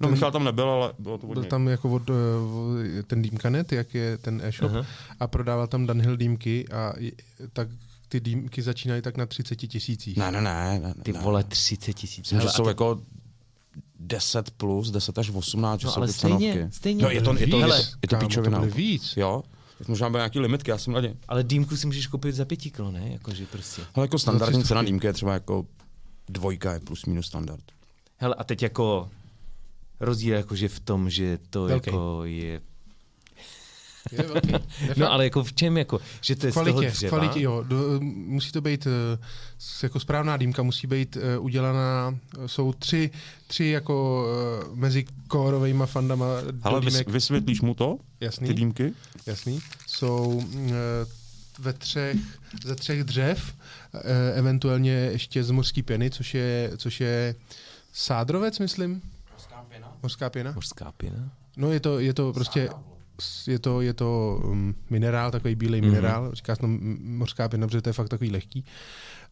[SPEAKER 2] No, Michal tam nebyl, ale bylo to
[SPEAKER 1] Byl
[SPEAKER 2] hodně.
[SPEAKER 1] tam jako od, eh, v- ten Dýmkanet, jak je ten e-shop,
[SPEAKER 3] Aha.
[SPEAKER 1] a prodával tam Dunhill dýmky a i- tak ty dýmky začínají tak na 30 tisících.
[SPEAKER 2] Ne, ne, ne. ne,
[SPEAKER 3] Ty
[SPEAKER 2] ne.
[SPEAKER 3] vole 30 tisíc.
[SPEAKER 2] Myslím, že jsou jako 10 plus, 10 až 18, že
[SPEAKER 3] No,
[SPEAKER 2] jsou
[SPEAKER 3] ale
[SPEAKER 2] ty
[SPEAKER 3] stejně,
[SPEAKER 2] cenovky.
[SPEAKER 3] stejně.
[SPEAKER 2] No, je to, je to, je to,
[SPEAKER 3] Hele,
[SPEAKER 2] je to
[SPEAKER 1] kámo,
[SPEAKER 2] píčovina. jako-
[SPEAKER 1] To bude víc.
[SPEAKER 2] Jo, tak možná bude nějaký limitky, já jsem radě.
[SPEAKER 3] Ale dýmku si můžeš koupit za pět kilo, ne? Jakože prostě.
[SPEAKER 2] Ale jako
[SPEAKER 1] No,
[SPEAKER 2] standardní cena dýmky je třeba jako dvojka je plus minus standard.
[SPEAKER 3] Hele, a teď jako rozdíl jakože v tom, že to
[SPEAKER 1] Velký.
[SPEAKER 3] jako je...
[SPEAKER 1] Je velký.
[SPEAKER 3] No ale jako v čem jako, že to je z toho
[SPEAKER 1] kvalitě,
[SPEAKER 3] dřeva.
[SPEAKER 1] kvalitě, jo. Do, musí to být, eh, s- jako správná dýmka musí být eh, udělaná, eh, jsou tři, tři jako eh, mezi kórovejma fandama
[SPEAKER 2] Ale
[SPEAKER 1] do
[SPEAKER 2] vys,
[SPEAKER 1] dýmek,
[SPEAKER 2] vysvětlíš mu to, ty
[SPEAKER 1] jasný,
[SPEAKER 2] dýmky?
[SPEAKER 1] jasný, jsou mm, eh, ve třech, ze třech dřev, eh, eventuálně ještě z mořský pěny, což je, což je sádrovec, myslím, Mořská pěna?
[SPEAKER 3] Mořská pěna?
[SPEAKER 1] No je to, je to prostě, je to, je to um, minerál, takový bílý mm-hmm. minerál, říká se tomu mořská pěna, protože to je fakt takový lehký.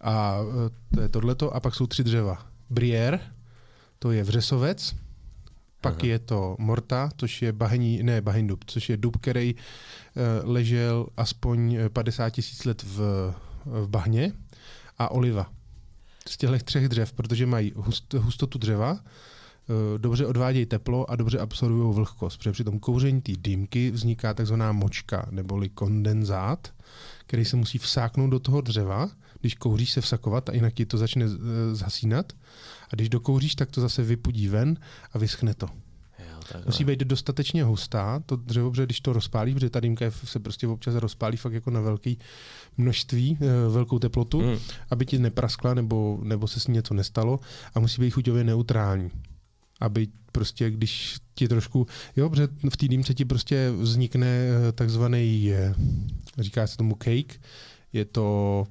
[SPEAKER 1] A eh, to je tohleto a pak jsou tři dřeva. Brier, to je vřesovec, pak Aha. je to morta, což je bahení, ne bahení dub, což je dub, který eh, ležel aspoň eh, 50 tisíc let v, v bahně a oliva. Z těchto třech dřev, protože mají hust, hustotu dřeva, eh, dobře odvádějí teplo a dobře absorbují vlhkost, protože při tom kouření té dýmky vzniká takzvaná močka, neboli kondenzát, který se musí vsáknout do toho dřeva, když kouříš se vsakovat a jinak ti to začne eh, zhasínat. A když dokouříš, tak to zase vypudí ven a vyschne to.
[SPEAKER 3] Jo, takhle.
[SPEAKER 1] Musí být dostatečně hustá, to dřevo, protože když to rozpálí, protože ta dýmka je- se prostě občas rozpálí fakt jako na velký množství, eh, velkou teplotu, mm. aby ti nepraskla nebo, nebo se s ní něco nestalo a musí být chuťově neutrální. Aby prostě, když ti trošku, jo, protože v té dýmce ti prostě vznikne eh, takzvaný, eh, říká se tomu cake, je to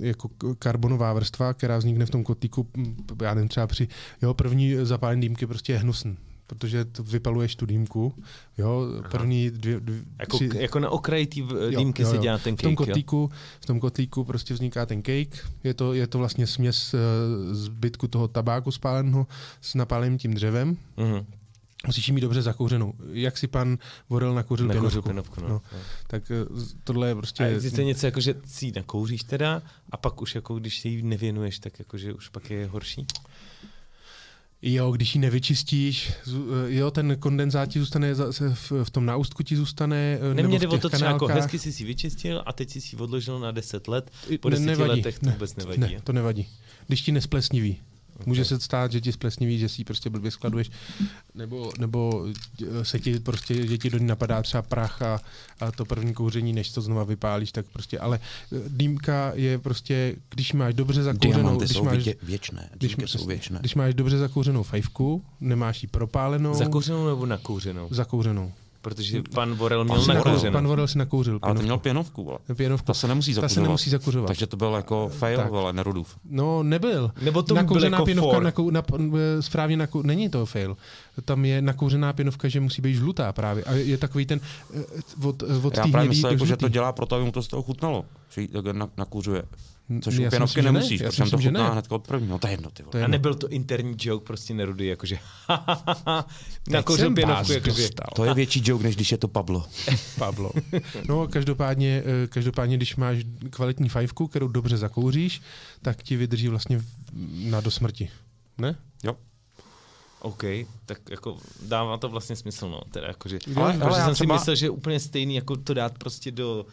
[SPEAKER 1] jako k- karbonová vrstva, která vznikne v tom kotlíku, m, já nevím, třeba při jo, první zapálení dýmky prostě je hnusný, protože to vypaluješ tu dýmku, jo, první dvě, dvě
[SPEAKER 3] Jako,
[SPEAKER 1] tři,
[SPEAKER 3] jako na okraji té
[SPEAKER 1] Jo,
[SPEAKER 3] dýmky
[SPEAKER 1] jo,
[SPEAKER 3] se
[SPEAKER 1] jo.
[SPEAKER 3] dělá ten
[SPEAKER 1] v tom,
[SPEAKER 3] cake, jo?
[SPEAKER 1] kotlíku, v tom kotlíku prostě vzniká ten cake, je to, je to vlastně směs eh, zbytku toho tabáku spáleného s napáleným tím dřevem.
[SPEAKER 3] Mhm.
[SPEAKER 1] Musíš ji mít dobře zakouřenou. Jak si pan Vorel nakouřil
[SPEAKER 3] Nakouřil
[SPEAKER 1] pěnovku.
[SPEAKER 3] pěnovku, no.
[SPEAKER 1] No. Tak eh, z- tohle je prostě...
[SPEAKER 3] A existuje něco jako, že si ji nakouříš teda a pak už jako, když se jí nevěnuješ, tak jako, že už pak je horší?
[SPEAKER 1] Jo, když ji nevyčistíš, zu- eh, jo, ten kondenzát ti zůstane, zase v, v tom náustku ti zůstane, eh,
[SPEAKER 3] Neměl jde
[SPEAKER 1] nebo
[SPEAKER 3] o
[SPEAKER 1] v
[SPEAKER 3] to
[SPEAKER 1] těch
[SPEAKER 3] třeba jako
[SPEAKER 1] kanálkách.
[SPEAKER 3] hezky jsi si vyčistil a teď jsi si ji odložil na 10 let.
[SPEAKER 1] I-
[SPEAKER 3] Po
[SPEAKER 1] ne-
[SPEAKER 3] 10
[SPEAKER 1] nevadí.
[SPEAKER 3] letech to
[SPEAKER 1] Ne,
[SPEAKER 3] vůbec nevadí.
[SPEAKER 1] Ne, to nevadí. Když ti nesplesniví. Může se stát, že ti splesniví, že si ji prostě blbě skladuješ, nebo, nebo eh, se ti prostě, že ti do ní napadá třeba prach a, a to první kouření, než to znova vypálíš, tak prostě, ale eh, dýmka je prostě, když máš dobře zakouřenou,
[SPEAKER 2] Diamanty
[SPEAKER 1] když
[SPEAKER 2] jsou
[SPEAKER 1] máš,
[SPEAKER 2] větě, věčné.
[SPEAKER 1] když,
[SPEAKER 2] Dýmky jsou věčné.
[SPEAKER 1] když máš dobře zakouřenou fajfku, nemáš ji propálenou,
[SPEAKER 3] Zakouřenou nebo nakouřenou?
[SPEAKER 1] zakouřenou.
[SPEAKER 3] Protože pan Vorel
[SPEAKER 2] Pan
[SPEAKER 3] měl
[SPEAKER 2] Vorel,
[SPEAKER 1] Pan
[SPEAKER 3] nakouřenou.
[SPEAKER 1] Vorel si nakouřil
[SPEAKER 2] Ale to
[SPEAKER 1] pěnovku.
[SPEAKER 2] měl pěnovku, vole.
[SPEAKER 1] pěnovku.
[SPEAKER 2] Ta se nemusí
[SPEAKER 1] Ta
[SPEAKER 2] zakuřovat.
[SPEAKER 1] se nemusí zakuřovat.
[SPEAKER 2] Takže to byl jako fail,
[SPEAKER 1] tak.
[SPEAKER 2] vole, Nerudův.
[SPEAKER 1] No, nebyl.
[SPEAKER 3] Nebo to by byl
[SPEAKER 1] nakouřená
[SPEAKER 3] jako
[SPEAKER 1] pěnovka,
[SPEAKER 3] for.
[SPEAKER 1] nakou, na, eh, správně nakou, není to fail. Tam je nakouřená pěnovka, že musí být žlutá právě. A je takový ten eh, od, eh, od
[SPEAKER 2] Já
[SPEAKER 1] té
[SPEAKER 2] právě
[SPEAKER 1] hnědý
[SPEAKER 2] myslím,
[SPEAKER 1] do
[SPEAKER 2] jako, že
[SPEAKER 1] žlutý.
[SPEAKER 2] to dělá proto, aby mu to z toho chutnalo. Že ji takhle na- nakuřuje. Což
[SPEAKER 1] Já si
[SPEAKER 2] u pěnovky
[SPEAKER 1] myslím, že ne.
[SPEAKER 2] nemusíš,
[SPEAKER 1] Já si
[SPEAKER 2] protože tam to
[SPEAKER 1] myslím, že ne.
[SPEAKER 2] chutná hned od prvního. No, To je jedno, ty vole.
[SPEAKER 1] To je
[SPEAKER 3] A nebyl to interní joke prostě nerudy, jakože nakouřil
[SPEAKER 1] jsem
[SPEAKER 3] pěnovku,
[SPEAKER 1] vás
[SPEAKER 3] jakože
[SPEAKER 1] dostal.
[SPEAKER 2] jako To je větší joke, než když je to Pablo.
[SPEAKER 1] Pablo. No, každopádně, eh, každopádně, když máš kvalitní fajfku, kterou dobře zakouříš, tak ti vydrží vlastně v- na do smrti. Ne?
[SPEAKER 2] Jo.
[SPEAKER 3] OK, tak jako dává to vlastně smysl, no. Teda jakože,
[SPEAKER 2] Ale-
[SPEAKER 3] ale,
[SPEAKER 2] ale
[SPEAKER 3] ale
[SPEAKER 2] já
[SPEAKER 3] jsem
[SPEAKER 2] třeba-
[SPEAKER 3] si myslel, že je úplně stejný, jako to dát prostě do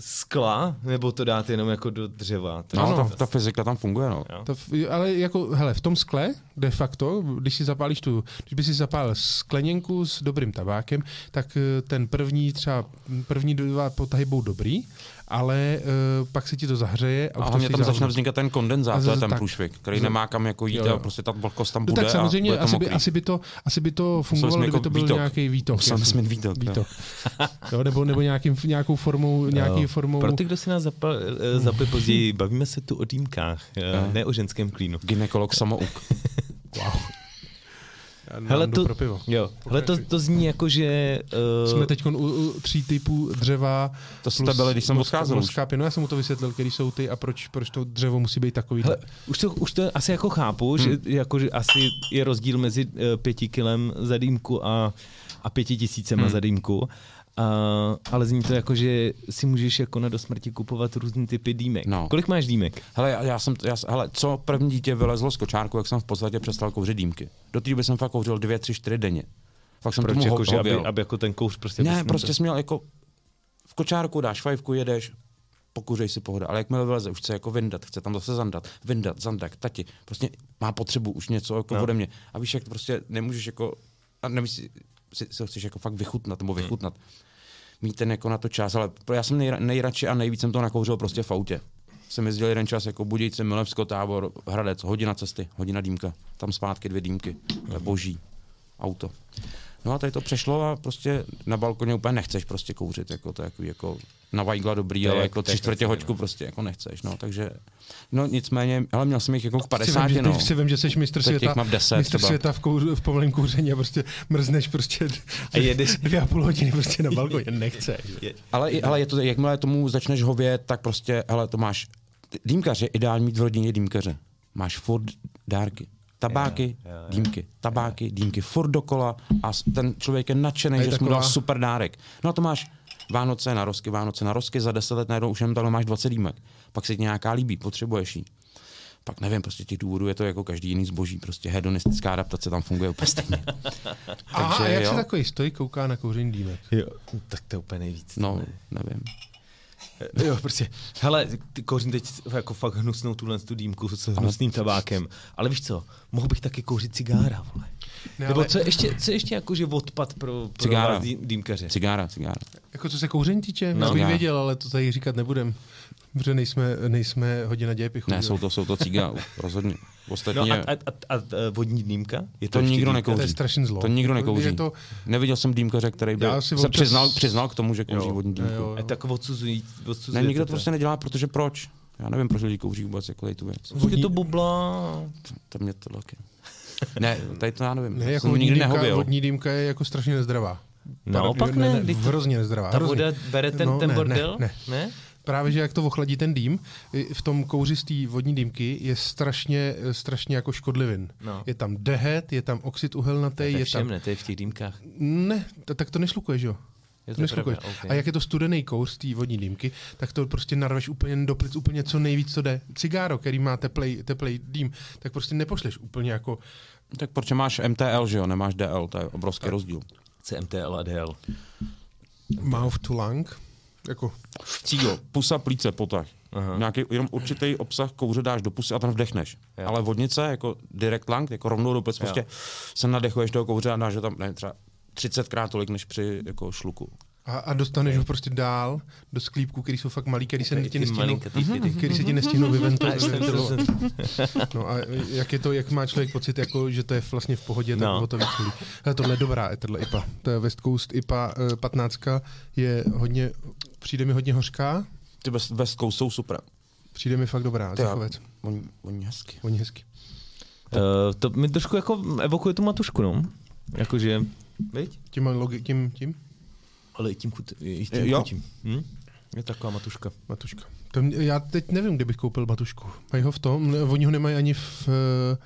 [SPEAKER 3] skla, nebo to dát jenom jako do dřeva. To
[SPEAKER 2] No,
[SPEAKER 3] je-
[SPEAKER 2] Ta, ta fyzika tam funguje, no.
[SPEAKER 3] Jo.
[SPEAKER 1] To, f- ale jako, hele, v tom skle, de facto, když si zapálíš tu, když by si zapálil skleněnku s dobrým tabákem, tak eh, ten první třeba, první dva potahy budou dobrý, ale uh, pak se ti to zahřeje a,
[SPEAKER 2] A
[SPEAKER 1] už
[SPEAKER 2] hlavně
[SPEAKER 1] to
[SPEAKER 2] tam začne
[SPEAKER 1] začne
[SPEAKER 2] vznikat ten
[SPEAKER 1] A
[SPEAKER 2] kondenzát, to je
[SPEAKER 1] zase
[SPEAKER 2] ten
[SPEAKER 1] tak.
[SPEAKER 2] průšvih, který nemá kam jako jít
[SPEAKER 1] Jo, jo.
[SPEAKER 2] a prostě ta vlhkost tam
[SPEAKER 1] No
[SPEAKER 2] bude
[SPEAKER 1] tak samozřejmě,
[SPEAKER 2] a bude to
[SPEAKER 1] asi by,
[SPEAKER 2] mokrý.
[SPEAKER 1] asi, by to, asi by to fungovalo,
[SPEAKER 2] Smith
[SPEAKER 1] kdyby
[SPEAKER 2] jako
[SPEAKER 1] to byl
[SPEAKER 2] výtok.
[SPEAKER 1] nějaký výtok.
[SPEAKER 2] Musel
[SPEAKER 1] jasně.
[SPEAKER 2] jsme mít výtok, no.
[SPEAKER 1] výtok. Jo, nebo, nebo nějakým, nějakou formou, nějaký formou
[SPEAKER 3] Pro ty, kdo si nás zapal, eh, zapli později, bavíme se tu o dýmkách, eh, ne o ženském klínu.
[SPEAKER 2] Ginekolog samouk.
[SPEAKER 1] Hele, to... pro pivo.
[SPEAKER 3] jo, hele, to, to zní jako, že... eh,
[SPEAKER 1] Jsme teď u, u tří typů dřeva.
[SPEAKER 2] To jste byli, když jsem odcházel už.
[SPEAKER 1] Mořská pěna, no, já jsem mu to vysvětlil, který jsou ty a proč, proč to dřevo musí být takový.
[SPEAKER 3] Hele, už, to, už to asi jako chápu, hmm. že, jako, že asi je rozdíl mezi eh, pěti kilem za dýmku a, a pěti tisícema hmm. za dýmku. A, ale zní to jako, že si můžeš jako na dosmrti kupovat různý typy dýmek.
[SPEAKER 2] No.
[SPEAKER 3] Kolik máš dýmek?
[SPEAKER 2] Hele, já, já jsem, já, jsem- hele, co první dítě vylezlo z kočárku, jak jsem v podstatě přestal kouřit dýmky. Do té doby jsem fakt kouřil dvě, tři, čtyři denně. Fakt jsem
[SPEAKER 3] Proč
[SPEAKER 2] tomu
[SPEAKER 3] jako,
[SPEAKER 2] ho,
[SPEAKER 3] že aby,
[SPEAKER 2] hověl.
[SPEAKER 3] aby jako ten kouř prostě...
[SPEAKER 2] Ne,
[SPEAKER 3] abys nebyl-
[SPEAKER 2] prostě jsi měl jako v kočárku dáš fajfku, jedeš, pokuřej si pohoda, ale jakmile vyleze, už chce jako vyndat, chce tam zase zandat, vyndat, zandat, tati, prostě má potřebu už něco jako no. ode mě. A víš, jak prostě nemůžeš jako, a nevíš, si, si, si ho chceš jako fakt vychutnat nebo vychutnat. Mít ten jako na to čas, ale já jsem nejra, nejradši a nejvíc jsem to nakouřil prostě v autě. Jsem jezdil jeden čas jako Budějce, Milevsko, tábor, Hradec, hodina cesty, hodina dýmka, tam zpátky dvě dýmky, to je boží auto. No a tady to přešlo a prostě na balkoně úplně nechceš prostě kouřit, jako to jako, jako na vajgla dobrý,
[SPEAKER 4] je
[SPEAKER 2] ale
[SPEAKER 4] jako
[SPEAKER 2] jako tři
[SPEAKER 4] tak
[SPEAKER 2] čtvrtě hoďku prostě jako nechceš, no, takže, no nicméně, ale měl jsem jich jako k
[SPEAKER 1] Si vím,
[SPEAKER 2] 50,
[SPEAKER 1] že,
[SPEAKER 2] no.
[SPEAKER 1] teď si vím, že jsi mistr
[SPEAKER 2] Teď jich
[SPEAKER 1] světa,
[SPEAKER 2] mám 10
[SPEAKER 1] mistr
[SPEAKER 2] třeba.
[SPEAKER 1] světa v, kouř, v pomalém kouření a prostě mrzneš prostě
[SPEAKER 4] A jedeš-
[SPEAKER 1] dvě a půl hodiny prostě na balkoně. Nechceš.
[SPEAKER 2] Ale, i- ale je to, jakmile tomu začneš hovět, tak prostě, hele, to máš, dýmkař je ideální mít v rodině dýmkaře. Máš furt dárky. Tabáky, dýmky, tabáky, dýmky, furt dokola a s- ten člověk je nadšený,
[SPEAKER 1] A je
[SPEAKER 2] že jsi mu
[SPEAKER 1] taková-
[SPEAKER 2] dal super dárek. No a to máš Vánoce na rozky, Vánoce na rozky, za 10 let najednou už jenom tam máš 20 dýmek. Pak se ti nějaká líbí, potřebuješ jí. Pak nevím, prostě těch důvodů je to jako každý jiný zboží, prostě hedonistická adaptace tam funguje úplně stejně.
[SPEAKER 1] Aha, a
[SPEAKER 2] Takže
[SPEAKER 1] jak
[SPEAKER 2] jo.
[SPEAKER 1] se takový stojí, kouká na kouření dýmek.
[SPEAKER 3] Jo, hm, tak to je úplně nejvíc.
[SPEAKER 2] No, nevím.
[SPEAKER 3] Jo, prostě. Hele, ty kouřím teď jako fakt hnusnou tuhle tu dýmku s hnusným tabákem. Ale víš co, mohl bych taky kouřit cigára, vole.
[SPEAKER 1] Ne,
[SPEAKER 3] Ne, Nebo
[SPEAKER 1] ale-
[SPEAKER 3] co ještě, co ještě jakože odpad pro, pro
[SPEAKER 2] Cigára.
[SPEAKER 3] vás dý, dýmkaře?
[SPEAKER 2] Cigára, cigára.
[SPEAKER 1] Jako co se kouření týče, no,
[SPEAKER 2] No.
[SPEAKER 1] já bych
[SPEAKER 2] Já.
[SPEAKER 1] věděl, ale to tady říkat nebudem. Protože nejsme, nejsme hodina dějepichu.
[SPEAKER 2] Ne,
[SPEAKER 1] Jako že?
[SPEAKER 2] jsou to, jsou to cíga, rozhodně. Ostatně
[SPEAKER 3] No a,
[SPEAKER 2] je-
[SPEAKER 3] a, a, a vodní dýmka? Je
[SPEAKER 2] to,
[SPEAKER 3] ještě
[SPEAKER 2] nikdo
[SPEAKER 3] dýmka?
[SPEAKER 2] nekouří.
[SPEAKER 1] To je strašný zlo.
[SPEAKER 2] To nikdo nekouří.
[SPEAKER 1] Je to-
[SPEAKER 2] Neviděl jsem dýmkaře, který by
[SPEAKER 1] Já si
[SPEAKER 2] se
[SPEAKER 1] občas-
[SPEAKER 2] přiznal, přiznal k tomu, že kouří
[SPEAKER 3] Jo.
[SPEAKER 2] vodní dýmku.
[SPEAKER 1] Jo,
[SPEAKER 3] A
[SPEAKER 1] jo.
[SPEAKER 3] tak odsuzují,
[SPEAKER 2] Ne,
[SPEAKER 3] odsuzuje
[SPEAKER 2] nikdo to
[SPEAKER 3] to
[SPEAKER 2] prostě nedělá, protože proč? Já nevím, proč lidi kouří vůbec jako tady tu věc.
[SPEAKER 3] Vždycky je to bubla.
[SPEAKER 2] To mě to taky. Ne, tady to já nevím.
[SPEAKER 1] Ne,
[SPEAKER 2] Ne,
[SPEAKER 1] jako
[SPEAKER 2] jsem
[SPEAKER 1] vodní
[SPEAKER 2] nikdy
[SPEAKER 1] dýmka,
[SPEAKER 2] nehověl. No.
[SPEAKER 1] vodní dýmka je jako strašně nezdravá.
[SPEAKER 3] Naopak ne,
[SPEAKER 1] ne, ne,
[SPEAKER 3] vždyť to-
[SPEAKER 1] hrozně nezdravá.
[SPEAKER 3] Ta
[SPEAKER 1] hrozně.
[SPEAKER 3] voda bere ten,
[SPEAKER 1] No,
[SPEAKER 3] ten
[SPEAKER 1] ne, ne,
[SPEAKER 3] bordel?
[SPEAKER 1] ne.
[SPEAKER 3] ne?
[SPEAKER 1] Právě, že jak to ochladí ten dým, i v tom kouři z té vodní dýmky je strašně, strašně jako škodlivin.
[SPEAKER 3] No.
[SPEAKER 1] Je tam dehet, je tam oxid uhelnatý,
[SPEAKER 3] Je
[SPEAKER 1] je
[SPEAKER 3] všem,
[SPEAKER 1] tam...
[SPEAKER 3] ne, to je v těch dýmkách.
[SPEAKER 1] Ne, t- tak to nešlukuješ, jo?
[SPEAKER 3] Je
[SPEAKER 1] To
[SPEAKER 3] to
[SPEAKER 1] nešlukuješ.
[SPEAKER 3] pravda, ok.
[SPEAKER 1] A jak je to studený kouř z té vodní dýmky, tak to prostě narveš úplně do plic, úplně co nejvíc, co jde. Cigáro, který má teplej, teplej dým, tak prostě nepošleš úplně jako...
[SPEAKER 2] Tak proč máš MTL, že jo, nemáš DL, to je obrovský rozdíl.
[SPEAKER 3] CMTL a DL.
[SPEAKER 1] mouth to lung, jako
[SPEAKER 2] Cíl, pusa, plíce, potah. Nějaký jenom určitý obsah kouře dáš do pusy a tam vdechneš.
[SPEAKER 3] Jo.
[SPEAKER 2] Ale vodnice, jako direct lung, jako rovnou do plic, prostě se nadechuješ toho kouře a dáš ho tam ne, třeba 30krát tolik, než při jako šluku.
[SPEAKER 1] a, a dostaneš ho prostě dál do sklípků, který jsou fakt malý, který se
[SPEAKER 3] Tady
[SPEAKER 1] ti
[SPEAKER 3] ty
[SPEAKER 1] nestihnou,
[SPEAKER 3] malinkatý ty-
[SPEAKER 1] který se ti nestihnou
[SPEAKER 3] mhm, to-
[SPEAKER 1] vyventovat. No a jak, je to, jak má člověk pocit, jako, že to je vlastně v pohodě, tak
[SPEAKER 3] No.
[SPEAKER 1] o to víc mluví. Hele, tohle je dobrá, tohle IPA. To je West Coast IPA eh, 15, je hodně, přijde mi hodně hořká,
[SPEAKER 2] Ty bez, bez kou jsou super.
[SPEAKER 1] přijde mi fakt dobrá,
[SPEAKER 2] Ty,
[SPEAKER 1] zachovec.
[SPEAKER 2] Oni, oni hezky.
[SPEAKER 1] Oni hezky.
[SPEAKER 3] Eh, to mi trošku jako evokuje tu matušku, no. Jakože, viď?
[SPEAKER 1] Tím, logi, tím, tím,
[SPEAKER 3] Ale i tím, chut, i
[SPEAKER 2] tím Jo. chutím.
[SPEAKER 3] Hm? Je taková matuška.
[SPEAKER 1] Matuška. To mě, já teď nevím, kde bych koupil Matušku. Mají ho v tom, ne, oni ho nemají ani v... eh,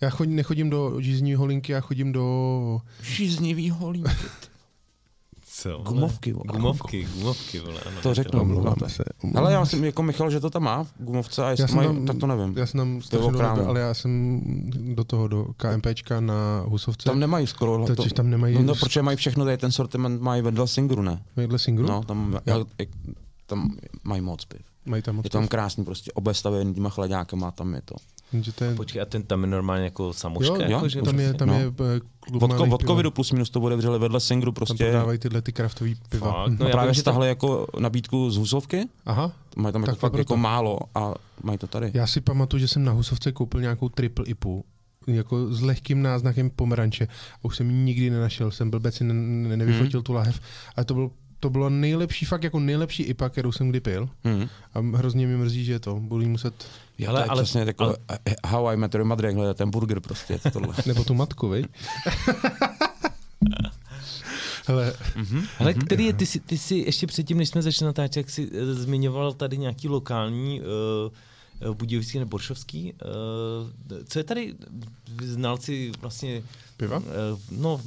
[SPEAKER 1] Já chodím, nechodím do žízní holinky, já chodím do...
[SPEAKER 2] Žíznivý holí.
[SPEAKER 3] Co?
[SPEAKER 2] Gumovky, vole.
[SPEAKER 3] Gumovky, gumovky, vole. Ano.
[SPEAKER 2] To řeknu.
[SPEAKER 1] Omlouváme se.
[SPEAKER 2] Ale No, já jsem jako Michal, že to tam má v gumovce a jestli
[SPEAKER 1] jsem
[SPEAKER 2] mají,
[SPEAKER 1] tam-
[SPEAKER 2] tak to nevím.
[SPEAKER 1] Já jsem tam strašně
[SPEAKER 2] okrámo.
[SPEAKER 1] dlouho, ale já jsem do toho, do KMPčka na Husovce.
[SPEAKER 2] Tam nemají skoro.
[SPEAKER 1] To, totiž tam nemají
[SPEAKER 2] No, no proč je mají všechno, tady ten sortiment mají vedle Singru, ne?
[SPEAKER 1] vedle singru?
[SPEAKER 2] No, tam,
[SPEAKER 1] Já-
[SPEAKER 2] jak, jak, tam mají moc piv.
[SPEAKER 1] Mají tam moc.
[SPEAKER 2] Je tam krásný, prostě obestavený těma chladákama, tam je to.
[SPEAKER 1] Že to je...
[SPEAKER 3] Počkej, a ten tam je normálně jako
[SPEAKER 1] Jo,
[SPEAKER 3] samoška?
[SPEAKER 1] jo,
[SPEAKER 3] jako,
[SPEAKER 2] že
[SPEAKER 1] tam je, tam
[SPEAKER 2] no.
[SPEAKER 1] je eh, klub
[SPEAKER 2] Od, ko-
[SPEAKER 1] malých
[SPEAKER 2] od
[SPEAKER 1] piva.
[SPEAKER 2] covidu plus minus to otevřeli vedle Singru
[SPEAKER 1] Tam
[SPEAKER 2] prostě.
[SPEAKER 1] prodávají tyhle ty kraftové piva.
[SPEAKER 3] Fakt?
[SPEAKER 1] Mhm.
[SPEAKER 3] No,
[SPEAKER 2] No,
[SPEAKER 3] já
[SPEAKER 2] právě
[SPEAKER 3] vím, že to-
[SPEAKER 2] stáhli jako nabídku z Husovky,
[SPEAKER 1] Aha,
[SPEAKER 2] mají tam
[SPEAKER 1] Tak
[SPEAKER 2] jako
[SPEAKER 1] to
[SPEAKER 2] fakt
[SPEAKER 1] proto.
[SPEAKER 2] jako málo a mají to tady.
[SPEAKER 1] Já si pamatuju, že jsem na Husovce koupil nějakou triple ipu, jako s lehkým náznakem pomeranče. A už jsem ji nikdy nenašel, jsem blbec, si ne- ne-
[SPEAKER 2] Mhm.
[SPEAKER 1] nevyfotil tu lahev. Ale to bylo, to bylo nejlepší, fakt jako nejlepší ipa, kterou jsem kdy pil.
[SPEAKER 2] Hmm.
[SPEAKER 1] A m- hrozně mi mrzí, že je to. Budu jí muset,
[SPEAKER 2] Jo,
[SPEAKER 3] Hele,
[SPEAKER 2] ale, to je
[SPEAKER 3] ale-
[SPEAKER 2] ale, přesně takové ale, How I Met Your Mother, jak hledá ten burger prostě, je to tohle.
[SPEAKER 1] nebo tu matku, viď? Hele,
[SPEAKER 3] Hele,
[SPEAKER 2] Mhm.
[SPEAKER 3] který je, ty jsi, ty jsi ještě předtím, než jsme začali natáčet, jak jsi eh, zmiňoval tady nějaký lokální uh, budějovický nebo boršovský. Uh, co je tady, eh, znalci vlastně...
[SPEAKER 1] Piva?
[SPEAKER 3] Uh, no,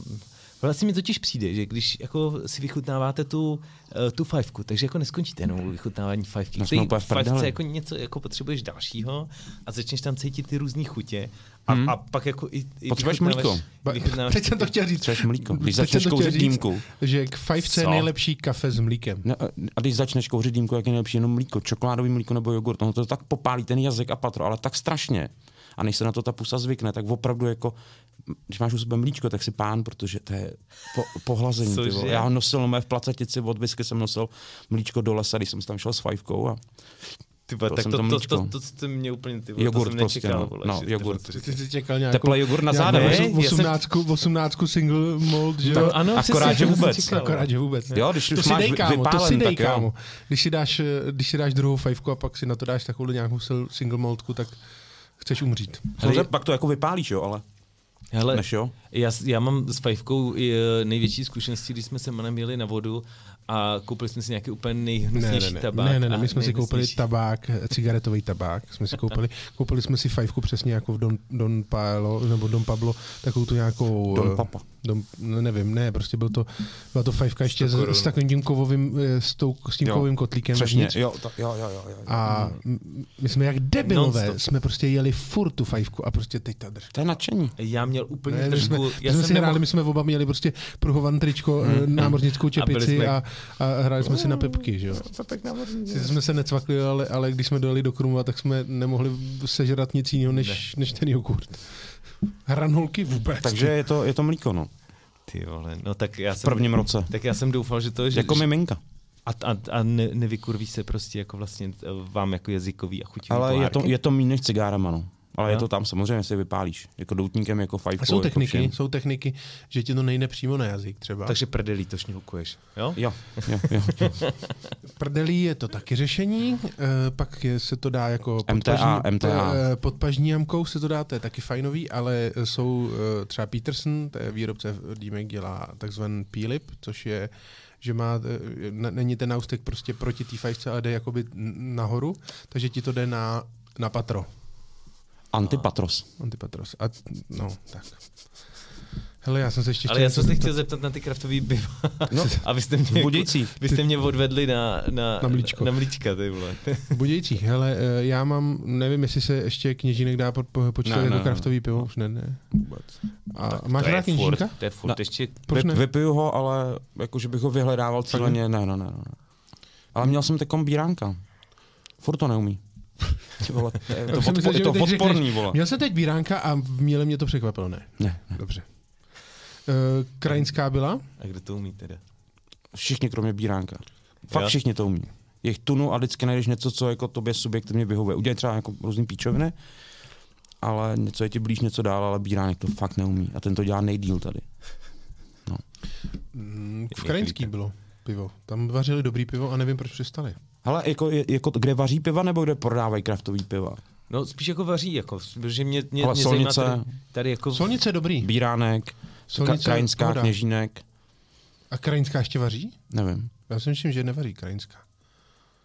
[SPEAKER 3] Vlastně mi totiž přijde, že když jako si vychutnáváte tu, eh, tu fajfku, takže jako neskončíte jenom vychutnávání fajfky.
[SPEAKER 2] No
[SPEAKER 3] K
[SPEAKER 2] jsme
[SPEAKER 3] té
[SPEAKER 2] úplně v prdeli.
[SPEAKER 3] fajfce jako něco jako potřebuješ dalšího a začneš tam cítit ty různé chutě a, hmm. a, pak jako i, i
[SPEAKER 2] Mhm. Potřebuješ
[SPEAKER 3] vychutnáváš-
[SPEAKER 2] mlíko.
[SPEAKER 1] ba-
[SPEAKER 3] vychutnáváš
[SPEAKER 1] teď jsem to chtěl říct.
[SPEAKER 2] Třeš mlíko. Když
[SPEAKER 1] Teď
[SPEAKER 2] začneš
[SPEAKER 1] jsem to chtěl
[SPEAKER 2] kouřit
[SPEAKER 1] říct,
[SPEAKER 2] dýmku.
[SPEAKER 1] Že k fajfce je
[SPEAKER 3] Co?
[SPEAKER 1] nejlepší kafe s mlíkem.
[SPEAKER 2] No, a když začneš kouřit dýmku, jak je nejlepší jenom mlíko, čokoládový mlíko nebo jogurt, ono to tak popálí ten jazyk a patro, ale tak strašně. A než se na to ta pusa zvykne, tak opravdu jako, když máš u sebe mlíčko, tak si pán, protože to je po, pohlazení. ty
[SPEAKER 3] Cože?
[SPEAKER 2] vole. Já ho nosil no, v placetici od whisky, jsem nosil mlíčko do lesa, když jsem si tam šel s fajfkou a
[SPEAKER 3] Ty vole,
[SPEAKER 2] To
[SPEAKER 3] tak
[SPEAKER 2] jsem
[SPEAKER 3] to,
[SPEAKER 2] to
[SPEAKER 3] to, to,
[SPEAKER 2] mlíčko.
[SPEAKER 3] to, to, jste mě úplně, ty vole, to
[SPEAKER 2] Jogurt
[SPEAKER 3] jsem
[SPEAKER 2] prostě,
[SPEAKER 3] nečekal,
[SPEAKER 2] no.
[SPEAKER 3] vole,
[SPEAKER 2] No,
[SPEAKER 3] že to
[SPEAKER 2] jogurt.
[SPEAKER 3] jsem si
[SPEAKER 1] Ty
[SPEAKER 3] říkal.
[SPEAKER 1] jsi čekal nějakou...
[SPEAKER 2] Teplý jogurt na
[SPEAKER 1] nějakou
[SPEAKER 2] záda,
[SPEAKER 3] ne?
[SPEAKER 2] ne?
[SPEAKER 1] osm-
[SPEAKER 3] já jsem-
[SPEAKER 1] osmnáctku, osmnáctku single malt, že
[SPEAKER 3] Tak
[SPEAKER 1] jo?
[SPEAKER 3] ano,
[SPEAKER 2] Akorát, že
[SPEAKER 3] přesně, to jsem
[SPEAKER 2] vůbec.
[SPEAKER 3] říkal.
[SPEAKER 1] Akorát, že vůbec. ne.
[SPEAKER 2] Jo, když
[SPEAKER 1] to
[SPEAKER 2] už
[SPEAKER 1] si
[SPEAKER 2] máš
[SPEAKER 1] dej, kámo, to
[SPEAKER 2] vypálen,
[SPEAKER 1] si dej,
[SPEAKER 2] tak jo.
[SPEAKER 1] kámo. Když si, dáš, eh, když si dáš druhou fajfku a pak si na to dáš takovou nějakou sil- single maltku, tak chceš umřít.
[SPEAKER 2] Samozřejmě pak to jako vypálíš, jo, ale
[SPEAKER 3] Hele,
[SPEAKER 2] než jo.
[SPEAKER 3] Já, s- já mám s Fajfkou i, eh, největší zkušenosti, když jsme se manem jeli na vodu a koupili jsme si nějaký úplně
[SPEAKER 1] Ne, ne,
[SPEAKER 3] nejhnusnější
[SPEAKER 1] ne,
[SPEAKER 3] tabák.
[SPEAKER 1] ne, ne, ne,
[SPEAKER 3] a
[SPEAKER 1] my jsme si koupili
[SPEAKER 3] nejhnusnější-
[SPEAKER 1] tabák, eh, cigaretový tabák, jsme si koupili, koupili jsme si fajfku přesně jako v Don, Don Paolo, nebo Don Pablo, takovou tu nějakou...
[SPEAKER 2] Don
[SPEAKER 1] eh,
[SPEAKER 2] Papa.
[SPEAKER 1] Dom, ne- nevím, ne, prostě byl to, byla to fajfka ještě s,
[SPEAKER 3] korun.
[SPEAKER 1] s takovým tím kovovým, eh, s, tou, s tím
[SPEAKER 2] Jo,
[SPEAKER 1] kovovým kotlíkem
[SPEAKER 2] Přesně, Mm.
[SPEAKER 1] vevnitř.
[SPEAKER 2] jo, to, jo, jo, jo. jo.
[SPEAKER 1] A m- my jsme jak debilové,
[SPEAKER 3] Non-stop.
[SPEAKER 1] jsme prostě jeli furt tu fajfku a prostě teď ta drž.
[SPEAKER 2] To je nadšení.
[SPEAKER 3] Já měl úplně
[SPEAKER 1] Ne, my jsme,
[SPEAKER 3] trošku...
[SPEAKER 1] my jsme
[SPEAKER 3] já jsem
[SPEAKER 1] si
[SPEAKER 3] nemohl-
[SPEAKER 1] hráli, my jsme oba měli prostě pruhovan tričko, eh, námořnickou čepici
[SPEAKER 3] jsme-
[SPEAKER 1] a, a, hráli jsme si na pepky, že jo. Sice jsme se necvakli, ale, ale když jsme dojeli do Krumlova, tak jsme nemohli sežrat nic jiného než, než ten jogurt. Hranolky vůbec.
[SPEAKER 2] Takže je to, je to mlíko, no.
[SPEAKER 3] Ty vole, no tak já
[SPEAKER 2] V
[SPEAKER 3] jsem...
[SPEAKER 2] prvním roce.
[SPEAKER 3] Tak já jsem doufal, že to... Že,
[SPEAKER 2] Jako miminka.
[SPEAKER 3] A, a, a ne, nevykurví se prostě jako vlastně eh, vám jako jazykový a chuťový
[SPEAKER 2] Ale je to,
[SPEAKER 3] pohárky?
[SPEAKER 2] je to méně než cigárama, no. Ale je
[SPEAKER 3] Jo.
[SPEAKER 2] to tam samozřejmě, si vypálíš. Jako doutníkem, jako fajkou.
[SPEAKER 1] A jsou
[SPEAKER 2] jako
[SPEAKER 1] techniky,
[SPEAKER 2] všem.
[SPEAKER 1] jsou techniky, že ti to nejde přímo na jazyk třeba. Takže
[SPEAKER 3] Takže prdelí to šňulkuješ, jo?
[SPEAKER 2] Jo, jo, jo.
[SPEAKER 1] prdelí je to taky řešení, eh, pak je, se to dá jako
[SPEAKER 2] MTA, MTA.
[SPEAKER 1] eh, pod pažní jamkou se to dá, to je taky fajnový, ale eh, jsou eh, třeba Peterson, to je výrobce eh, dýmek, dělá takzvaný pílip, což je že má, eh, n- není ten náustek prostě proti té fajce, ale jde jakoby n- nahoru, takže ti to jde na, na patro.
[SPEAKER 2] Antipatros.
[SPEAKER 1] Antipatros. A, no, tak. Hele, já jsem se ještě
[SPEAKER 3] Ale
[SPEAKER 1] chtěl-
[SPEAKER 3] já jsem se chtěl zeptat na ty kraftový piva. No, a vy jste
[SPEAKER 2] V
[SPEAKER 3] mě,
[SPEAKER 2] Budějcích.
[SPEAKER 3] vy jste mě odvedli na, na,
[SPEAKER 1] Na mlíčko.
[SPEAKER 3] Na mlíčka, ty vole.
[SPEAKER 1] V Budějcích, hele, eh, já mám, nevím, jestli se ještě kněžínek dá pod, po, počítat
[SPEAKER 2] Ne,
[SPEAKER 1] jako
[SPEAKER 2] ne,
[SPEAKER 1] kraftový pivo, už ne, ne.
[SPEAKER 2] Vůbec.
[SPEAKER 1] A máš
[SPEAKER 3] To je
[SPEAKER 1] rád
[SPEAKER 3] furt,
[SPEAKER 1] kněžínka?
[SPEAKER 3] To je furt
[SPEAKER 2] Na-
[SPEAKER 3] ještě...
[SPEAKER 1] Proč ne?
[SPEAKER 2] Vy, vypiju ho, ale jako, že bych ho vyhledával cíleně, ne, no, ne, ne, ne. ne. Ale měl jsem teď bíránka. Furt to neumí. Ty vole, to je to,
[SPEAKER 1] Já jsem
[SPEAKER 2] odpo,
[SPEAKER 1] myslel,
[SPEAKER 2] je
[SPEAKER 1] že
[SPEAKER 2] to
[SPEAKER 1] mi teď řekneš,
[SPEAKER 2] odporný, vole.
[SPEAKER 1] Měl jsem teď bíránka a míle mě to překvapilo, ne.
[SPEAKER 2] Ne,
[SPEAKER 1] Dobře. Eh, krajinská byla?
[SPEAKER 3] A kdo to umí teda?
[SPEAKER 2] všichni kromě bíránka. Fakt
[SPEAKER 3] Jo.
[SPEAKER 2] všichni to umí. Jejich tunu a vždycky najdeš něco, co jako tobě subjektivně vyhovuje. Udělej třeba jako různý píčoviny, ale něco je ti blíž, něco dál, ale bíránek to fakt neumí. A ten to dělá nejdíl tady.
[SPEAKER 1] Mm, V
[SPEAKER 3] Jak
[SPEAKER 1] krajinský
[SPEAKER 3] víte.
[SPEAKER 1] bylo pivo. Tam vařili dobrý pivo a nevím, proč přestali.
[SPEAKER 2] Hele, jako, je- jako, kde vaří piva nebo kde prodávají kraftový piva?
[SPEAKER 3] No spíš jako vaří, jako, protože mě, mě,
[SPEAKER 2] Ale
[SPEAKER 3] mě
[SPEAKER 2] solnice-
[SPEAKER 3] zajímá tady, tady jako...
[SPEAKER 1] Solnice je dobrý.
[SPEAKER 2] Bíránek, ka-
[SPEAKER 1] Solnice,
[SPEAKER 2] krajinská,
[SPEAKER 1] pohoda.
[SPEAKER 2] kněžínek,
[SPEAKER 1] A krajinská ještě vaří?
[SPEAKER 2] nevím.
[SPEAKER 1] Já si myslím, že nevaří krajinská.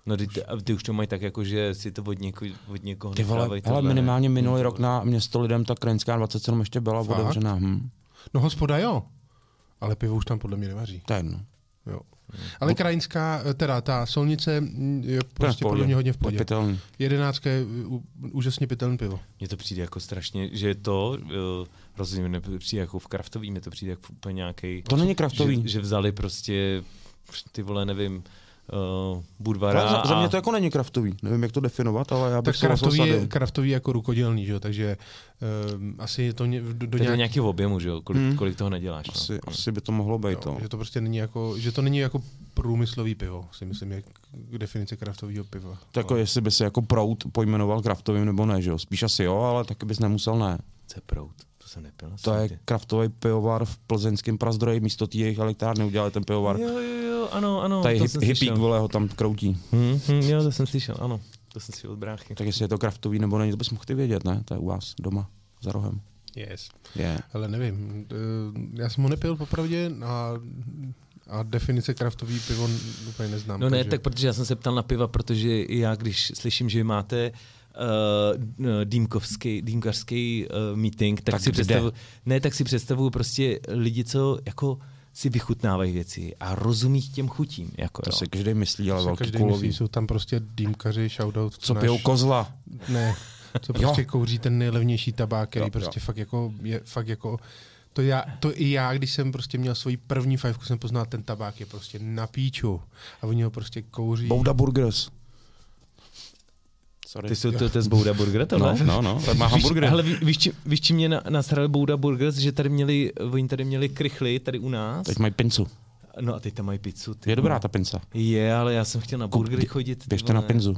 [SPEAKER 3] No ty, a ty už to mají tak jako, že si to od, něko, od někoho
[SPEAKER 2] Ty vole,
[SPEAKER 3] nechávají
[SPEAKER 2] ale
[SPEAKER 3] tohle, ne?
[SPEAKER 2] minimálně minulý rok na město lidem ta krajinská 27 ještě byla
[SPEAKER 1] Fakt?
[SPEAKER 2] otevřená. Hm,
[SPEAKER 1] No hospoda jo, ale pivo už tam podle mě nevaří.
[SPEAKER 2] to je jedno.
[SPEAKER 1] Jo. Ale krajinská, eh, teda ta solnice mm, je
[SPEAKER 2] No. To je v
[SPEAKER 1] prostě podle
[SPEAKER 2] pohodě.
[SPEAKER 1] mě hodně v podě.
[SPEAKER 2] Pitelný.
[SPEAKER 1] Jedenáctka je uh, úžasně pitelný pivo.
[SPEAKER 3] Mně to přijde jako strašně, že to, uh, rozhodně mi to přijde jako v kraftový, mi to přijde jako úplně nějaký.
[SPEAKER 2] To není kraftový.
[SPEAKER 3] Že, že vzali prostě, ty vole, nevím, uh,
[SPEAKER 2] Ale
[SPEAKER 3] Budvara
[SPEAKER 2] za, za mě
[SPEAKER 3] a-
[SPEAKER 2] to jako není kraftový. Nevím, jak to definovat, ale já
[SPEAKER 1] Tak
[SPEAKER 2] bych souhlasil
[SPEAKER 1] kraftový
[SPEAKER 2] s
[SPEAKER 1] je,
[SPEAKER 2] Adem.
[SPEAKER 1] kraftový je jako rukodělný, že jo, takže um, asi je to ně, do, do
[SPEAKER 3] to je do
[SPEAKER 1] nějak,
[SPEAKER 3] nějakého objemu, že jo, kolik,
[SPEAKER 2] Hmm.
[SPEAKER 3] hmm. kolik toho neděláš. No.
[SPEAKER 2] Asi, asi by to mohlo být. no. To.
[SPEAKER 1] jo, že to prostě není jako, že to není jako průmyslový pivo, si myslím, jak k definici kraftového piva.
[SPEAKER 2] To jako jestli by se jako prout pojmenoval kraftovým nebo ne, že jo? Spíš asi jo, ale taky bys nemusel ne.
[SPEAKER 3] To je prout, to jsem nepil.
[SPEAKER 2] To je
[SPEAKER 3] jsem
[SPEAKER 2] kraftový pivovar v plzeňském prazdroji, místo té jejich elektrárny udělali ten pivovar.
[SPEAKER 3] kdy. Jo, jo, jo, ano, ano,
[SPEAKER 2] Tady
[SPEAKER 3] to
[SPEAKER 2] hip,
[SPEAKER 3] jsem
[SPEAKER 2] hippík,
[SPEAKER 3] slyšel.
[SPEAKER 2] vole, ho tam kroutí.
[SPEAKER 3] Hm, hm, jo, to jsem slyšel, ano, to jsem si od bráchy.
[SPEAKER 2] Tak jestli je to kraftový nebo není, to bys mohl ty vědět, ne? To je u vás doma, za rohem.
[SPEAKER 1] Yes.
[SPEAKER 2] Je.
[SPEAKER 1] Ale nevím, eh, já jsem ho nepil popravdě a, a definice kraftový pivo n- úplně neznám.
[SPEAKER 3] No ne,
[SPEAKER 1] takže-
[SPEAKER 3] tak protože já jsem se ptal na piva, protože i já, když slyším, že máte uh, dýmkovský, dýmkařský uh, meeting, tak,
[SPEAKER 2] Tak
[SPEAKER 3] tak si
[SPEAKER 2] kde?
[SPEAKER 3] představu, ne, tak si představuju prostě lidi, co jako si vychutnávají věci a rozumí těm chutím. Jako,
[SPEAKER 2] To
[SPEAKER 3] jo.
[SPEAKER 2] si každý myslí, ale
[SPEAKER 1] Se
[SPEAKER 2] velký
[SPEAKER 1] každý myslí,
[SPEAKER 2] kulový.
[SPEAKER 1] jsou tam prostě dýmkaři, shoutout.
[SPEAKER 2] Co
[SPEAKER 1] náš-
[SPEAKER 2] pijou kozla?
[SPEAKER 1] Ne, co prostě kouří ten nejlevnější tabák, který
[SPEAKER 2] Jo,
[SPEAKER 1] jo, prostě fakt jako, je fakt jako, to, já, to i já, když jsem prostě měl svoji první fajfku, jsem poznal, ten tabák je prostě na píču a oni ho prostě kouří.
[SPEAKER 2] Bouda Burgers. Sorry.
[SPEAKER 3] Ty jsou to, to je z Bouda Burger, to
[SPEAKER 2] No,
[SPEAKER 3] ne?
[SPEAKER 2] no, no, tak má hamburger.
[SPEAKER 3] Víš, hele, ví- víš, či- víš, čím mě na- nasrali Bouda Burgers, že tady měli, oni tady měli krychly, tady u nás.
[SPEAKER 2] Teď mají pincu.
[SPEAKER 3] No a teď tam mají pizzu. Ty.
[SPEAKER 2] Je dobrá ta pinca.
[SPEAKER 3] Je, ale já jsem chtěl na burgery chodit. ty
[SPEAKER 2] Běžte na
[SPEAKER 3] vole.
[SPEAKER 2] pinzu.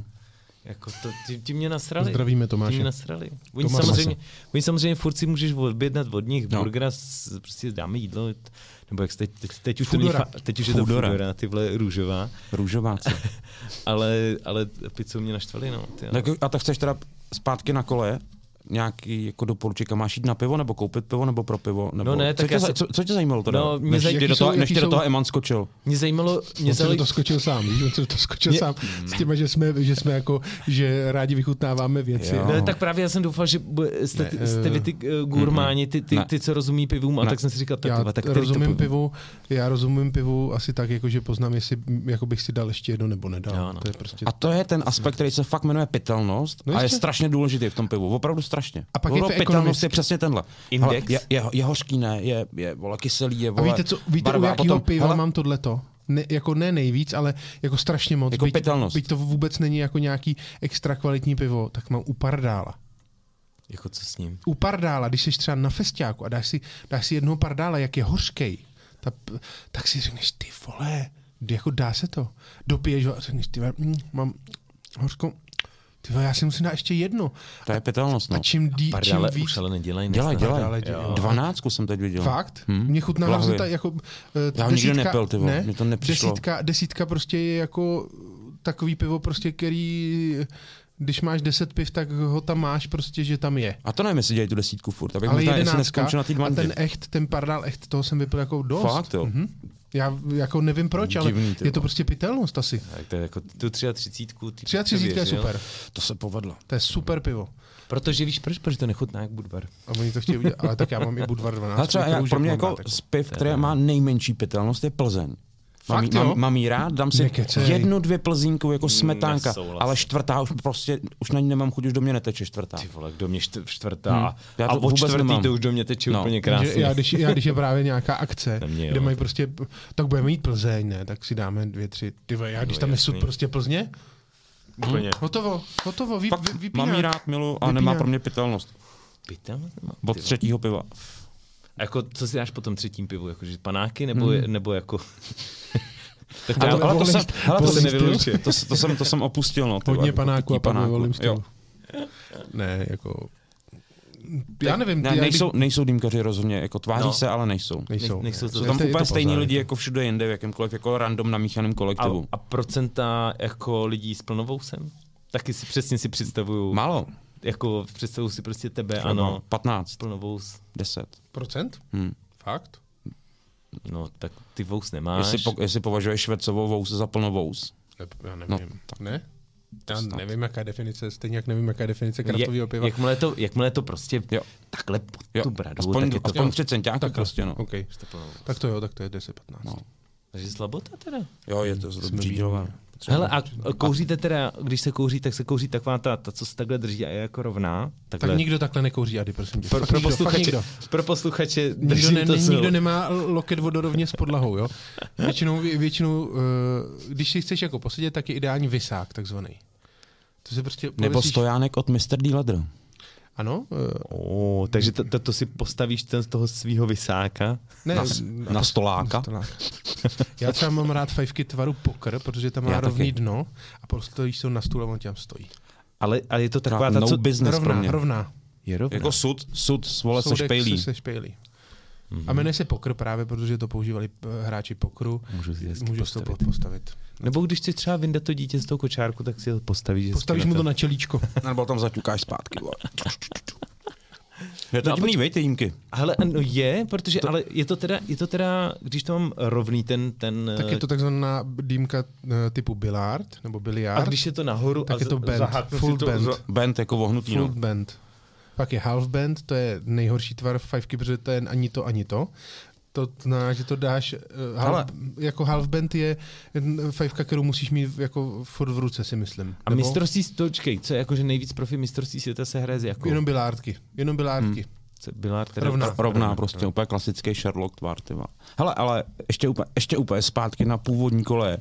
[SPEAKER 3] Jako to, ti, ti mě nasrali.
[SPEAKER 1] Zdravíme Tomáše.
[SPEAKER 3] Ti mě nasrali. Oni
[SPEAKER 1] Tomáše.
[SPEAKER 3] samozřejmě, oni samozřejmě furt si můžeš objednat od nich
[SPEAKER 2] No.
[SPEAKER 3] no. burgera, s, prostě dáme jídlo, t- nebo jak se teď, teď, teď už to není,
[SPEAKER 1] Foodora.
[SPEAKER 3] fa- teď už je to
[SPEAKER 2] Foodora.
[SPEAKER 3] Foodora, ty vole růžová,
[SPEAKER 2] Růžováce.
[SPEAKER 3] ale, ale pizzu mě naštvali, no. Ty,
[SPEAKER 2] tak, a tak chceš teda zpátky na kole? Nějaký jako doporučíka, máš jít na pivo, nebo koupit pivo, nebo pro pivo? Nebo...
[SPEAKER 3] No ne,
[SPEAKER 2] co,
[SPEAKER 3] tak
[SPEAKER 2] tě,
[SPEAKER 3] já
[SPEAKER 2] za-
[SPEAKER 3] se-
[SPEAKER 2] co, co tě zajímalo teda?
[SPEAKER 3] No, mě
[SPEAKER 2] než,
[SPEAKER 3] zajímalo-
[SPEAKER 2] tě do
[SPEAKER 1] jaký
[SPEAKER 2] toho,
[SPEAKER 1] jsou-
[SPEAKER 2] než tě do
[SPEAKER 1] jaký
[SPEAKER 2] toho
[SPEAKER 1] jsou-
[SPEAKER 2] Eman skočil.
[SPEAKER 3] Mě zajímalo, mě
[SPEAKER 1] On se do
[SPEAKER 3] zajímalo,
[SPEAKER 1] toho skočil sám, víš, on se do toho skočil sám s těma, že jsme, že jsme jako, že rádi vychutnáváme věci.
[SPEAKER 2] Jo.
[SPEAKER 1] Jo.
[SPEAKER 3] Ne, No, tak právě já jsem doufal, že bu- jste,
[SPEAKER 1] Ne,
[SPEAKER 3] ne, jste vy ty eh, gurmáni, ty, ty,
[SPEAKER 2] mm-hmm. Ne.
[SPEAKER 3] ty, ty co rozumí pivům, a
[SPEAKER 2] Ne.
[SPEAKER 3] tak jsem si říkal, tak,
[SPEAKER 1] Já
[SPEAKER 3] tyva, tak který
[SPEAKER 1] rozumím
[SPEAKER 3] to pivo?
[SPEAKER 1] pivu, já rozumím pivu asi tak, jako že poznám, jestli m, jako bych si dal ještě jedno nebo nedal.
[SPEAKER 3] Jo, no.
[SPEAKER 1] To je prostě...
[SPEAKER 2] A to je ten aspekt, který se fakt jmenuje pitelnost
[SPEAKER 1] No
[SPEAKER 2] no a je
[SPEAKER 1] jistě.
[SPEAKER 2] strašně důležitý v tom pivu, opravdu strašně.
[SPEAKER 1] A pak je
[SPEAKER 2] Ono
[SPEAKER 1] to
[SPEAKER 2] pitelnost
[SPEAKER 1] ekonomický.
[SPEAKER 2] je přesně tenhle.
[SPEAKER 3] Index?
[SPEAKER 2] Hele, je, je, je, hořký, ne, je, je vole, kyselý, je
[SPEAKER 1] A
[SPEAKER 2] vole,
[SPEAKER 1] víte, co, víte u
[SPEAKER 2] barva,
[SPEAKER 1] jakého
[SPEAKER 2] potom-
[SPEAKER 1] piva
[SPEAKER 2] hele,
[SPEAKER 1] mám tohleto? Ne, jako ne nejvíc, ale jako strašně moc.
[SPEAKER 2] Jako pitelnost.
[SPEAKER 1] byť to vůbec není jako nějaký extra kvalitní pivo, tak mám u pardála.
[SPEAKER 3] Jako co s ním?
[SPEAKER 1] U pardála, když jsi třeba na festiáku a dáš si, dáš si jednoho pardála, jak je hořkej, ta, p- tak si řekneš, ty vole, d- jako dá se to. Dopiješ ho a řekneš, ty vole, mm, mám hořko, ty vole, já si musím dát ještě jedno.
[SPEAKER 2] To je pitelnost,
[SPEAKER 1] A
[SPEAKER 2] no.
[SPEAKER 1] čím, dí, čím
[SPEAKER 3] Pardale,
[SPEAKER 1] víc...
[SPEAKER 3] už ale nedělej.
[SPEAKER 2] Dělej,
[SPEAKER 3] nesnad.
[SPEAKER 1] ale
[SPEAKER 2] dělej.
[SPEAKER 1] dělej.
[SPEAKER 2] Dvanáctku jsem teď viděl.
[SPEAKER 1] Fakt? Hmm? Mě chutná
[SPEAKER 2] Lahvi.
[SPEAKER 1] hrozně ta jako... Uh,
[SPEAKER 2] Hm? Já ho nikdy nepil, ty vole, mně to nepřišlo.
[SPEAKER 1] Desítka, desítka prostě je jako eh, takový pivo, prostě, který... Když máš deset piv, tak ho tam máš prostě, že tam je.
[SPEAKER 2] A to nevím, jestli dělají tu desítku furt, abych
[SPEAKER 1] Ale
[SPEAKER 2] možná, jestli
[SPEAKER 1] jedenáctka
[SPEAKER 2] neskončil na ty
[SPEAKER 1] a
[SPEAKER 2] dva
[SPEAKER 1] ten echt, ten pardál echt, toho jsem vypil jako dost.
[SPEAKER 2] Fakt, jo.
[SPEAKER 1] Mhm. Já jako nevím proč, ale
[SPEAKER 2] Divný, ty
[SPEAKER 1] je to
[SPEAKER 2] vole.
[SPEAKER 1] prostě pitelnost asi.
[SPEAKER 3] Tak to je jako tu 33. ty
[SPEAKER 1] 33 je
[SPEAKER 3] potřebuješ, jo?
[SPEAKER 1] super.
[SPEAKER 2] To se povedlo.
[SPEAKER 1] e- To je super pivo.
[SPEAKER 3] Protože víš proč, proč to nechutná jak budvar.
[SPEAKER 1] A oni to chtějí udělat, ale tak já mám i Budvar 12.
[SPEAKER 2] Ale třeba
[SPEAKER 1] jako
[SPEAKER 2] já,
[SPEAKER 1] už
[SPEAKER 2] pro mě
[SPEAKER 1] mám
[SPEAKER 2] jako
[SPEAKER 1] rád,
[SPEAKER 2] zpěv, který má nejmenší pitelnost, je Plzeň. Mám, jí-
[SPEAKER 1] Fakt, jo?
[SPEAKER 2] mám, mám, jí rád, dám si
[SPEAKER 1] Nekecej.
[SPEAKER 2] jednu, dvě plzínku jako smetánka,
[SPEAKER 3] nesouhlasím.
[SPEAKER 2] ale čtvrtá už prostě, už na ní nemám chuť, už do mě neteče čtvrtá.
[SPEAKER 3] Ty vole, kdo mě št- čtvrtá. Hmm.
[SPEAKER 2] Já
[SPEAKER 3] A
[SPEAKER 2] to
[SPEAKER 3] od
[SPEAKER 2] vůbec
[SPEAKER 3] čtvrtý
[SPEAKER 2] nemám.
[SPEAKER 3] to už do mě teče
[SPEAKER 2] No.
[SPEAKER 3] no. úplně
[SPEAKER 1] Takže
[SPEAKER 3] krásně.
[SPEAKER 1] Já když, já když je právě nějaká akce,
[SPEAKER 3] Na mě, jo.
[SPEAKER 1] kde mají prostě, tak budeme jít Plzeň, ne, tak si dáme dvě, tři. Ty vole, já když
[SPEAKER 2] No,
[SPEAKER 1] tam nesu
[SPEAKER 3] jasný.
[SPEAKER 1] prostě Plzně, Hm?
[SPEAKER 3] Úplně.
[SPEAKER 1] hotovo, hotovo, vy,
[SPEAKER 2] Fakt
[SPEAKER 1] vy, vypínám.
[SPEAKER 2] mám jí rád, milu, a nemá
[SPEAKER 1] Vypínám.
[SPEAKER 2] pro mě pitelnost.
[SPEAKER 3] Pitel?
[SPEAKER 2] Od třetího piva.
[SPEAKER 3] A jako, co si dáš po tom třetím pivu? Jako, že panáky nebo, hmm. nebo jako... tak
[SPEAKER 2] A
[SPEAKER 3] já-
[SPEAKER 2] to, ale to
[SPEAKER 1] volíš-
[SPEAKER 2] jsem, hele, to,
[SPEAKER 1] volíš
[SPEAKER 2] jsem
[SPEAKER 1] styl?
[SPEAKER 2] nevylučil. to, to, jsem, to jsem opustil. No, ty
[SPEAKER 1] Hodně
[SPEAKER 2] vole,
[SPEAKER 1] panáků a
[SPEAKER 2] pití
[SPEAKER 1] pak volím
[SPEAKER 2] jo.
[SPEAKER 1] stylu. Ne, jako... Já nevím,
[SPEAKER 2] Ne,
[SPEAKER 1] já
[SPEAKER 2] nejsou, nejsou dýmkaři rozhodně, jako tváří
[SPEAKER 3] No.
[SPEAKER 2] se, ale nejsou.
[SPEAKER 1] nejsou.
[SPEAKER 3] nejsou to-
[SPEAKER 2] Jsou
[SPEAKER 1] Je
[SPEAKER 2] tam
[SPEAKER 1] je
[SPEAKER 2] úplně stejní
[SPEAKER 1] poznání.
[SPEAKER 2] lidi jako všude jinde, v jakémkoliv jako random namíchaném
[SPEAKER 3] A,
[SPEAKER 2] kolektivu.
[SPEAKER 3] a procenta jako lidí s plnovou sem? Taky si přesně si představuju, Ma-
[SPEAKER 2] Málo.
[SPEAKER 3] jako představuju si prostě tebe,
[SPEAKER 2] Ano.
[SPEAKER 3] ano,
[SPEAKER 2] 15,
[SPEAKER 3] s plnovou, s-
[SPEAKER 2] 10.
[SPEAKER 1] Procent?
[SPEAKER 2] Hm.
[SPEAKER 1] Fakt?
[SPEAKER 3] no tak ty vous nemáš.
[SPEAKER 2] Jestli, po, jestli považuješ švecovou vous za plnou vous.
[SPEAKER 1] Ne, já nevím.
[SPEAKER 2] No,
[SPEAKER 1] No, ne? Já
[SPEAKER 2] snad.
[SPEAKER 1] nevím, jaká je definice, stejně jak nevím, jaká je definice kraftového piva.
[SPEAKER 3] Jakmile to, jakmile to prostě
[SPEAKER 2] Jo.
[SPEAKER 3] jo. takhle pod
[SPEAKER 2] Jo.
[SPEAKER 3] tu bradu,
[SPEAKER 2] aspoň
[SPEAKER 3] tak je to...
[SPEAKER 2] aspoň před centáky
[SPEAKER 1] Tak
[SPEAKER 2] prostě, no.
[SPEAKER 1] Okay. Tak to jo, tak to je 10-15.
[SPEAKER 2] No.
[SPEAKER 1] No.
[SPEAKER 3] Takže slabota teda.
[SPEAKER 2] Jo, je to
[SPEAKER 1] Jsme
[SPEAKER 2] zřídilové.
[SPEAKER 1] bílí.
[SPEAKER 3] Hele, a kouříte teda, když se kouří, tak se kouří taková ta, ta co se takhle drží a je jako rovná. Takhle.
[SPEAKER 1] Tak nikdo takhle nekouří, Ady, prosím tě.
[SPEAKER 3] pro,
[SPEAKER 1] Fakt
[SPEAKER 3] pro,
[SPEAKER 1] nikdo, fakt
[SPEAKER 3] posluchače,
[SPEAKER 1] nikdo.
[SPEAKER 3] pro posluchače
[SPEAKER 1] Nikdo,
[SPEAKER 3] držím
[SPEAKER 1] ne,
[SPEAKER 3] to
[SPEAKER 1] ne, nikdo nemá loket vodorovně s podlahou, jo? Většinou, většinou uh, když si chceš jako posedět, tak je ideální vysák, takzvaný. To se prostě
[SPEAKER 2] Nebo
[SPEAKER 1] pověsíš-
[SPEAKER 2] stojánek od Mr. D. Ladr.
[SPEAKER 1] Ano? Uh,
[SPEAKER 3] O, takže to, to, to, si postavíš ten z toho svého vysáka.
[SPEAKER 1] ne,
[SPEAKER 2] Na, s- na stoláka.
[SPEAKER 1] Já třeba mám rád fajfky tvaru pokr, protože tam má
[SPEAKER 2] Já
[SPEAKER 1] Já rovný
[SPEAKER 2] taky.
[SPEAKER 1] dno a postojíš to na stůl a on tam stojí.
[SPEAKER 3] Ale, ale je to taková
[SPEAKER 2] Taková
[SPEAKER 3] ta,
[SPEAKER 2] no
[SPEAKER 3] co...
[SPEAKER 2] business pro
[SPEAKER 1] rovná,
[SPEAKER 2] mě.
[SPEAKER 1] rovná.
[SPEAKER 3] Je rovná.
[SPEAKER 2] Jako sud, sud, svole se
[SPEAKER 1] Soudek
[SPEAKER 2] špejlí.
[SPEAKER 1] Se, se špejlí.
[SPEAKER 3] Mhm.
[SPEAKER 1] A jmenuje se pokr právě, protože to používali eh, hráči pokru.
[SPEAKER 3] Můžu si hezky
[SPEAKER 1] Můžu to
[SPEAKER 3] postavit.
[SPEAKER 1] postavit.
[SPEAKER 3] Nebo když si třeba vyndat to dítě z toho kočárku, tak si ho postavíš. hezky
[SPEAKER 1] Postavíš
[SPEAKER 3] na
[SPEAKER 1] mu to
[SPEAKER 3] to.
[SPEAKER 1] na čelíčko.
[SPEAKER 2] No, Nebo tam zaťukáš zpátky. vole. Je to
[SPEAKER 3] No a
[SPEAKER 2] divný, vej, ty jímky.
[SPEAKER 3] Hele, no je, protože, to... ale je to, teda, je to teda, když to mám rovný ten, ten
[SPEAKER 1] Tak je to takzvaná dýmka eh, typu bilard nebo
[SPEAKER 3] a
[SPEAKER 1] biliard.
[SPEAKER 3] když je to nahoru a
[SPEAKER 1] tak je to
[SPEAKER 3] z-
[SPEAKER 1] band,
[SPEAKER 3] zaháknu si
[SPEAKER 1] full
[SPEAKER 3] to
[SPEAKER 1] band.
[SPEAKER 3] za-
[SPEAKER 2] Band jako vohnutý,
[SPEAKER 1] Full
[SPEAKER 2] no.
[SPEAKER 1] band. Pak je half band, to je nejhorší tvar fajfky, protože to je ani to, ani to. To znamená, že to dáš, eh, half,
[SPEAKER 2] Hele.
[SPEAKER 1] jako half band je n- fajfka, kterou musíš mít jako furt v ruce, si myslím.
[SPEAKER 3] A
[SPEAKER 1] Nebo
[SPEAKER 3] mistrovství, to, čekej, co je jakože nejvíc profi mistrovství světa se hraje z jakou?
[SPEAKER 1] Jenom bilártky, jenom bilártky.
[SPEAKER 3] Co, byla teda...
[SPEAKER 1] Rovná.
[SPEAKER 2] Rovná prostě, úplně klasický Sherlock tvar, ty vole. Hele, ale ještě úplně, ještě úplně zpátky na původní kole,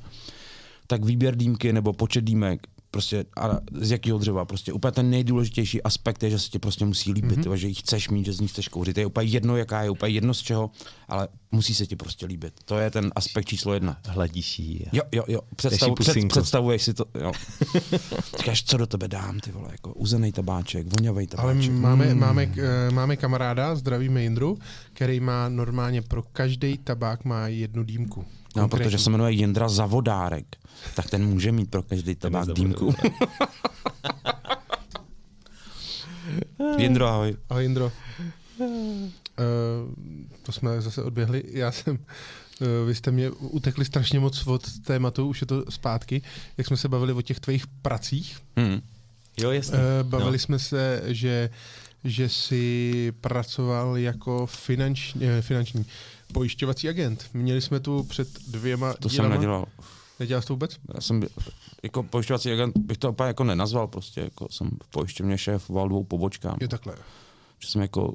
[SPEAKER 2] tak výběr dýmky nebo počet dýmek prostě a z jakého dřeva, prostě úplně ten nejdůležitější aspekt je, že se ti prostě musí líbit, mm-hmm. že ji chceš mít, že z ní chceš kouřit, je úplně jedno jaká je, úplně jedno z čeho, ale musí se ti prostě líbit. To je ten aspekt číslo jedna.
[SPEAKER 5] Hladíš jí.
[SPEAKER 2] Jo, jo, jo, Představu, před,
[SPEAKER 5] pusinku.
[SPEAKER 2] představuješ si to, jo. Říkáš, co do tebe dám, ty vole, jako uzený tabáček, voňavej
[SPEAKER 1] Ale
[SPEAKER 2] tabáček.
[SPEAKER 1] máme,
[SPEAKER 3] Hmm.
[SPEAKER 1] máme, eh, máme kamaráda, zdravíme Jindru, který má normálně pro každý tabák má jednu dýmku.
[SPEAKER 2] No,
[SPEAKER 1] Konkrétní.
[SPEAKER 2] protože se jmenuje Jindra Zavodárek, tak ten může mít pro každý tabák dýmku. Jindro, ahoj.
[SPEAKER 1] Ahoj Jindro. Uh, to jsme zase odběhli. Já jsem, uh, vy jste mě utekli strašně moc od tématu, už je to zpátky, jak jsme se bavili o těch tvých pracích.
[SPEAKER 2] Hmm.
[SPEAKER 5] Jo, jasně.
[SPEAKER 1] Eh, Bavili no. jsme se, že, že jsi pracoval jako finanční, eh, finanční pojišťovací agent. Měli jsme tu před dvěma
[SPEAKER 2] To jsem
[SPEAKER 1] dílama.
[SPEAKER 2] nedělal.
[SPEAKER 1] Nedělal jsi to vůbec?
[SPEAKER 2] Já jsem byl- jako pojišťovací agent, bych to úplně jako nenazval prostě, jako jsem v pojišťovně šéfoval dvou pobočkám,
[SPEAKER 1] Jo, takhle.
[SPEAKER 2] že jsem jako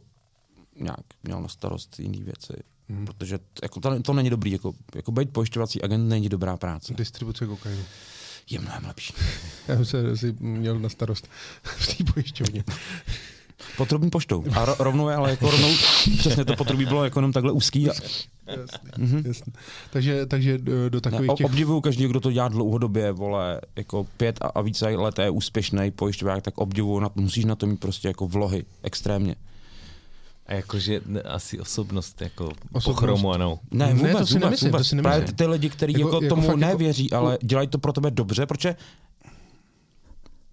[SPEAKER 2] nějak měl na starost jiné věci. Hmm. Protože t- jako to, to, není dobrý, jako, jako být pojišťovací agent není dobrá práce.
[SPEAKER 1] Distribuce kokainu.
[SPEAKER 2] Je mnohem lepší.
[SPEAKER 1] Já jsem se si měl na starost v té pojišťovně.
[SPEAKER 2] Potrubní poštou. A ro, rovnou je, ale jako rovnou, přesně to potrubí bylo jako jenom takhle úzký. A,
[SPEAKER 1] Jasný, jasný. Takže, takže eh, do
[SPEAKER 2] Mhm. Ne,
[SPEAKER 1] takových
[SPEAKER 2] o-
[SPEAKER 1] těch...
[SPEAKER 2] Obdivuju každý, kdo to dělá dlouhodobě, vole, jako pět a, a více let je úspěšný pojišťovák, tak obdivuju, na, musíš na to mít prostě jako vlohy, extrémně.
[SPEAKER 5] A jakože ne, asi osobnost jako
[SPEAKER 1] Osobnost.
[SPEAKER 5] osobnost. pochromanou.
[SPEAKER 2] Ne,
[SPEAKER 1] Ne,
[SPEAKER 2] vůbec,
[SPEAKER 1] to si
[SPEAKER 2] vůbec,
[SPEAKER 1] nemyslím,
[SPEAKER 2] vůbec.
[SPEAKER 1] to si
[SPEAKER 2] Právě
[SPEAKER 1] nemyslím.
[SPEAKER 2] ty lidi, kteří
[SPEAKER 1] Jako-
[SPEAKER 2] jako, jako
[SPEAKER 1] jako
[SPEAKER 2] tomu
[SPEAKER 1] fakt jako-
[SPEAKER 2] nevěří, ale dělají to pro tebe dobře, protože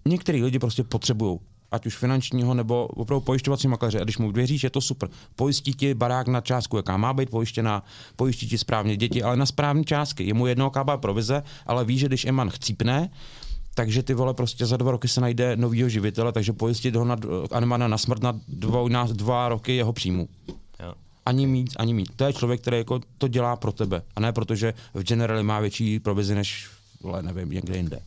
[SPEAKER 2] některý lidi prostě potřebují ať už finančního nebo opravdu pojišťovací makléře. A když mu věříš, je to super. Pojistí ti barák na částku, jaká má být pojištěná, pojistí ti správně děti, ale na správné částky. Je mu jedno, jaká bude provize, ale ví, že když Eman chcípne, takže ty vole prostě za dva roky se najde novýho živitele, takže pojistit ho na, Anemana na smrt na dva, na dva roky jeho příjmu.
[SPEAKER 5] Jo.
[SPEAKER 2] Ani mít, ani mít. To je člověk, který jako to dělá pro tebe. A ne protože v generáli má větší provizi než vole, nevím, někde jinde.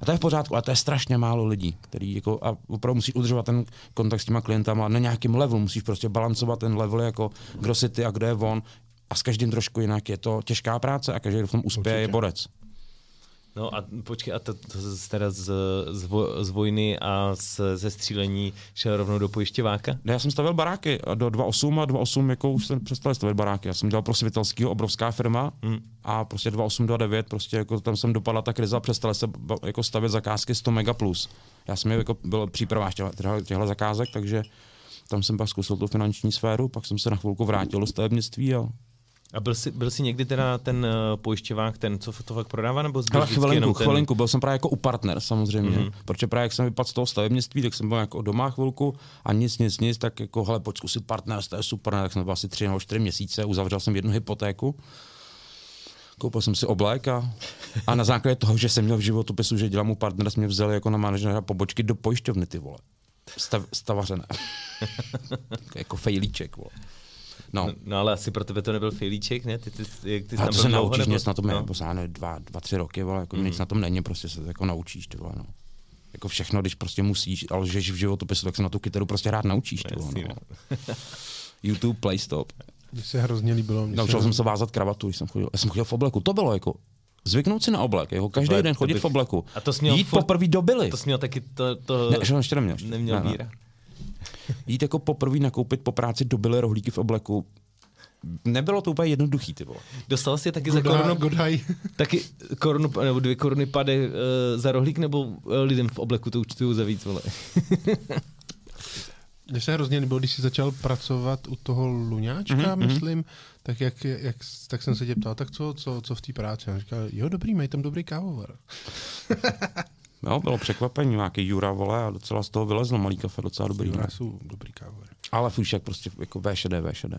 [SPEAKER 2] A to je v pořádku, ale to je strašně málo lidí, který jako, a opravdu musíš udržovat ten kontakt s těma klientama na nějakém levelu, musíš prostě balancovat ten level, jako kdo jsi ty a kdo je on, a s každým trošku jinak je to těžká práce a každý, kdo v tom uspěje, je borec.
[SPEAKER 5] No a počkej, a to, to z- teda z, z, vo- z vojny a z, ze střílení šel rovnou do pojišťováka?
[SPEAKER 2] Ne, já jsem stavil baráky a do 2.8 a 2.8 jako už jsem přestal stavět baráky. Já jsem dělal prosvětelskýho, obrovská firma a prostě 2.8, 2.9, prostě jako tam jsem dopadla ta krize a přestala se ba- jako stavět zakázky 100 mega plus. Já jsem je jako byl přípravář těchto, těchto zakázek, takže tam jsem pak zkusil tu finanční sféru, pak jsem se na chvilku vrátil do stavebnictví a
[SPEAKER 5] A byl jsi, byl jsi někdy teda ten uh, pojišťovák, ten, co to fakt prodává, nebo zbyl
[SPEAKER 2] Ale
[SPEAKER 5] vždycky
[SPEAKER 2] chvilinku,
[SPEAKER 5] jenom ten... Mhm.
[SPEAKER 2] chvilinku, byl jsem právě jako u partner samozřejmě, mm-hmm. protože právě jak jsem vypadl z toho stavebnictví, tak jsem byl jako doma chvilku a nic, nic, nic, tak jako hele, pojď zkusit partner, to je super, ne? tak jsem byl asi tři nebo čtyři měsíce, uzavřel jsem jednu hypotéku, koupil jsem si oblek a, a na základě toho, že jsem měl v životopisu, že dělám u partnera, jsme mě vzali jako na manažera pobočky do pojišťovny, ty vole. Stav, stavaře ne. jako fejlíček, vole. No,
[SPEAKER 5] No ale asi pro tebe to nebyl filíček, ne? Ty, ty, ty, ty jsi
[SPEAKER 2] a
[SPEAKER 5] tam
[SPEAKER 2] to
[SPEAKER 5] byl
[SPEAKER 2] se
[SPEAKER 5] dlouho,
[SPEAKER 2] naučíš
[SPEAKER 5] nebo- Hmm.
[SPEAKER 2] nic na tom,
[SPEAKER 5] no.
[SPEAKER 2] no. posáhne dva, dva, tři roky, vole, jako mm. nic na tom není, prostě se to jako naučíš, ty vole, no. Jako všechno, když prostě musíš, ale žeš v životopisu, tak se na tu kytaru prostě hrát naučíš, ty vole,
[SPEAKER 5] Jasný,
[SPEAKER 2] no. YouTube, playstop.
[SPEAKER 1] Mně se hrozně líbilo. Mně
[SPEAKER 2] Naučil
[SPEAKER 1] se...
[SPEAKER 2] jsem se vázat kravatu, když jsem chodil. Já jsem chodil v obleku, to bylo jako Zvyknout si na oblek, jako každý
[SPEAKER 5] Ale
[SPEAKER 2] den
[SPEAKER 5] to
[SPEAKER 2] chodit
[SPEAKER 5] by-
[SPEAKER 2] v obleku.
[SPEAKER 5] A to jsi měl
[SPEAKER 2] Jít
[SPEAKER 5] furt-
[SPEAKER 2] poprvé do byly.
[SPEAKER 5] To jsi měl taky to... to...
[SPEAKER 2] Ne, že ještě neměl. ještě.
[SPEAKER 5] Neměl
[SPEAKER 2] Ne, ne.
[SPEAKER 5] víra.
[SPEAKER 2] Jít jako poprvé nakoupit po práci do byly rohlíky v obleku. Nebylo to úplně jednoduchý, ty vole.
[SPEAKER 5] Dostal jsi je taky za
[SPEAKER 1] Godaj-
[SPEAKER 5] korunu,
[SPEAKER 1] Godaj.
[SPEAKER 5] taky korunu, nebo dvě koruny pade uh, za rohlík, nebo uh, lidem v obleku to účtují za víc, vole?
[SPEAKER 1] Mně se hrozně líbilo, když jsi začal pracovat u toho Luňáčka, mm-hmm.
[SPEAKER 2] Mhm,
[SPEAKER 1] myslím, tak, jak, jak, tak jsem se tě ptal, tak co, co, co v té práci? A on říkal, jo, dobrý, mají tam dobrý kávovar.
[SPEAKER 2] Jo, bylo překvapení, nějaký Jura, vole, a docela z toho vylezlo malý kafe, docela dobrý.
[SPEAKER 1] Jura
[SPEAKER 2] Ne?
[SPEAKER 1] jsou dobrý kávovar.
[SPEAKER 2] Ale fůj, jak prostě jako VŠD, VŠD.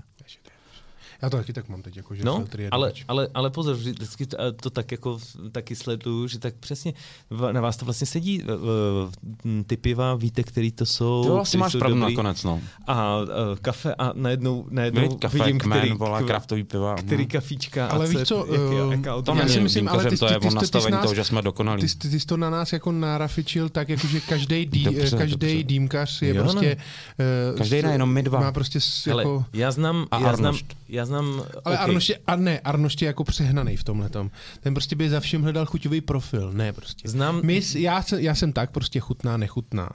[SPEAKER 1] Já to taky tak mám teď, jako, že
[SPEAKER 5] No,
[SPEAKER 1] filtry jedu
[SPEAKER 5] ale,
[SPEAKER 1] pryč.
[SPEAKER 5] ale, ale pozor, vždycky to, a to tak jako v- taky sleduju, že tak přesně v- na vás to vlastně sedí, v- v- m, ty piva, víte, který to jsou.
[SPEAKER 2] To
[SPEAKER 1] vlastně
[SPEAKER 2] asi
[SPEAKER 5] který
[SPEAKER 2] vlastně máš
[SPEAKER 5] jsou
[SPEAKER 2] pravdu
[SPEAKER 5] dobrý.
[SPEAKER 2] nakonec, no.
[SPEAKER 5] A e, kafe a najednou, najednou
[SPEAKER 2] Viď, kafe,
[SPEAKER 5] vidím,
[SPEAKER 2] kmen,
[SPEAKER 5] který,
[SPEAKER 2] vole,
[SPEAKER 5] kv-
[SPEAKER 2] kraftový piva. no.
[SPEAKER 5] který kafíčka
[SPEAKER 1] Ale
[SPEAKER 5] a
[SPEAKER 1] víš
[SPEAKER 5] cep,
[SPEAKER 1] co,
[SPEAKER 5] jak,
[SPEAKER 1] ehm,
[SPEAKER 5] je- jaká
[SPEAKER 1] to
[SPEAKER 2] To
[SPEAKER 1] Já
[SPEAKER 5] odměna.
[SPEAKER 1] si
[SPEAKER 2] není
[SPEAKER 1] myslím, ale
[SPEAKER 2] vínkařem,
[SPEAKER 1] ty-
[SPEAKER 2] to
[SPEAKER 1] ty-
[SPEAKER 2] je
[SPEAKER 1] ty- ty-
[SPEAKER 2] o
[SPEAKER 1] ty-
[SPEAKER 2] nastavení
[SPEAKER 1] ty z nás-
[SPEAKER 2] toho, že jsme dokonalí.
[SPEAKER 1] Ty, jsi- ty jsi to na nás jako narafičil tak, jako, že každý, dý,
[SPEAKER 2] Dobře,
[SPEAKER 1] každý
[SPEAKER 2] dobře.
[SPEAKER 1] dýmkař je
[SPEAKER 5] Jo,
[SPEAKER 1] prostě...
[SPEAKER 5] no.
[SPEAKER 1] eh,
[SPEAKER 2] Každý ne, jenom my dva.
[SPEAKER 1] Má prostě s,
[SPEAKER 5] Ale
[SPEAKER 1] jako...
[SPEAKER 5] já znám,
[SPEAKER 2] A
[SPEAKER 5] já znám,
[SPEAKER 2] Arnošt.
[SPEAKER 5] já
[SPEAKER 3] já znám...
[SPEAKER 1] Ale
[SPEAKER 3] OK.
[SPEAKER 1] okay. Arnoš, je, a ne, Arnoš je jako přehnaný v tomhle tom. Ten prostě by za vším hledal chuťový profil, ne prostě.
[SPEAKER 3] Znám-
[SPEAKER 1] My, s- já, jsem- já jsem tak prostě chutná, nechutná.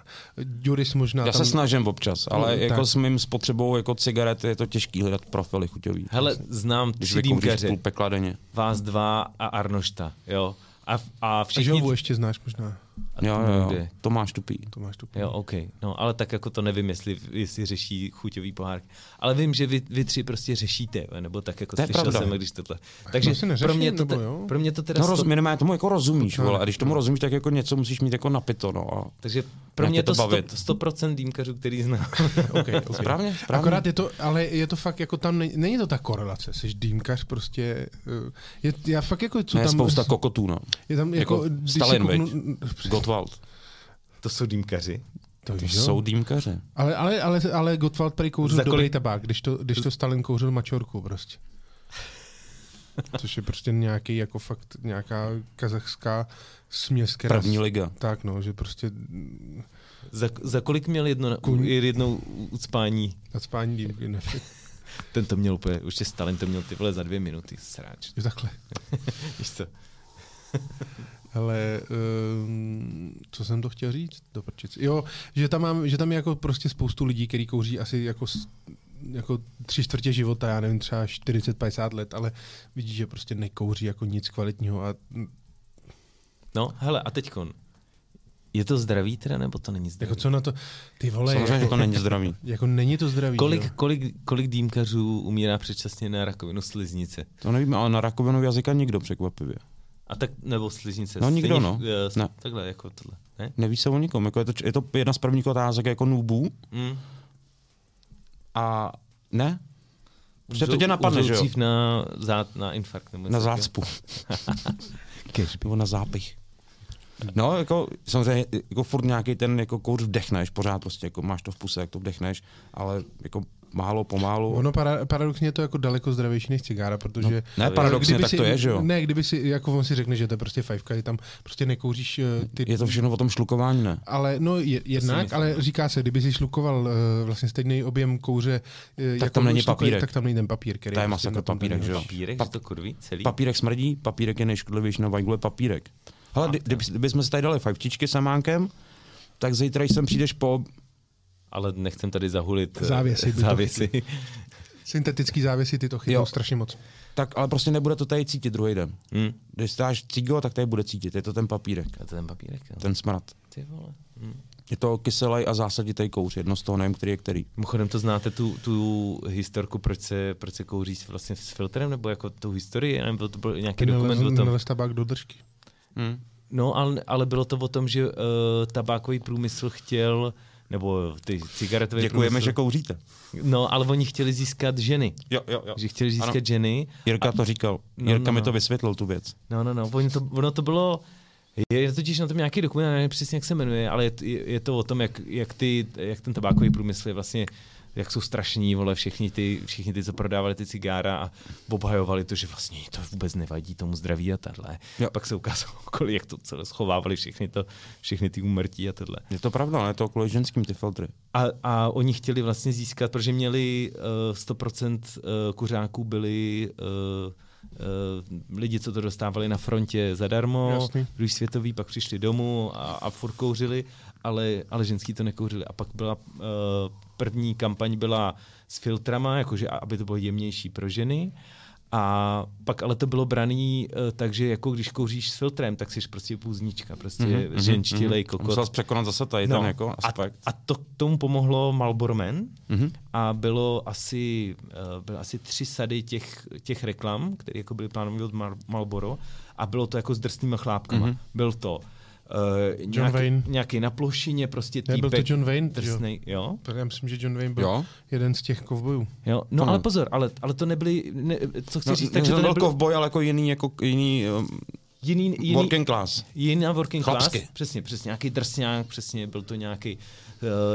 [SPEAKER 1] Juris možná
[SPEAKER 2] Já
[SPEAKER 1] tam...
[SPEAKER 2] se snažím občas, ale
[SPEAKER 1] Mm,
[SPEAKER 2] jako
[SPEAKER 1] tak.
[SPEAKER 2] s mým spotřebou jako cigaret je to těžký hledat profily chuťový.
[SPEAKER 3] Hele, znám
[SPEAKER 2] když
[SPEAKER 3] tři
[SPEAKER 2] vykouříš
[SPEAKER 3] dýmkaře,
[SPEAKER 2] půl pekla denně.
[SPEAKER 3] vás dva a Arnošta, jo. A, a
[SPEAKER 1] A
[SPEAKER 3] všichni...
[SPEAKER 1] želvu ještě znáš možná,
[SPEAKER 3] A
[SPEAKER 2] Jo,
[SPEAKER 3] to
[SPEAKER 2] jo,
[SPEAKER 3] nejde.
[SPEAKER 2] jo. To máš tupý.
[SPEAKER 1] to máš tu.
[SPEAKER 2] Hmm.
[SPEAKER 3] Jo, OK. No, ale tak jako to nevím, jestli, jestli řeší chuťový pohár. Ale vím, že vy, vy tři prostě řešíte, nebo tak jako
[SPEAKER 2] To je
[SPEAKER 3] slyšel
[SPEAKER 2] pravda.
[SPEAKER 3] jsem, když tohle. Takže
[SPEAKER 1] si neřeším,
[SPEAKER 3] pro, mě to,
[SPEAKER 1] nebo
[SPEAKER 3] te-
[SPEAKER 1] jo?
[SPEAKER 3] pro mě to teda...
[SPEAKER 2] No
[SPEAKER 3] sto-
[SPEAKER 2] roz, minimálně tomu jako rozumíš, vole. A když
[SPEAKER 1] No.
[SPEAKER 2] tomu rozumíš, tak jako něco musíš mít jako napito, no. A...
[SPEAKER 3] takže pro
[SPEAKER 2] Jak
[SPEAKER 3] mě
[SPEAKER 2] tě
[SPEAKER 3] je to
[SPEAKER 2] to bavit?
[SPEAKER 3] 100%, 100 dýmkařů, který znám.
[SPEAKER 1] Okay, okay.
[SPEAKER 2] Správně, správně.
[SPEAKER 1] Akorát je to, ale je to fakt jako tam, není, není to ta korelace, jsi dýmkař prostě, eh, je, já fakt jako, co
[SPEAKER 2] ne,
[SPEAKER 1] tam,
[SPEAKER 2] spousta kokotů, no.
[SPEAKER 1] je tam jako,
[SPEAKER 2] Jako
[SPEAKER 1] když si
[SPEAKER 2] Stalin, veď.
[SPEAKER 1] kouknu-
[SPEAKER 2] Gottwald.
[SPEAKER 3] to jsou dýmkaři.
[SPEAKER 1] to,
[SPEAKER 2] To
[SPEAKER 1] víš, jo?
[SPEAKER 2] jsou dýmkaře.
[SPEAKER 1] Ale, ale, ale, ale Gottwald prý kouřil
[SPEAKER 3] Za kolik-
[SPEAKER 1] dobrý tabák, když to, když to Stalin kouřil mačorku prostě. Což je prostě nějaký, jako fakt nějaká kazachská směs, která...
[SPEAKER 2] První liga.
[SPEAKER 1] Tak no, že prostě mm,
[SPEAKER 3] Za, za kolik měl jedno,
[SPEAKER 1] Kuň.
[SPEAKER 3] jednou ucpání?
[SPEAKER 1] nadspání dýmky, ne,
[SPEAKER 3] Ten to měl úplně, určitě Stalin to měl ty vole za dvě minuty, sráč.
[SPEAKER 1] je takhle.
[SPEAKER 3] Víš co?
[SPEAKER 1] Ale um, co jsem to chtěl říct? Do prčic. Jo, že tam, mám, že tam je jako prostě spoustu lidí, který kouří asi jako, s- jako tři čtvrtě života, já nevím, třeba 40-50 let, ale vidíš, že prostě nekouří jako nic kvalitního a mm,
[SPEAKER 3] No, hele, a teďkon. Je to zdravý teda, nebo to není zdravý?
[SPEAKER 1] jako co na to, ty vole,
[SPEAKER 2] Samozřejmě, že
[SPEAKER 1] jako,
[SPEAKER 2] to není zdravý.
[SPEAKER 1] jako není to zdravý. jo.
[SPEAKER 3] Kolik, kolik, kolik dýmkařů umírá předčasně na rakovinu sliznice?
[SPEAKER 2] To nevíme, ale na rakovinu jazyka nikdo překvapivě.
[SPEAKER 3] A tak, nebo sliznice.
[SPEAKER 2] No, nikdo,
[SPEAKER 3] stejně,
[SPEAKER 2] no.
[SPEAKER 3] eh, s-
[SPEAKER 2] Ne.
[SPEAKER 3] Takhle, jako tohle. Ne?
[SPEAKER 2] Neví se o nikom. Jako je, to, je to jedna z prvních otázek jako noobů
[SPEAKER 3] Mm.
[SPEAKER 2] a ne? Protože to tě
[SPEAKER 3] Umřou-
[SPEAKER 2] napadne,
[SPEAKER 3] umřou
[SPEAKER 2] že jo?
[SPEAKER 3] Dřív na, zát, na infarkt. Nebo
[SPEAKER 2] Na
[SPEAKER 3] něco takového.
[SPEAKER 2] zácpu. Nebo na zápich. No, jako samozřejmě, jako furt nějaký ten jako kouř vdechneš, pořád prostě, jako máš to v puse, jak to vdechneš, ale jako málo, pomalu.
[SPEAKER 1] Ono para, paradoxně je to jako daleko zdravější než cigára, protože...
[SPEAKER 2] No, ne, paradoxně,
[SPEAKER 1] kdyby
[SPEAKER 2] tak to je, že jo?
[SPEAKER 1] Ne, kdyby si, jako on si řekne, že to je prostě fajfka, že tam prostě nekouříš eh, ty
[SPEAKER 2] Je to všechno o tom šlukování, ne?
[SPEAKER 1] Ale no je, jednak,
[SPEAKER 3] myslím.
[SPEAKER 1] ale říká se, kdyby si šlukoval uh, vlastně stejný objem kouře, uh,
[SPEAKER 2] Tak tam není papírek.
[SPEAKER 1] tak tam není ten papír, který
[SPEAKER 2] To je
[SPEAKER 1] prostě
[SPEAKER 2] masakr
[SPEAKER 1] na tom
[SPEAKER 2] papírek,
[SPEAKER 1] ten-
[SPEAKER 2] že jo?
[SPEAKER 3] Papírek,
[SPEAKER 2] Pa-
[SPEAKER 3] že to kurví celý.
[SPEAKER 2] Papírek smrdí, papírek je nejškodlivější na vajgule papírek. Hele, kdy- kdyby, kdyby jsme si tady dali fajčičky samánkem, tak zítra jsem přijdeš po...
[SPEAKER 3] Ale nechcem tady zahulit eh,
[SPEAKER 1] Závěsy by to
[SPEAKER 3] závěsy.
[SPEAKER 1] Syntetický závěsy ty to chytnou
[SPEAKER 2] Jo.
[SPEAKER 1] strašně moc.
[SPEAKER 2] Tak, ale prostě nebude to tady cítit druhý den.
[SPEAKER 3] Hm.
[SPEAKER 2] Když stáš cigo, tak tady bude cítit. Je to ten papírek,
[SPEAKER 3] A to je ten papírek, jo?
[SPEAKER 2] ten smrad.
[SPEAKER 3] Ty vole. Hm.
[SPEAKER 2] Je to kyselý a zásaditý kouř. Jedno z toho nevím, který je který.
[SPEAKER 3] Mimochodem to znáte tu, tu historku, proč se, proč se kouří s, vlastně s filtrem, nebo jako tu historii, nebo to byl nějaký dokument o tom?
[SPEAKER 1] Nelez tabák do držky.
[SPEAKER 2] Hmm.
[SPEAKER 3] No, ale, ale bylo to o tom, že uh, tabákový průmysl chtěl, nebo ty cigaretové
[SPEAKER 2] Děkujeme,
[SPEAKER 3] průmysl,
[SPEAKER 2] že kouříte.
[SPEAKER 3] No, ale oni chtěli získat ženy.
[SPEAKER 2] Jo, jo, jo.
[SPEAKER 3] Že chtěli získat
[SPEAKER 2] Ano.
[SPEAKER 3] ženy.
[SPEAKER 2] Jirka to říkal.
[SPEAKER 3] No,
[SPEAKER 2] Jirka
[SPEAKER 3] no,
[SPEAKER 2] mi
[SPEAKER 3] no.
[SPEAKER 2] to vysvětlil, tu věc.
[SPEAKER 3] No, no, no, ono to, ono to bylo, je, je totiž na tom nějaký dokument, já nevím přesně, jak se jmenuje, ale je, t- je, je to o tom, jak, jak, ty, jak ten tabákový průmysl je vlastně, jak jsou strašní, vole, všichni ty, všichni ty, co prodávali ty cigára a obhajovali to, že vlastně to vůbec nevadí tomu zdraví a tadle.
[SPEAKER 2] Jo.
[SPEAKER 3] Pak se ukázalo, kolik jak to celé schovávali všechny, to, všechny ty úmrtí a tadle.
[SPEAKER 2] Je to pravda, ale je to kvůli ženským ty filtry.
[SPEAKER 3] A, a oni chtěli vlastně získat, protože měli uh, 100% eh, kuřáků byli uh, uh, lidi, co to dostávali na frontě zadarmo,
[SPEAKER 1] Jasný.
[SPEAKER 3] druhý světový, pak přišli domů a, a furt kouřili, ale, ale ženský to nekouřili. A pak byla uh, první kampaň byla s filtrama, jakože a- aby to bylo jemnější pro ženy. A pak ale to bylo braný, uh, takže jako když kouříš s filtrem, tak jsi prostě půznička, prostě mm-hmm, ženštilej kokot.
[SPEAKER 2] Musel jsi překonat zase tady ten jako Mhm. aspekt.
[SPEAKER 3] No. A, a to k tomu pomohlo Marlboro Man mm-hmm. a bylo asi, eh, byly asi tři sady těch, těch reklam, které jako byly plánovány od Mar- Marlboro a bylo to jako s drsnýma chlápkama.
[SPEAKER 2] Mhm.
[SPEAKER 3] Mm-hmm. Byl to uh, nějaký,
[SPEAKER 1] Wayne.
[SPEAKER 3] nějaký na plošině prostě
[SPEAKER 1] Ne, byl to
[SPEAKER 3] týpek
[SPEAKER 1] John Wayne,
[SPEAKER 3] drsnej, jo?
[SPEAKER 1] Protože já myslím, že John Wayne byl
[SPEAKER 2] Jo.
[SPEAKER 1] jeden z těch kovbojů.
[SPEAKER 3] jo? No
[SPEAKER 2] Ano.
[SPEAKER 3] ale pozor, ale, ale to nebyly, ne, co chci
[SPEAKER 2] No,
[SPEAKER 3] říct,
[SPEAKER 2] takže
[SPEAKER 3] takže to
[SPEAKER 2] byl
[SPEAKER 3] nebyl
[SPEAKER 2] kovboj, ale jako jiný, jako jiný, um,
[SPEAKER 3] jiný,
[SPEAKER 2] jiný
[SPEAKER 3] jiný,
[SPEAKER 2] working class.
[SPEAKER 3] Jiná working
[SPEAKER 2] Chlapsky.
[SPEAKER 3] class, přesně, přesně, nějaký drsňák, přesně, byl to nějaký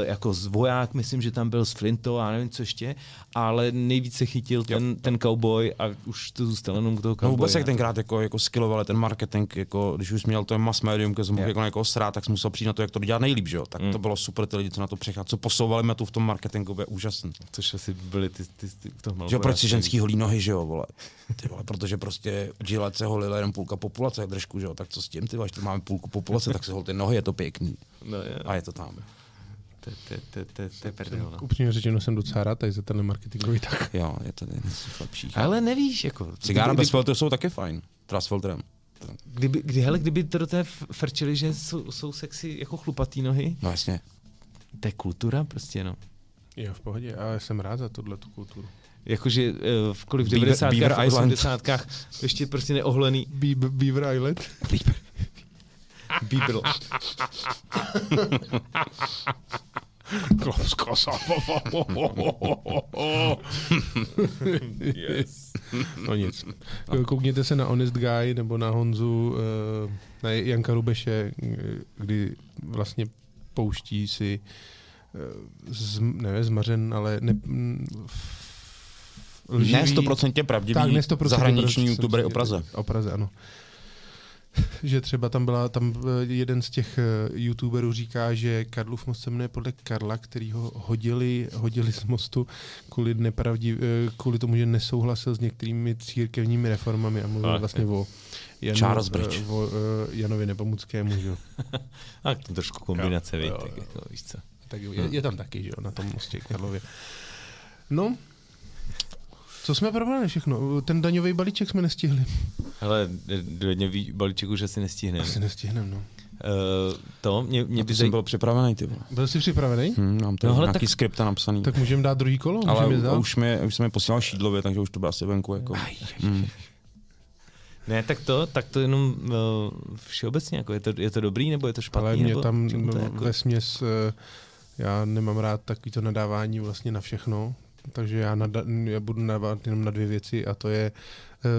[SPEAKER 3] eh, jako z voják, myslím, že tam byl s Flintou a nevím co ještě, ale nejvíc se chytil ten, ten cowboy a už to zůstalo jenom k toho
[SPEAKER 2] No
[SPEAKER 3] cowboy.
[SPEAKER 2] vůbec jak tenkrát jako, jako skillovali ten marketing, jako, když už měl to mass medium, když jsem mohl jako někoho srát, tak jsem musel přijít na to, jak to dělat nejlíp, že jo? Tak to bylo super, ty lidi, co na to přicházeli, co posouvali metu v tom marketingu, bylo úžasný.
[SPEAKER 3] Což asi byly ty, ty, ty v tom
[SPEAKER 2] Že jo, proč si ženský holí nohy, že jo, vole? Ty vole, protože prostě Gillette se holila jenom půlka populace, jak držku, že jo? Tak co s tím, ty vole, že tu máme půlku populace, tak se hol ty nohy, je to pěkný.
[SPEAKER 3] No, je.
[SPEAKER 2] A je to tam.
[SPEAKER 6] To- to- to- to- to je prdel, no.
[SPEAKER 1] Upřímně řečeno jsem docela rád tady za tenhle marketingový tak.
[SPEAKER 2] Jo, je to jeden z lepších.
[SPEAKER 6] Ale nevíš, jako...
[SPEAKER 2] Cigára
[SPEAKER 6] kdy-
[SPEAKER 2] bez filtru jsou taky fajn. Teda s filtrem.
[SPEAKER 3] Kdyby, kdy, hele, kdyby to do té f- frčili, že jsou, jsou sexy jako chlupatý nohy,
[SPEAKER 2] No jasně.
[SPEAKER 3] to je kultura prostě, no.
[SPEAKER 1] Jo, v pohodě, ale jsem rád za tuhle tu kulturu.
[SPEAKER 3] Jakože eh, v kolik v
[SPEAKER 2] Beaver-
[SPEAKER 3] 90.
[SPEAKER 2] Beaver
[SPEAKER 3] a
[SPEAKER 2] Island.
[SPEAKER 3] 80. ještě prostě neohlený
[SPEAKER 1] Beaver Island?
[SPEAKER 3] bíbl.
[SPEAKER 1] Klopsko, yes. No nic. Koukněte se na Honest Guy nebo na Honzu, eh, na Janka Rubeše, eh, kdy vlastně pouští si eh, z, ne, zmařen, ale ne, mm, lživý,
[SPEAKER 2] Ne 100% pravdivý
[SPEAKER 1] ne 100%
[SPEAKER 2] zahraniční
[SPEAKER 1] pravdivý,
[SPEAKER 2] youtubery
[SPEAKER 1] jsem
[SPEAKER 2] o
[SPEAKER 1] si-
[SPEAKER 2] Praze.
[SPEAKER 1] prostě O Praze, ano. Že třeba tam byla, tam eh, jeden z těch eh, youtuberů říká, že Karlův most se jmenuje podle Karla, který ho hodili, hodili z mostu kvůli, nepravdiv, eh, kvůli tomu, že nesouhlasil s některými církevními reformami a mluvil
[SPEAKER 3] Ach,
[SPEAKER 1] vlastně o, Janu,
[SPEAKER 2] Charles
[SPEAKER 1] eh,
[SPEAKER 2] Bridge.
[SPEAKER 1] o eh, Janovi Nepomuckému, že? jo.
[SPEAKER 3] A to trošku kombinace,
[SPEAKER 1] Jo,
[SPEAKER 3] víš,
[SPEAKER 1] jo,
[SPEAKER 3] tak
[SPEAKER 1] jo.
[SPEAKER 3] jako, víš co.
[SPEAKER 1] Tak je, je, tam taky, že jo, na tom mostě Karlově. No, co jsme probrali všechno? Ten daňový balíček jsme nestihli.
[SPEAKER 3] Hele, d- do dně balíček už asi nestihneme.
[SPEAKER 1] Asi nestihneme, no.
[SPEAKER 3] Uh, to, mě, mě
[SPEAKER 2] Mě
[SPEAKER 3] by
[SPEAKER 2] by jsem
[SPEAKER 3] zajímalo.
[SPEAKER 2] byl připravený, ty vole.
[SPEAKER 1] Byl jsi připravený?
[SPEAKER 2] Hm, mám tady
[SPEAKER 3] No,
[SPEAKER 2] no,
[SPEAKER 3] hele,
[SPEAKER 2] nějaký
[SPEAKER 3] tak-
[SPEAKER 2] tak, skripta napsaný.
[SPEAKER 1] Tak můžeme dát druhý kolo?
[SPEAKER 2] ale
[SPEAKER 1] můžeme dát?
[SPEAKER 2] už, mě, už jsem je posílal šídlově, takže už to bylo asi venku. Jako. Mm.
[SPEAKER 3] Ne, tak to, tak to jenom uh, všeobecně, jako je to, je to dobrý, nebo je to špatný,
[SPEAKER 1] Ale mě
[SPEAKER 3] nebo
[SPEAKER 1] tam
[SPEAKER 3] čemu to je, jako...
[SPEAKER 1] ve směs, já nemám rád takovýto nadávání vlastně na všechno, takže já, nada, já budu nadávat jenom na dvě věci a to je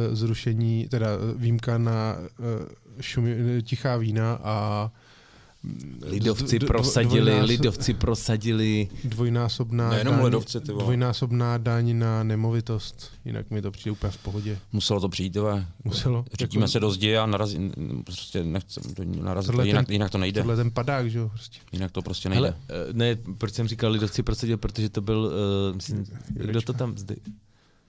[SPEAKER 1] eh, zrušení, teda eh, výjimka na eh, šumi, eh, tichá vína a mm, d-
[SPEAKER 3] Lidovci
[SPEAKER 1] d-
[SPEAKER 3] prosadili,
[SPEAKER 1] dvojnás-
[SPEAKER 3] lidovci prosadili.
[SPEAKER 1] Dvojnásobná,
[SPEAKER 2] Nejenom
[SPEAKER 1] daň,
[SPEAKER 2] ledovci, ty vole.
[SPEAKER 1] dvojnásobná daň na nemovitost, jinak mi to přijde úplně v pohodě.
[SPEAKER 2] Muselo to přijít, tyhle.
[SPEAKER 1] Muselo. Jako
[SPEAKER 2] Řítíme se do zdi a narazí, prostě nechcem to narazit,
[SPEAKER 1] Tohle
[SPEAKER 2] jinak,
[SPEAKER 1] ten-
[SPEAKER 2] jinak to nejde.
[SPEAKER 1] Tohle ten padák, že jo, prostě.
[SPEAKER 2] Jinak to prostě nejde.
[SPEAKER 3] Hele, eh, ne, proč jsem říkal lidovci prosadil, protože to byl, uh, myslím, kdo to tam, Zde,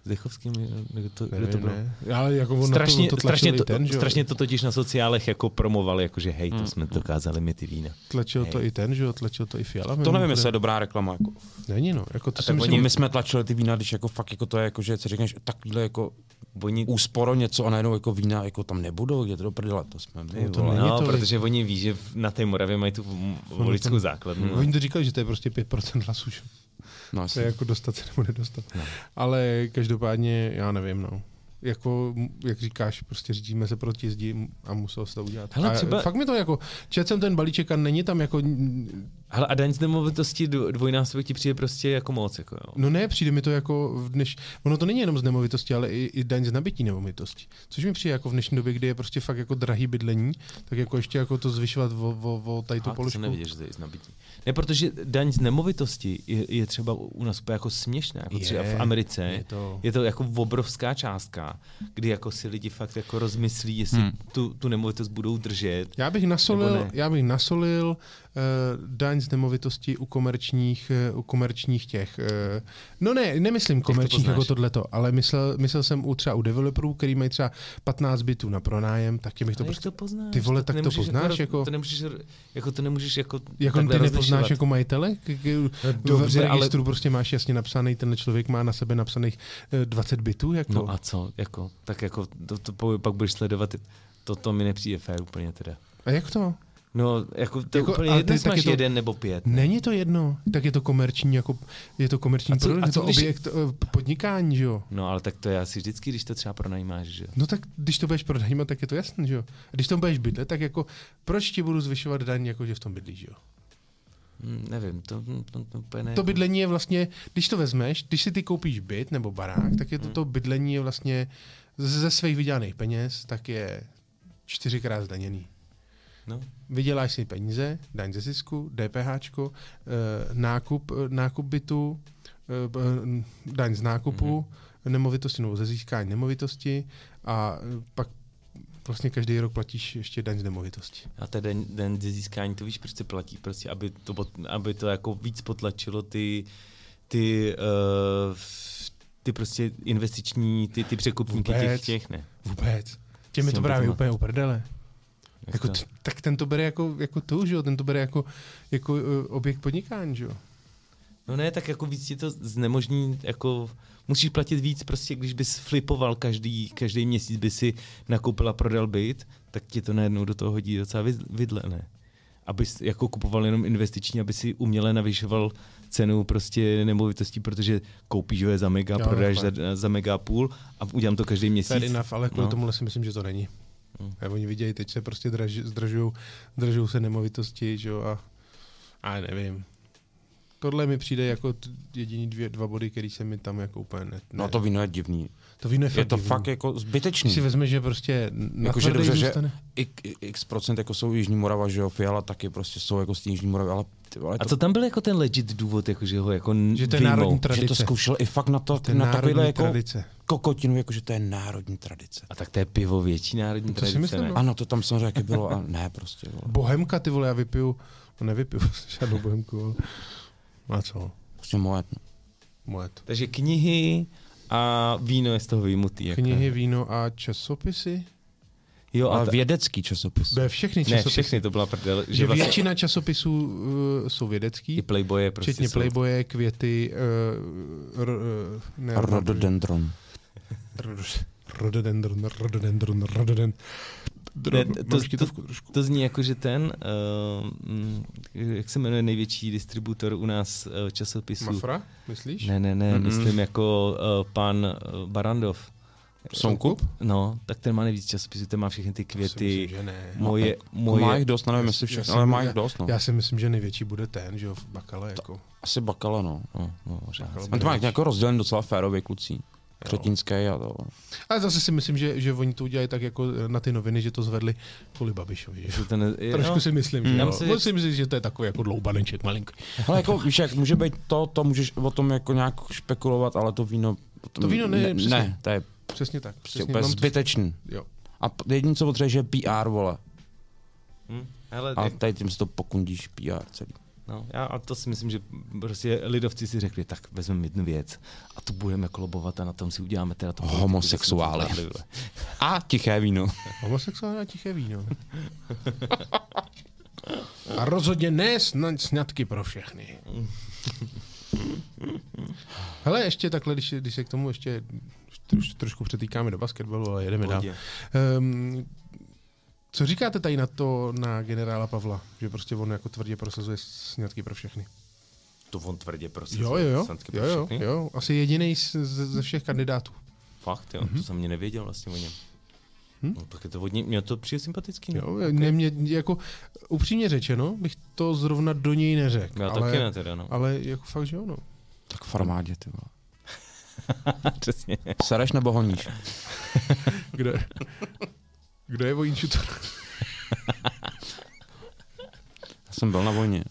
[SPEAKER 3] Zdechovský, kdo to, kdo to
[SPEAKER 1] Nevím,
[SPEAKER 3] bylo?
[SPEAKER 1] ne. Ale jako on
[SPEAKER 3] Strašně,
[SPEAKER 1] na to, on to tlačil
[SPEAKER 3] strašně,
[SPEAKER 1] i
[SPEAKER 3] to,
[SPEAKER 1] ten, že jo? Hmm,
[SPEAKER 3] strašně to totiž na sociálech jako promoval, jakože hej, to jsme dokázali my ty vína.
[SPEAKER 1] Tlačil to i ten, že jo, tlačil to i Fiala.
[SPEAKER 2] to
[SPEAKER 1] mimochodem.
[SPEAKER 2] nevím, jestli je dobrá reklama. Jako.
[SPEAKER 1] Není, no, jako to si
[SPEAKER 2] Tak oni,
[SPEAKER 1] myslím,
[SPEAKER 2] my jsme tlačili ty vína, když jako fakt jako to je, jako, že si řekneš takovýhle jako
[SPEAKER 3] Oni,
[SPEAKER 2] úsporo něco a najednou jako vína jako tam nebudou, je to do prdele, to jsme my,
[SPEAKER 1] No, to
[SPEAKER 2] vole.
[SPEAKER 1] není
[SPEAKER 3] no,
[SPEAKER 1] tolik.
[SPEAKER 3] protože oni ví, že v- na té Moravě mají tu m- voličskou základnu. no.
[SPEAKER 1] oni to říkali, že to je prostě 5% hlasů, že?
[SPEAKER 2] No,
[SPEAKER 1] to je
[SPEAKER 2] jasně.
[SPEAKER 1] jako dostat se nebo nedostat. No. Ale každopádně, já nevím, no. Jako, m- jak říkáš, prostě řídíme se proti zdi a musel se to udělat.
[SPEAKER 3] Hele,
[SPEAKER 1] a
[SPEAKER 3] třeba-
[SPEAKER 1] Fakt mi to jako, četl jsem ten balíček a není tam jako, n-
[SPEAKER 3] Hele, a daň z nemovitosti dvo- dvojnásobek ti přijde prostě jako moc. Jako, jo.
[SPEAKER 1] no ne, přijde mi to jako v dneš... Ono to není jenom z nemovitosti, ale i, i daň z nabití nemovitosti. Což mi přijde jako v dnešní době, kdy je prostě fakt jako drahý bydlení, tak jako ještě jako to zvyšovat o, o, o tady tu
[SPEAKER 3] Aha, to
[SPEAKER 1] položku.
[SPEAKER 3] jsem nevěděl, že to je z nabití. Ne, protože daň z nemovitosti je, je třeba u nás úplně jako směšná. Jako
[SPEAKER 1] Je,
[SPEAKER 3] třeba v Americe
[SPEAKER 1] je
[SPEAKER 3] je
[SPEAKER 1] to.
[SPEAKER 3] to... je to jako obrovská částka, kdy jako si lidi fakt jako rozmyslí, jestli hmm. tu, tu nemovitost budou držet.
[SPEAKER 1] Já bych nasolil,
[SPEAKER 3] ne?
[SPEAKER 1] já bych nasolil uh, daň z nemovitosti u komerčních, uh, u komerčních těch. Uh, no ne, nemyslím komerčních
[SPEAKER 3] poznáš.
[SPEAKER 1] jako tohleto, ale myslel, myslel jsem u třeba u developerů, který mají třeba 15 bytů na pronájem, tak těm bych to
[SPEAKER 3] Ale jak
[SPEAKER 1] prostě...
[SPEAKER 3] to poznáš?
[SPEAKER 1] Ty vole, tak to
[SPEAKER 3] nemůžeš
[SPEAKER 1] poznáš,
[SPEAKER 3] roz-
[SPEAKER 1] jako-
[SPEAKER 3] To nemůžeš, ro- jako to nemůžeš jako
[SPEAKER 1] Jako
[SPEAKER 3] takhle
[SPEAKER 1] ty nepoznáš
[SPEAKER 3] rozlišovat. No,
[SPEAKER 1] jako majitele? K- k-
[SPEAKER 3] dobře,
[SPEAKER 1] v
[SPEAKER 3] ale-
[SPEAKER 1] registru prostě máš jasně napsaný, tenhle člověk má na sebe napsaných eh, 20 bytů, jako...
[SPEAKER 3] No a co, jako, tak jako, to, to, po- pak budeš sledovat, to, to mi nepřijde fér úplně teda.
[SPEAKER 1] a jak to?
[SPEAKER 3] No, jako
[SPEAKER 1] Jako,
[SPEAKER 3] to jako, úplně
[SPEAKER 1] ale
[SPEAKER 3] jedno,
[SPEAKER 1] ty-
[SPEAKER 3] jestli
[SPEAKER 1] tak je
[SPEAKER 3] máš
[SPEAKER 1] to-
[SPEAKER 3] to... jeden nebo pět.
[SPEAKER 1] Není to jedno, tak je to komerční, jako, je to komerční
[SPEAKER 3] A co-
[SPEAKER 1] produkt,
[SPEAKER 3] a
[SPEAKER 1] je
[SPEAKER 3] co
[SPEAKER 1] to
[SPEAKER 3] když-
[SPEAKER 1] objekt eh, podnikání, že jo?
[SPEAKER 3] No, ale tak to je asi vždycky, když to třeba pronajímáš, že? jo.
[SPEAKER 1] No tak když to budeš pronajímat, tak je to jasný, že jo? A když tam budeš bydlet, tak jako proč ti budu zvyšovat daň, jako že v tom bydlíš, že jo?
[SPEAKER 3] Hm, nevím, to, to, to, to úplně ne.
[SPEAKER 1] To bydlení je vlastně, když to vezmeš, když si ty koupíš byt nebo barák, tak je
[SPEAKER 3] Hmm.
[SPEAKER 1] to, to bydlení je vlastně ze svých vydělaných peněz, tak je čtyřikrát zdaněný.
[SPEAKER 7] No.
[SPEAKER 1] Vyděláš si peníze, daň ze zisku, DPH, eh, nákup, nákup bytu, eh, b- n- daň z nákupu, nemovitosti nebo ze získání nemovitosti a eh, pak vlastně každý rok platíš ještě daň z nemovitosti.
[SPEAKER 3] A ten den, den ze získání, to víš, proč se platí? Prostě, aby to, pot- aby to jako víc potlačilo ty, ty, uh, ty prostě investiční, ty, ty překupníky
[SPEAKER 1] Vůbec.
[SPEAKER 3] těch, těch, ne.
[SPEAKER 1] Vůbec. Těm je
[SPEAKER 3] S
[SPEAKER 1] to
[SPEAKER 3] těm
[SPEAKER 1] právě
[SPEAKER 3] bytma.
[SPEAKER 1] úplně u prdele.
[SPEAKER 3] Jak
[SPEAKER 1] Jako
[SPEAKER 3] to?
[SPEAKER 1] t- tak ten to bere jako, jako to, že jo? Ten to bere jako, jako eh, objekt podnikání, že jo?
[SPEAKER 3] No ne, tak jako víc ti to znemožní, jako musíš platit víc prostě, když bys flipoval každý, každý měsíc by si nakoupil a prodal byt, tak ti to najednou do toho hodí docela vid- vidle, ne? Abys jako kupoval jenom investiční, aby si uměle navyšoval cenu prostě nemovitostí, protože koupíš ho je za mega,
[SPEAKER 1] Jo,
[SPEAKER 3] prodáš za,
[SPEAKER 1] fakt.
[SPEAKER 3] za mega a půl a udělám to každý měsíc.
[SPEAKER 1] Fair enough, ale kvůli no.
[SPEAKER 3] No.
[SPEAKER 1] tomu si myslím, že to není.
[SPEAKER 2] Hmm.
[SPEAKER 1] A oni vidějí, teď se prostě draž, zdražují, zdražují se nemovitosti, že jo, a, a nevím. Tohle mi přijde jako t- jediný dvě, dva body, který se mi tam jako úplně ne,
[SPEAKER 2] No to víno je divný.
[SPEAKER 1] to víno je,
[SPEAKER 2] Je to
[SPEAKER 1] divný.
[SPEAKER 2] fakt jako
[SPEAKER 1] Když si
[SPEAKER 2] zbytečný.
[SPEAKER 1] vezme, že prostě na
[SPEAKER 2] Jakože
[SPEAKER 1] tvrdej
[SPEAKER 2] dobře, že
[SPEAKER 1] zůstane.
[SPEAKER 2] i- x procent jako jsou Jižní Morava, že jo, Fiala taky prostě jsou jako z té Jižní Moravy, ale ty vole,
[SPEAKER 3] A
[SPEAKER 2] to,
[SPEAKER 3] co tam byl jako ten legit důvod, jako že ho jako
[SPEAKER 1] Že to je
[SPEAKER 3] vyjmou?
[SPEAKER 1] národní
[SPEAKER 2] že to
[SPEAKER 1] tradice.
[SPEAKER 2] zkoušel i fakt na, to,
[SPEAKER 1] To je
[SPEAKER 2] na takovýhle
[SPEAKER 1] národní
[SPEAKER 2] jako
[SPEAKER 1] tradice.
[SPEAKER 2] kokotinu, jako že to je národní tradice.
[SPEAKER 3] A tak to je pivo větší národní
[SPEAKER 1] si
[SPEAKER 3] tradice,
[SPEAKER 1] myslím,
[SPEAKER 3] ne?
[SPEAKER 1] no.
[SPEAKER 2] Ano, to tam samozřejmě jaké bylo, a ne prostě. Vole.
[SPEAKER 1] Bohemka, ty vole, já vypiju, no nevypiju žádnou bohemku, ale no a co,
[SPEAKER 2] Prostě moje. no.
[SPEAKER 1] mojet.
[SPEAKER 3] Takže knihy a víno je z toho vyjmutý. Jako.
[SPEAKER 1] Knihy, víno a časopisy? No
[SPEAKER 3] Jo, a
[SPEAKER 2] Ale
[SPEAKER 3] ta...
[SPEAKER 2] vědecký časopis.
[SPEAKER 1] Ne, všechny
[SPEAKER 3] Ne,
[SPEAKER 1] časopisy.
[SPEAKER 3] všechny to byla prdel. Že
[SPEAKER 1] Že
[SPEAKER 3] vlastně
[SPEAKER 1] většina časopisů uh, jsou vědecký.
[SPEAKER 3] i Playboye prostě
[SPEAKER 1] Včetně
[SPEAKER 3] jsou-
[SPEAKER 1] Playboye, květy, uh, ro, uh, ne,
[SPEAKER 2] Rododendron.
[SPEAKER 1] rod- rododendron, rododendron, rododendron.
[SPEAKER 3] Ne,
[SPEAKER 1] to, to, to, trošku.
[SPEAKER 3] To zní jako, že ten, uh, jak se jmenuje největší distributor u nás uh, časopisů?
[SPEAKER 1] Mafra, myslíš?
[SPEAKER 3] Ne, ne, ne, mm-hmm. myslím jako uh, pan uh, Barandov.
[SPEAKER 2] Soukup?
[SPEAKER 3] No, tak ten má nejvíc časopisů, ten má všechny ty
[SPEAKER 1] Já si myslím,
[SPEAKER 3] květy.
[SPEAKER 1] že No, ne.
[SPEAKER 3] Moje, moje...
[SPEAKER 2] Jako Má jich dost, nevím, jestli
[SPEAKER 1] Já si-
[SPEAKER 2] všechno, ale má
[SPEAKER 1] já-
[SPEAKER 2] jich dost, no.
[SPEAKER 1] Já si myslím, že největší bude ten, že jo, v Bakale, jako.
[SPEAKER 2] Asi Bakala, no.
[SPEAKER 3] No, no, možná.
[SPEAKER 1] Bakala
[SPEAKER 2] On to
[SPEAKER 1] bude
[SPEAKER 2] má
[SPEAKER 1] největší.
[SPEAKER 2] jako rozdělen docela férově kluci. Křetínské a to.
[SPEAKER 1] Ale zase si myslím, že, že oni to udělají tak jako eh, na ty noviny, že to zvedli kvůli Babišovi, že
[SPEAKER 3] Že ten, je,
[SPEAKER 1] Trošku
[SPEAKER 3] no,
[SPEAKER 1] si myslím, že
[SPEAKER 3] Já
[SPEAKER 1] jo.
[SPEAKER 3] myslím, že-
[SPEAKER 1] Musím říct, že to je takový jako dloubaneček malinký.
[SPEAKER 2] Ale jako, víš, jak může být to, to můžeš o tom jako nějak špekulovat, ale to víno...
[SPEAKER 1] To víno ne,
[SPEAKER 2] ne,
[SPEAKER 1] přesně.
[SPEAKER 2] ne, to je prostě
[SPEAKER 1] Přesně tak. Přesně,
[SPEAKER 2] úplně
[SPEAKER 1] mám to-
[SPEAKER 2] zbytečný.
[SPEAKER 1] Jo.
[SPEAKER 2] A p- jediný, co potřebuješ, je PR, vole.
[SPEAKER 3] hm, hele,
[SPEAKER 2] A tady tím se to pokundíš PR celý.
[SPEAKER 3] No, já a to si myslím, že prostě lidovci si řekli, tak vezmeme jednu věc a tu budeme klobovat a na tom si uděláme teda to.
[SPEAKER 2] Homosexuály. A tiché víno.
[SPEAKER 1] Homosexuální a tiché víno. A rozhodně ne sna- sňatky pro všechny. Hele, ještě takhle, když, když se k tomu ještě troš, trošku přetýkáme do basketbalu, ale jedeme dál. Um, co říkáte tady na to, na generála Pavla, že prostě on jako tvrdě prosazuje sňatky pro všechny?
[SPEAKER 3] To on tvrdě prostě.
[SPEAKER 1] Jo, jo, jo,
[SPEAKER 3] Santky
[SPEAKER 1] jo,
[SPEAKER 3] pro
[SPEAKER 1] jo,
[SPEAKER 3] všechny.
[SPEAKER 1] jo. asi jediný ze, ze všech kandidátů.
[SPEAKER 3] Fakt, jo,
[SPEAKER 1] Mhm.
[SPEAKER 3] mm-hmm. to jsem mě nevěděl vlastně o něm. Hm? No, tak je to od něj, mě to přijde sympatický. no.
[SPEAKER 1] Jo, ne, mě, jako upřímně řečeno, bych to zrovna do něj neřekl.
[SPEAKER 3] Já
[SPEAKER 1] ale,
[SPEAKER 3] taky ne teda, no.
[SPEAKER 1] Ale jako fakt, že ono.
[SPEAKER 2] Tak v armádě, ty vole.
[SPEAKER 3] Přesně.
[SPEAKER 2] Sereš nebo honíš?
[SPEAKER 1] Kdo, kdo je vojín šutor?
[SPEAKER 2] Já jsem byl na vojně.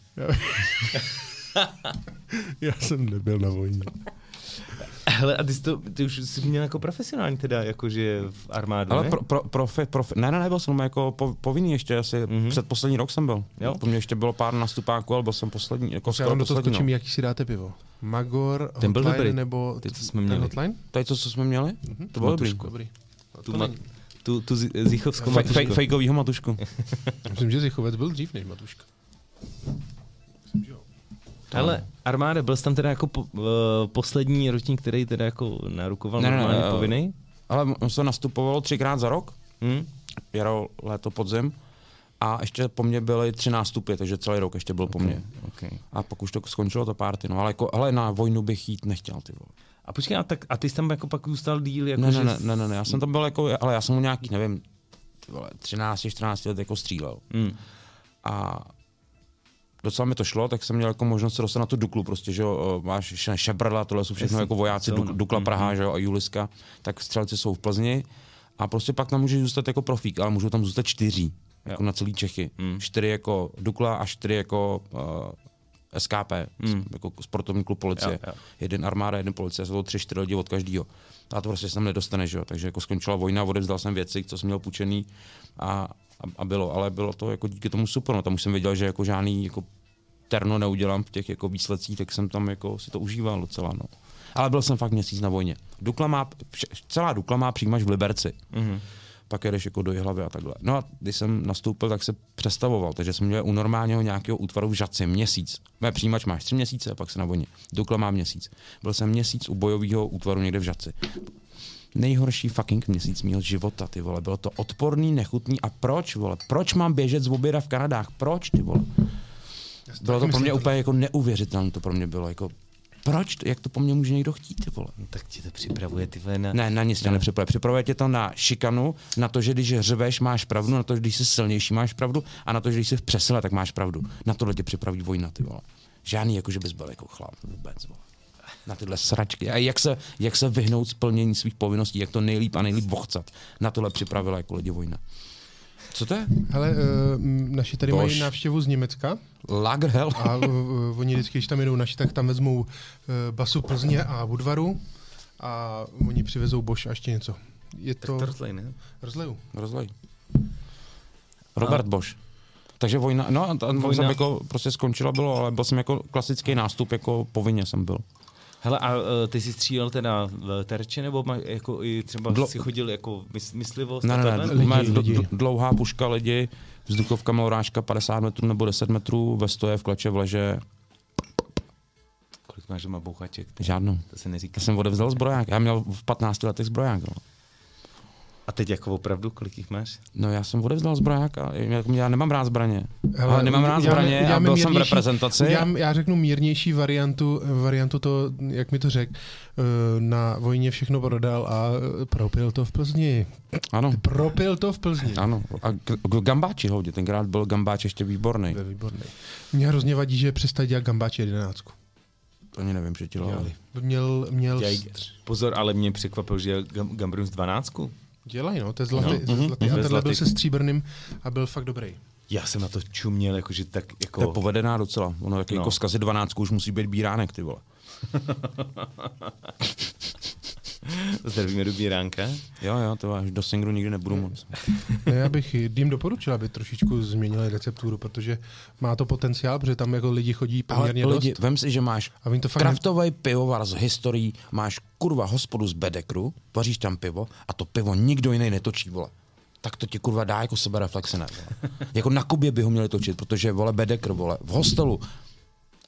[SPEAKER 1] Já jsem nebyl na vojně.
[SPEAKER 3] Hele, a ty, jsi to, ty už jsi měl jako profesionální teda, jakože v armádu,
[SPEAKER 2] Ale
[SPEAKER 3] ne?
[SPEAKER 2] pro, pro, profi, profi, ne, ne, nebyl jsem jako po, povinný ještě, asi
[SPEAKER 1] Mhm.
[SPEAKER 2] mm-hmm. předposlední rok jsem byl. Jo? Po mně ještě bylo pár nastupáků, ale byl jsem poslední, jako
[SPEAKER 1] Já vám
[SPEAKER 2] skoro
[SPEAKER 1] do toho
[SPEAKER 2] poslední.
[SPEAKER 1] skočím,
[SPEAKER 2] No.
[SPEAKER 1] jaký si dáte pivo. Magor,
[SPEAKER 3] Ten byl
[SPEAKER 1] hotline,
[SPEAKER 3] dobrý.
[SPEAKER 1] nebo
[SPEAKER 3] Ty, co jsme
[SPEAKER 1] ten
[SPEAKER 3] měli.
[SPEAKER 1] hotline?
[SPEAKER 2] Tady to, co jsme měli,
[SPEAKER 1] Mhm.
[SPEAKER 2] mm-hmm. to bylo dobrý.
[SPEAKER 1] Dobrý.
[SPEAKER 3] tu, ma, tu, tu zi- zichovskou
[SPEAKER 2] Fe, fe,
[SPEAKER 3] matušku.
[SPEAKER 2] fejkovýho matušku.
[SPEAKER 1] Myslím, že Zichovec byl dřív než Matuška.
[SPEAKER 3] Hele, armáda, byl jsi tam teda jako po, uh, poslední ročník, který teda jako narukoval
[SPEAKER 2] Ne, ne, ne,
[SPEAKER 3] normálně
[SPEAKER 2] eh,
[SPEAKER 3] povinný?
[SPEAKER 2] Ale on se nastupovalo třikrát za rok,
[SPEAKER 3] Hm?
[SPEAKER 2] jaro, léto, podzim. A ještě po mně byly tři nástupy, takže celý rok ještě byl po mně.
[SPEAKER 3] Okay.
[SPEAKER 2] A pak už to skončilo to párty, no ale jako, hele, na vojnu bych jít nechtěl, ty vole.
[SPEAKER 3] A počkej, a, tak, a ty jsi tam jako pak zůstal díl? Jako
[SPEAKER 2] Ne,
[SPEAKER 3] že
[SPEAKER 2] ne, ne,
[SPEAKER 3] jsi-
[SPEAKER 2] ne, ne, ne, já jsem tam byl jako, ale já jsem mu nějaký, nevím, ty vole, 13, 14 let jako střílel.
[SPEAKER 3] Mm.
[SPEAKER 2] A docela mi to šlo, tak jsem měl jako možnost se dostat na tu Duklu, prostě, že jo, máš š- Šebrla, tohle jsou všechno
[SPEAKER 3] Jasně,
[SPEAKER 2] jako vojáci,
[SPEAKER 3] jsou,
[SPEAKER 2] Duk,
[SPEAKER 3] no.
[SPEAKER 2] Dukla Praha, že jo, a Juliska, tak střelci jsou v Plzni a prostě pak tam může zůstat jako profík, ale můžou tam zůstat čtyři. jako na celý Čechy. Mm. Čtyři jako Dukla a čtyři jako uh, SKP, mm. jako sportovní klub policie. Jo, jo. Jeden armáda, jeden policie, jsou to tři, čtyři lidi od každého. A to prostě se tam nedostane, že jo. Takže jako skončila vojna, odevzdal jsem věci, co jsem měl půjčený a, a, a, bylo. Ale bylo to jako díky tomu super, no. Tam už jsem věděl, že jako žádný jako terno neudělám v těch jako výsledcích, tak jsem tam jako si to užíval docela, no. Ale byl jsem fakt měsíc na vojně. Dukla má, celá Dukla má přijímač v Liberci. Mm-hmm pak jedeš jako do hlavy a takhle. No a když jsem nastoupil, tak se přestavoval, takže jsem měl u normálního nějakého útvaru v Žadci měsíc. Mé přijímač máš tři měsíce a pak se na voně. Dukla má měsíc. Byl jsem měsíc u bojového útvaru někde v Žadci. Nejhorší fucking měsíc mého života, ty vole. Bylo to odporný, nechutný a proč, vole? Proč mám běžet z oběda v Kanadách? Proč, ty vole? Bylo to pro mě úplně jako neuvěřitelné, to pro mě bylo jako proč, jak to po mně může někdo chtít, ty vole?
[SPEAKER 3] No, tak ti to připravuje, ty vole, na...
[SPEAKER 2] Ne, na nic tě ne. nepřipravuje. Připravuje tě to na šikanu, na to, že když řveš, máš pravdu, na to, že když jsi silnější, máš pravdu a na to, že když jsi v přesile, tak máš pravdu. Na tohle tě připraví vojna, ty vole. Žádný, jakože bys byl jako chlap vůbec, vole. Na tyhle sračky. A jak se, jak se vyhnout splnění svých povinností, jak to nejlíp a nejlíp bochcat. Na tohle připravila jako lidi vojna. Co to je?
[SPEAKER 1] Hele, uh, naši tady Bož. mají návštěvu z Německa.
[SPEAKER 2] Lagerhel.
[SPEAKER 1] A uh, oni vždycky, když tam jedou naši, tak tam vezmou uh, basu Plzně a Budvaru a oni přivezou Bosch a ještě něco.
[SPEAKER 3] Je to... Tak to rozlej, ne?
[SPEAKER 1] Rozleju.
[SPEAKER 2] Rozlej. Robert a... Bosch. Takže vojna, no ta vojna. jsem jako prostě skončila bylo, ale byl jsem jako klasický nástup, jako povinně jsem byl.
[SPEAKER 3] Hele, a uh, ty jsi střílel teda v terče, nebo ma, jako i třeba Dlo- jsi chodil jako mys- myslivost?
[SPEAKER 2] Ne, ne, ne, lidi, lidi. D- d- dlouhá puška lidi, vzduchovka malorážka 50 metrů nebo 10 metrů, ve stoje, v kleče, v leže.
[SPEAKER 3] Kolik máš doma bouchaček?
[SPEAKER 2] Žádnou.
[SPEAKER 3] To se neříká.
[SPEAKER 2] Já jsem odevzal zbroják, já měl v 15 letech zbroják. No.
[SPEAKER 3] A teď jako opravdu, kolik jich máš?
[SPEAKER 2] No já jsem odevzdal zbraják a já nemám rád zbraně. Hele, ale nemám rád zbraně já, já a byl mírnější, jsem v reprezentaci.
[SPEAKER 1] Já, já řeknu mírnější variantu, variantu to, jak mi to řekl, eh, na vojně všechno prodal a eh, propil to v Plzni.
[SPEAKER 2] Ano.
[SPEAKER 1] Propil to v Plzni.
[SPEAKER 2] Ano. A k- Gambáči hodně, tenkrát byl Gambáč ještě výborný.
[SPEAKER 1] Byl výborný. Mě hrozně vadí, že přestali dělat Gambáč jedenáctku.
[SPEAKER 2] Ani nevím, že dělali.
[SPEAKER 1] Měl, měl...
[SPEAKER 3] Dělaj, pozor, ale mě překvapil, že Gambrus 12.
[SPEAKER 1] Dělají, no, to je zlatý. No, mm-hmm, zlatý. Mm, a tenhle zlatý. byl se stříbrným a byl fakt dobrý.
[SPEAKER 3] Já jsem na to čuměl, jakože tak jako...
[SPEAKER 2] To je povedená docela. Ono taky no. jako zkazy 12 už musí být bíránek, ty vole.
[SPEAKER 3] Zdravíme do Bíránka.
[SPEAKER 2] Jo, jo, to až do singru nikdy nebudu moc.
[SPEAKER 1] Ne, já bych jim doporučil, aby trošičku změnili recepturu, protože má to potenciál, protože tam jako lidi chodí poměrně Ale lidi, dost.
[SPEAKER 2] Vem si, že máš a to fakt kraftový ne... pivovar z historií, máš kurva hospodu z Bedekru, vaříš tam pivo a to pivo nikdo jiný netočí, vole tak to ti kurva dá jako sebereflexi, ne? Vole. jako na Kubě by ho měli točit, protože vole Bedekr, vole, v hostelu,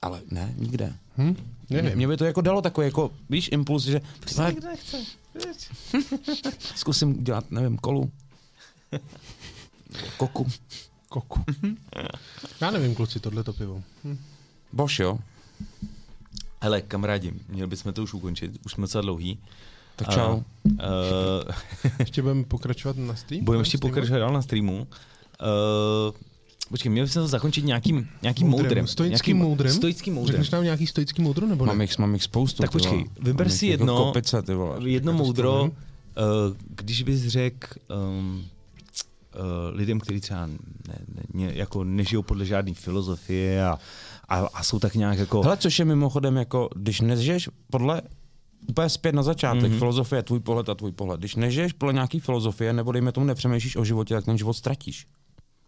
[SPEAKER 2] ale ne, nikde.
[SPEAKER 1] Hm?
[SPEAKER 2] Nevím. Mě by to jako dalo takový, jako, víš, impuls, že...
[SPEAKER 3] To ale... nikdo nechce.
[SPEAKER 2] Zkusím udělat, nevím, kolu. Koku.
[SPEAKER 1] Koku. Já nevím, kluci, tohle to pivo. Hm.
[SPEAKER 2] Boš, jo?
[SPEAKER 3] Hele, kamarádi, měli bychom to už ukončit, už jsme docela dlouhý. Eh,
[SPEAKER 2] Tak čau. Uh, uh,
[SPEAKER 1] ještě budeme pokračovat na streamu?
[SPEAKER 3] Budeme ještě pokračovat dál na streamu. Uh, Počkej, měl jsem to zakončit nějakým, nějakým moudrem. moudrem.
[SPEAKER 1] Stoickým moudrem?
[SPEAKER 3] Stoickým moudrem.
[SPEAKER 1] Řekneš nám nějaký stoický moudro nebo ne?
[SPEAKER 2] Mám jich, mám jich spoustu.
[SPEAKER 3] Tak počkej, vole. vyber si jedno,
[SPEAKER 2] jako kopice, ty vole.
[SPEAKER 3] jedno jako moudro, uh, když bys řekl um, uh, lidem, kteří třeba ne, ne, jako nežijou podle žádné filozofie a, a, a, jsou tak nějak jako...
[SPEAKER 2] Hele, což je mimochodem jako, když nežiješ podle úplně zpět na začátek.
[SPEAKER 3] Mhm.
[SPEAKER 2] Mm-hmm. Filozofie je tvůj pohled a tvůj pohled. Když nežiješ podle nějaký filozofie, nebo dejme tomu nepřemýšlíš o životě, tak ten život ztratíš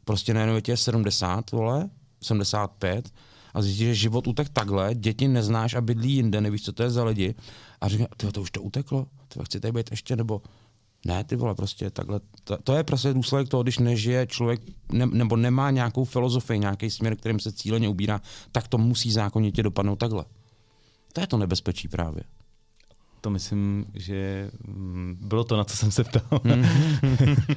[SPEAKER 2] prostě najednou tě je 70, vole, 75, a zjistíš, že život utek takhle, děti neznáš a bydlí jinde, nevíš, co to je za lidi. A říkáš, ty to už to uteklo, ty chci tady být ještě, nebo ne, ty vole, prostě takhle. To, to je prostě důsledek toho, když nežije člověk ne, nebo nemá nějakou filozofii, nějaký směr, kterým se cíleně ubírá, tak to musí zákonitě dopadnout takhle. To je to nebezpečí právě
[SPEAKER 3] to myslím, že mm, bylo to, na co jsem se ptal. Mm-hmm.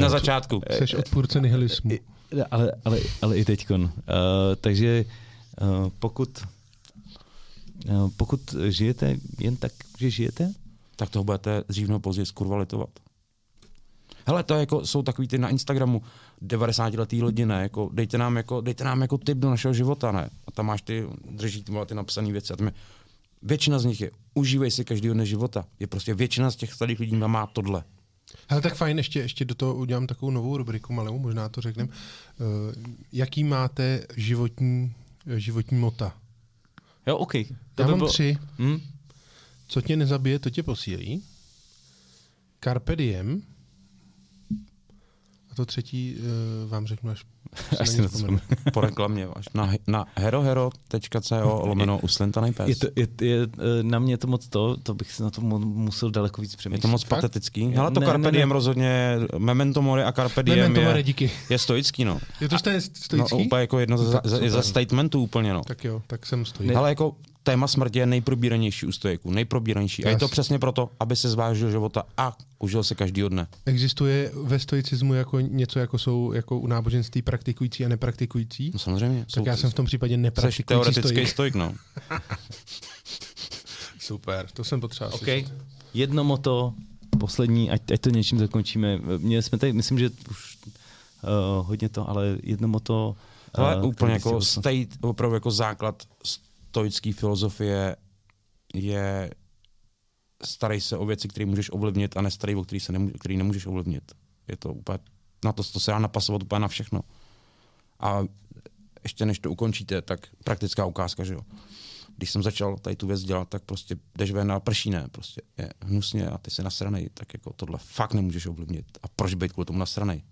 [SPEAKER 2] na začátku.
[SPEAKER 1] Jsi odpůrce
[SPEAKER 3] eh,
[SPEAKER 1] nihilismu.
[SPEAKER 3] Ale, ale, ale i teďkon. Uh,
[SPEAKER 8] Eh,
[SPEAKER 3] takže uh, pokud,
[SPEAKER 8] eh,
[SPEAKER 3] uh, pokud žijete jen tak, že žijete,
[SPEAKER 2] tak toho budete dřív nebo později skurva litovat. Hele, to jako, jsou takový ty na Instagramu 90 letý lidi, ne, jako, dejte nám jako, dejte nám jako tip do našeho života, ne. A tam máš ty, drží ty, ty napsané věci a tam je, Většina z nich je užívej si každý dne života. Je prostě většina z těch starých lidí má tohle.
[SPEAKER 1] Hele, tak fajn, ještě, ještě do toho udělám takovou novou rubriku malou, možná to řekneme. Uh, jaký máte životní, eh, životní mota?
[SPEAKER 8] Jo, OK. To
[SPEAKER 1] Já
[SPEAKER 8] by
[SPEAKER 1] mám
[SPEAKER 8] bylo-
[SPEAKER 1] tři.
[SPEAKER 8] Hm?
[SPEAKER 1] Co tě nezabije, to tě posílí. Carpe diem. A to třetí uh, vám řeknu až,
[SPEAKER 8] Až si
[SPEAKER 1] na
[SPEAKER 8] na
[SPEAKER 1] ní
[SPEAKER 8] to
[SPEAKER 1] vzpomenu.
[SPEAKER 2] Po reklamě až na, na herohero.co lomeno Uslinta
[SPEAKER 8] Je,
[SPEAKER 2] nejpes.
[SPEAKER 8] to, je, je, eh, na mě to moc to, to bych si na to mo- musel daleko víc
[SPEAKER 2] Je
[SPEAKER 8] přemýšlet.
[SPEAKER 2] to moc patetický. Hele, to
[SPEAKER 8] Ne,
[SPEAKER 2] Carpe
[SPEAKER 8] ne, ne.
[SPEAKER 2] Diem rozhodně, Memento Mori a Carpe Diem
[SPEAKER 1] Memento Mori,
[SPEAKER 2] je,
[SPEAKER 1] díky.
[SPEAKER 2] je stoický, no.
[SPEAKER 1] Je to a,
[SPEAKER 2] No
[SPEAKER 1] stoický?
[SPEAKER 2] úplně jako jedno za, za, za statementů úplně, no.
[SPEAKER 1] Tak jo, tak jsem stojí.
[SPEAKER 2] Ne. Ale jako téma smrti je nejprobíranější u stojeků, nejprobíranější. A je to
[SPEAKER 1] Jasně.
[SPEAKER 2] přesně proto, aby se zvážil života a užil se každý dne.
[SPEAKER 1] Existuje ve stoicismu jako něco, jako jsou jako u náboženství praktikující a nepraktikující?
[SPEAKER 2] No samozřejmě.
[SPEAKER 1] Tak já jsem v tom případě
[SPEAKER 2] Seš
[SPEAKER 1] nepraktikující
[SPEAKER 2] teoretický
[SPEAKER 1] stoik.
[SPEAKER 2] stoik. stoik, no.
[SPEAKER 1] Super, to jsem potřeboval
[SPEAKER 8] OK.
[SPEAKER 1] slyšet.
[SPEAKER 8] Jedno moto, poslední, ať, ať to něčím zakončíme. Měli jsme tady, myslím, že už uh, hodně to, ale jedno moto... eh,
[SPEAKER 2] Ale
[SPEAKER 8] které
[SPEAKER 2] úplně
[SPEAKER 8] bych chtěl
[SPEAKER 2] jako
[SPEAKER 8] dostat.
[SPEAKER 2] state, opravdu jako základ stoické filozofie je starej se o věci, které můžeš ovlivnit a nestarej o které se nemů- který nemůžeš ovlivnit. Je to úplně, na to, to se dá napasovat úplně na všechno. A ještě než to ukončíte, tak praktická ukázka, že jo. Když jsem začal tady tu věc dělat, tak prostě jdeš ven a prší ne, prostě je hnusně a ty jsi nasranej, tak jako tohle fakt nemůžeš ovlivnit. A proč být kvůli tomu nasranej?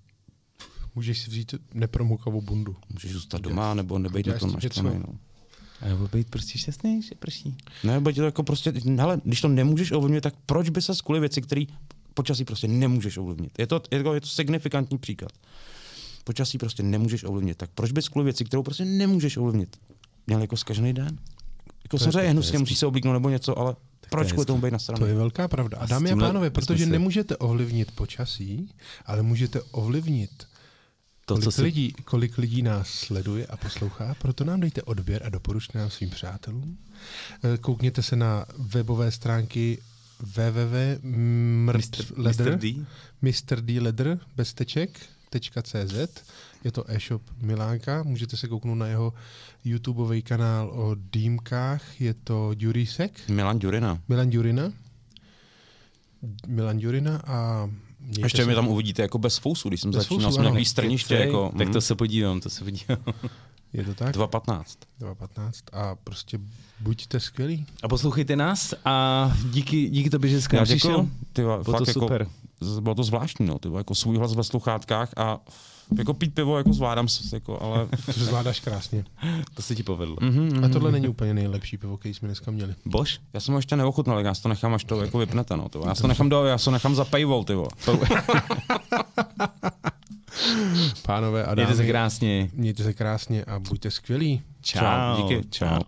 [SPEAKER 1] Můžeš si vzít nepromukavou bundu.
[SPEAKER 2] Můžeš zůstat doma nebo nebejt na
[SPEAKER 1] Děláš
[SPEAKER 2] to
[SPEAKER 1] si
[SPEAKER 2] naštvaný.
[SPEAKER 1] něco.
[SPEAKER 2] No.
[SPEAKER 8] A nebo být prostě šťastný, že prší.
[SPEAKER 2] Ne, bude to jako prostě, hele, když to nemůžeš ovlivnit, tak proč by se kvůli věci, které počasí prostě nemůžeš ovlivnit? Je to, je, to, je to signifikantní příklad. Počasí prostě nemůžeš ovlivnit, tak proč bys kvůli věci, kterou prostě nemůžeš ovlivnit, měl jako zkažený den? Jako samozřejmě je hnusně, musí se oblíknout nebo něco, ale proč kvůli tomu být na
[SPEAKER 1] To
[SPEAKER 2] straně?
[SPEAKER 1] je velká pravda. A dámy a
[SPEAKER 8] tímhle
[SPEAKER 1] pánové,
[SPEAKER 8] bychom
[SPEAKER 1] protože
[SPEAKER 8] si-
[SPEAKER 1] nemůžete ovlivnit počasí, ale můžete ovlivnit
[SPEAKER 8] To,
[SPEAKER 1] kolik,
[SPEAKER 8] co si-
[SPEAKER 1] lidí, kolik lidí nás sleduje a poslouchá, proto nám dejte odběr a doporučte nám svým přátelům. Eh, Koukněte se na webové stránky www.mrtledr, Mr. D. Leder, bez teček, .cz. Je to e-shop Milánka, můžete se kouknout na jeho YouTubeový kanál o dýmkách, je to Durisek,
[SPEAKER 2] Milan Durina.
[SPEAKER 1] Milan Durina. Milan Durina a... mějte
[SPEAKER 2] Ještě
[SPEAKER 1] se-
[SPEAKER 2] mě tam uvidíte jako bez fousu, když jsem
[SPEAKER 1] Bez
[SPEAKER 2] začínal,
[SPEAKER 1] fousu,
[SPEAKER 2] jsem
[SPEAKER 1] ano.
[SPEAKER 2] nějaký strniště, jako
[SPEAKER 8] Tak to
[SPEAKER 2] mm,
[SPEAKER 8] se podívám, to se podívám.
[SPEAKER 1] Je to tak?
[SPEAKER 2] 2.15.
[SPEAKER 1] 2.15 a prostě buďte skvělí.
[SPEAKER 8] A poslouchejte nás a díky, díky tobě, že jsi k nám
[SPEAKER 2] Já
[SPEAKER 8] přišel.
[SPEAKER 2] děkuju. Ty, vole,
[SPEAKER 8] Bylo
[SPEAKER 2] fakt
[SPEAKER 8] to super.
[SPEAKER 2] Jako, z- bylo to zvláštní, no, ty, vole, jako svůj hlas ve sluchátkách a jako pít pivo, jako zvládám se, jako, ale
[SPEAKER 1] To zvládáš krásně.
[SPEAKER 8] To se ti povedlo.
[SPEAKER 1] A tohle není úplně nejlepší pivo, který jsme dneska měli.
[SPEAKER 8] Bož?
[SPEAKER 2] já jsem ho ještě neochutnal, tak já si to nechám, až to jako vypnete, no, ty, vole. já si to nechám, do, já si to nechám za paywall, ty, vole. To-
[SPEAKER 1] Pánové a
[SPEAKER 8] Mějte se
[SPEAKER 1] dámy,
[SPEAKER 8] krásně.
[SPEAKER 1] mějte se krásně a buďte skvělí.
[SPEAKER 8] Čau.
[SPEAKER 2] díky, čau.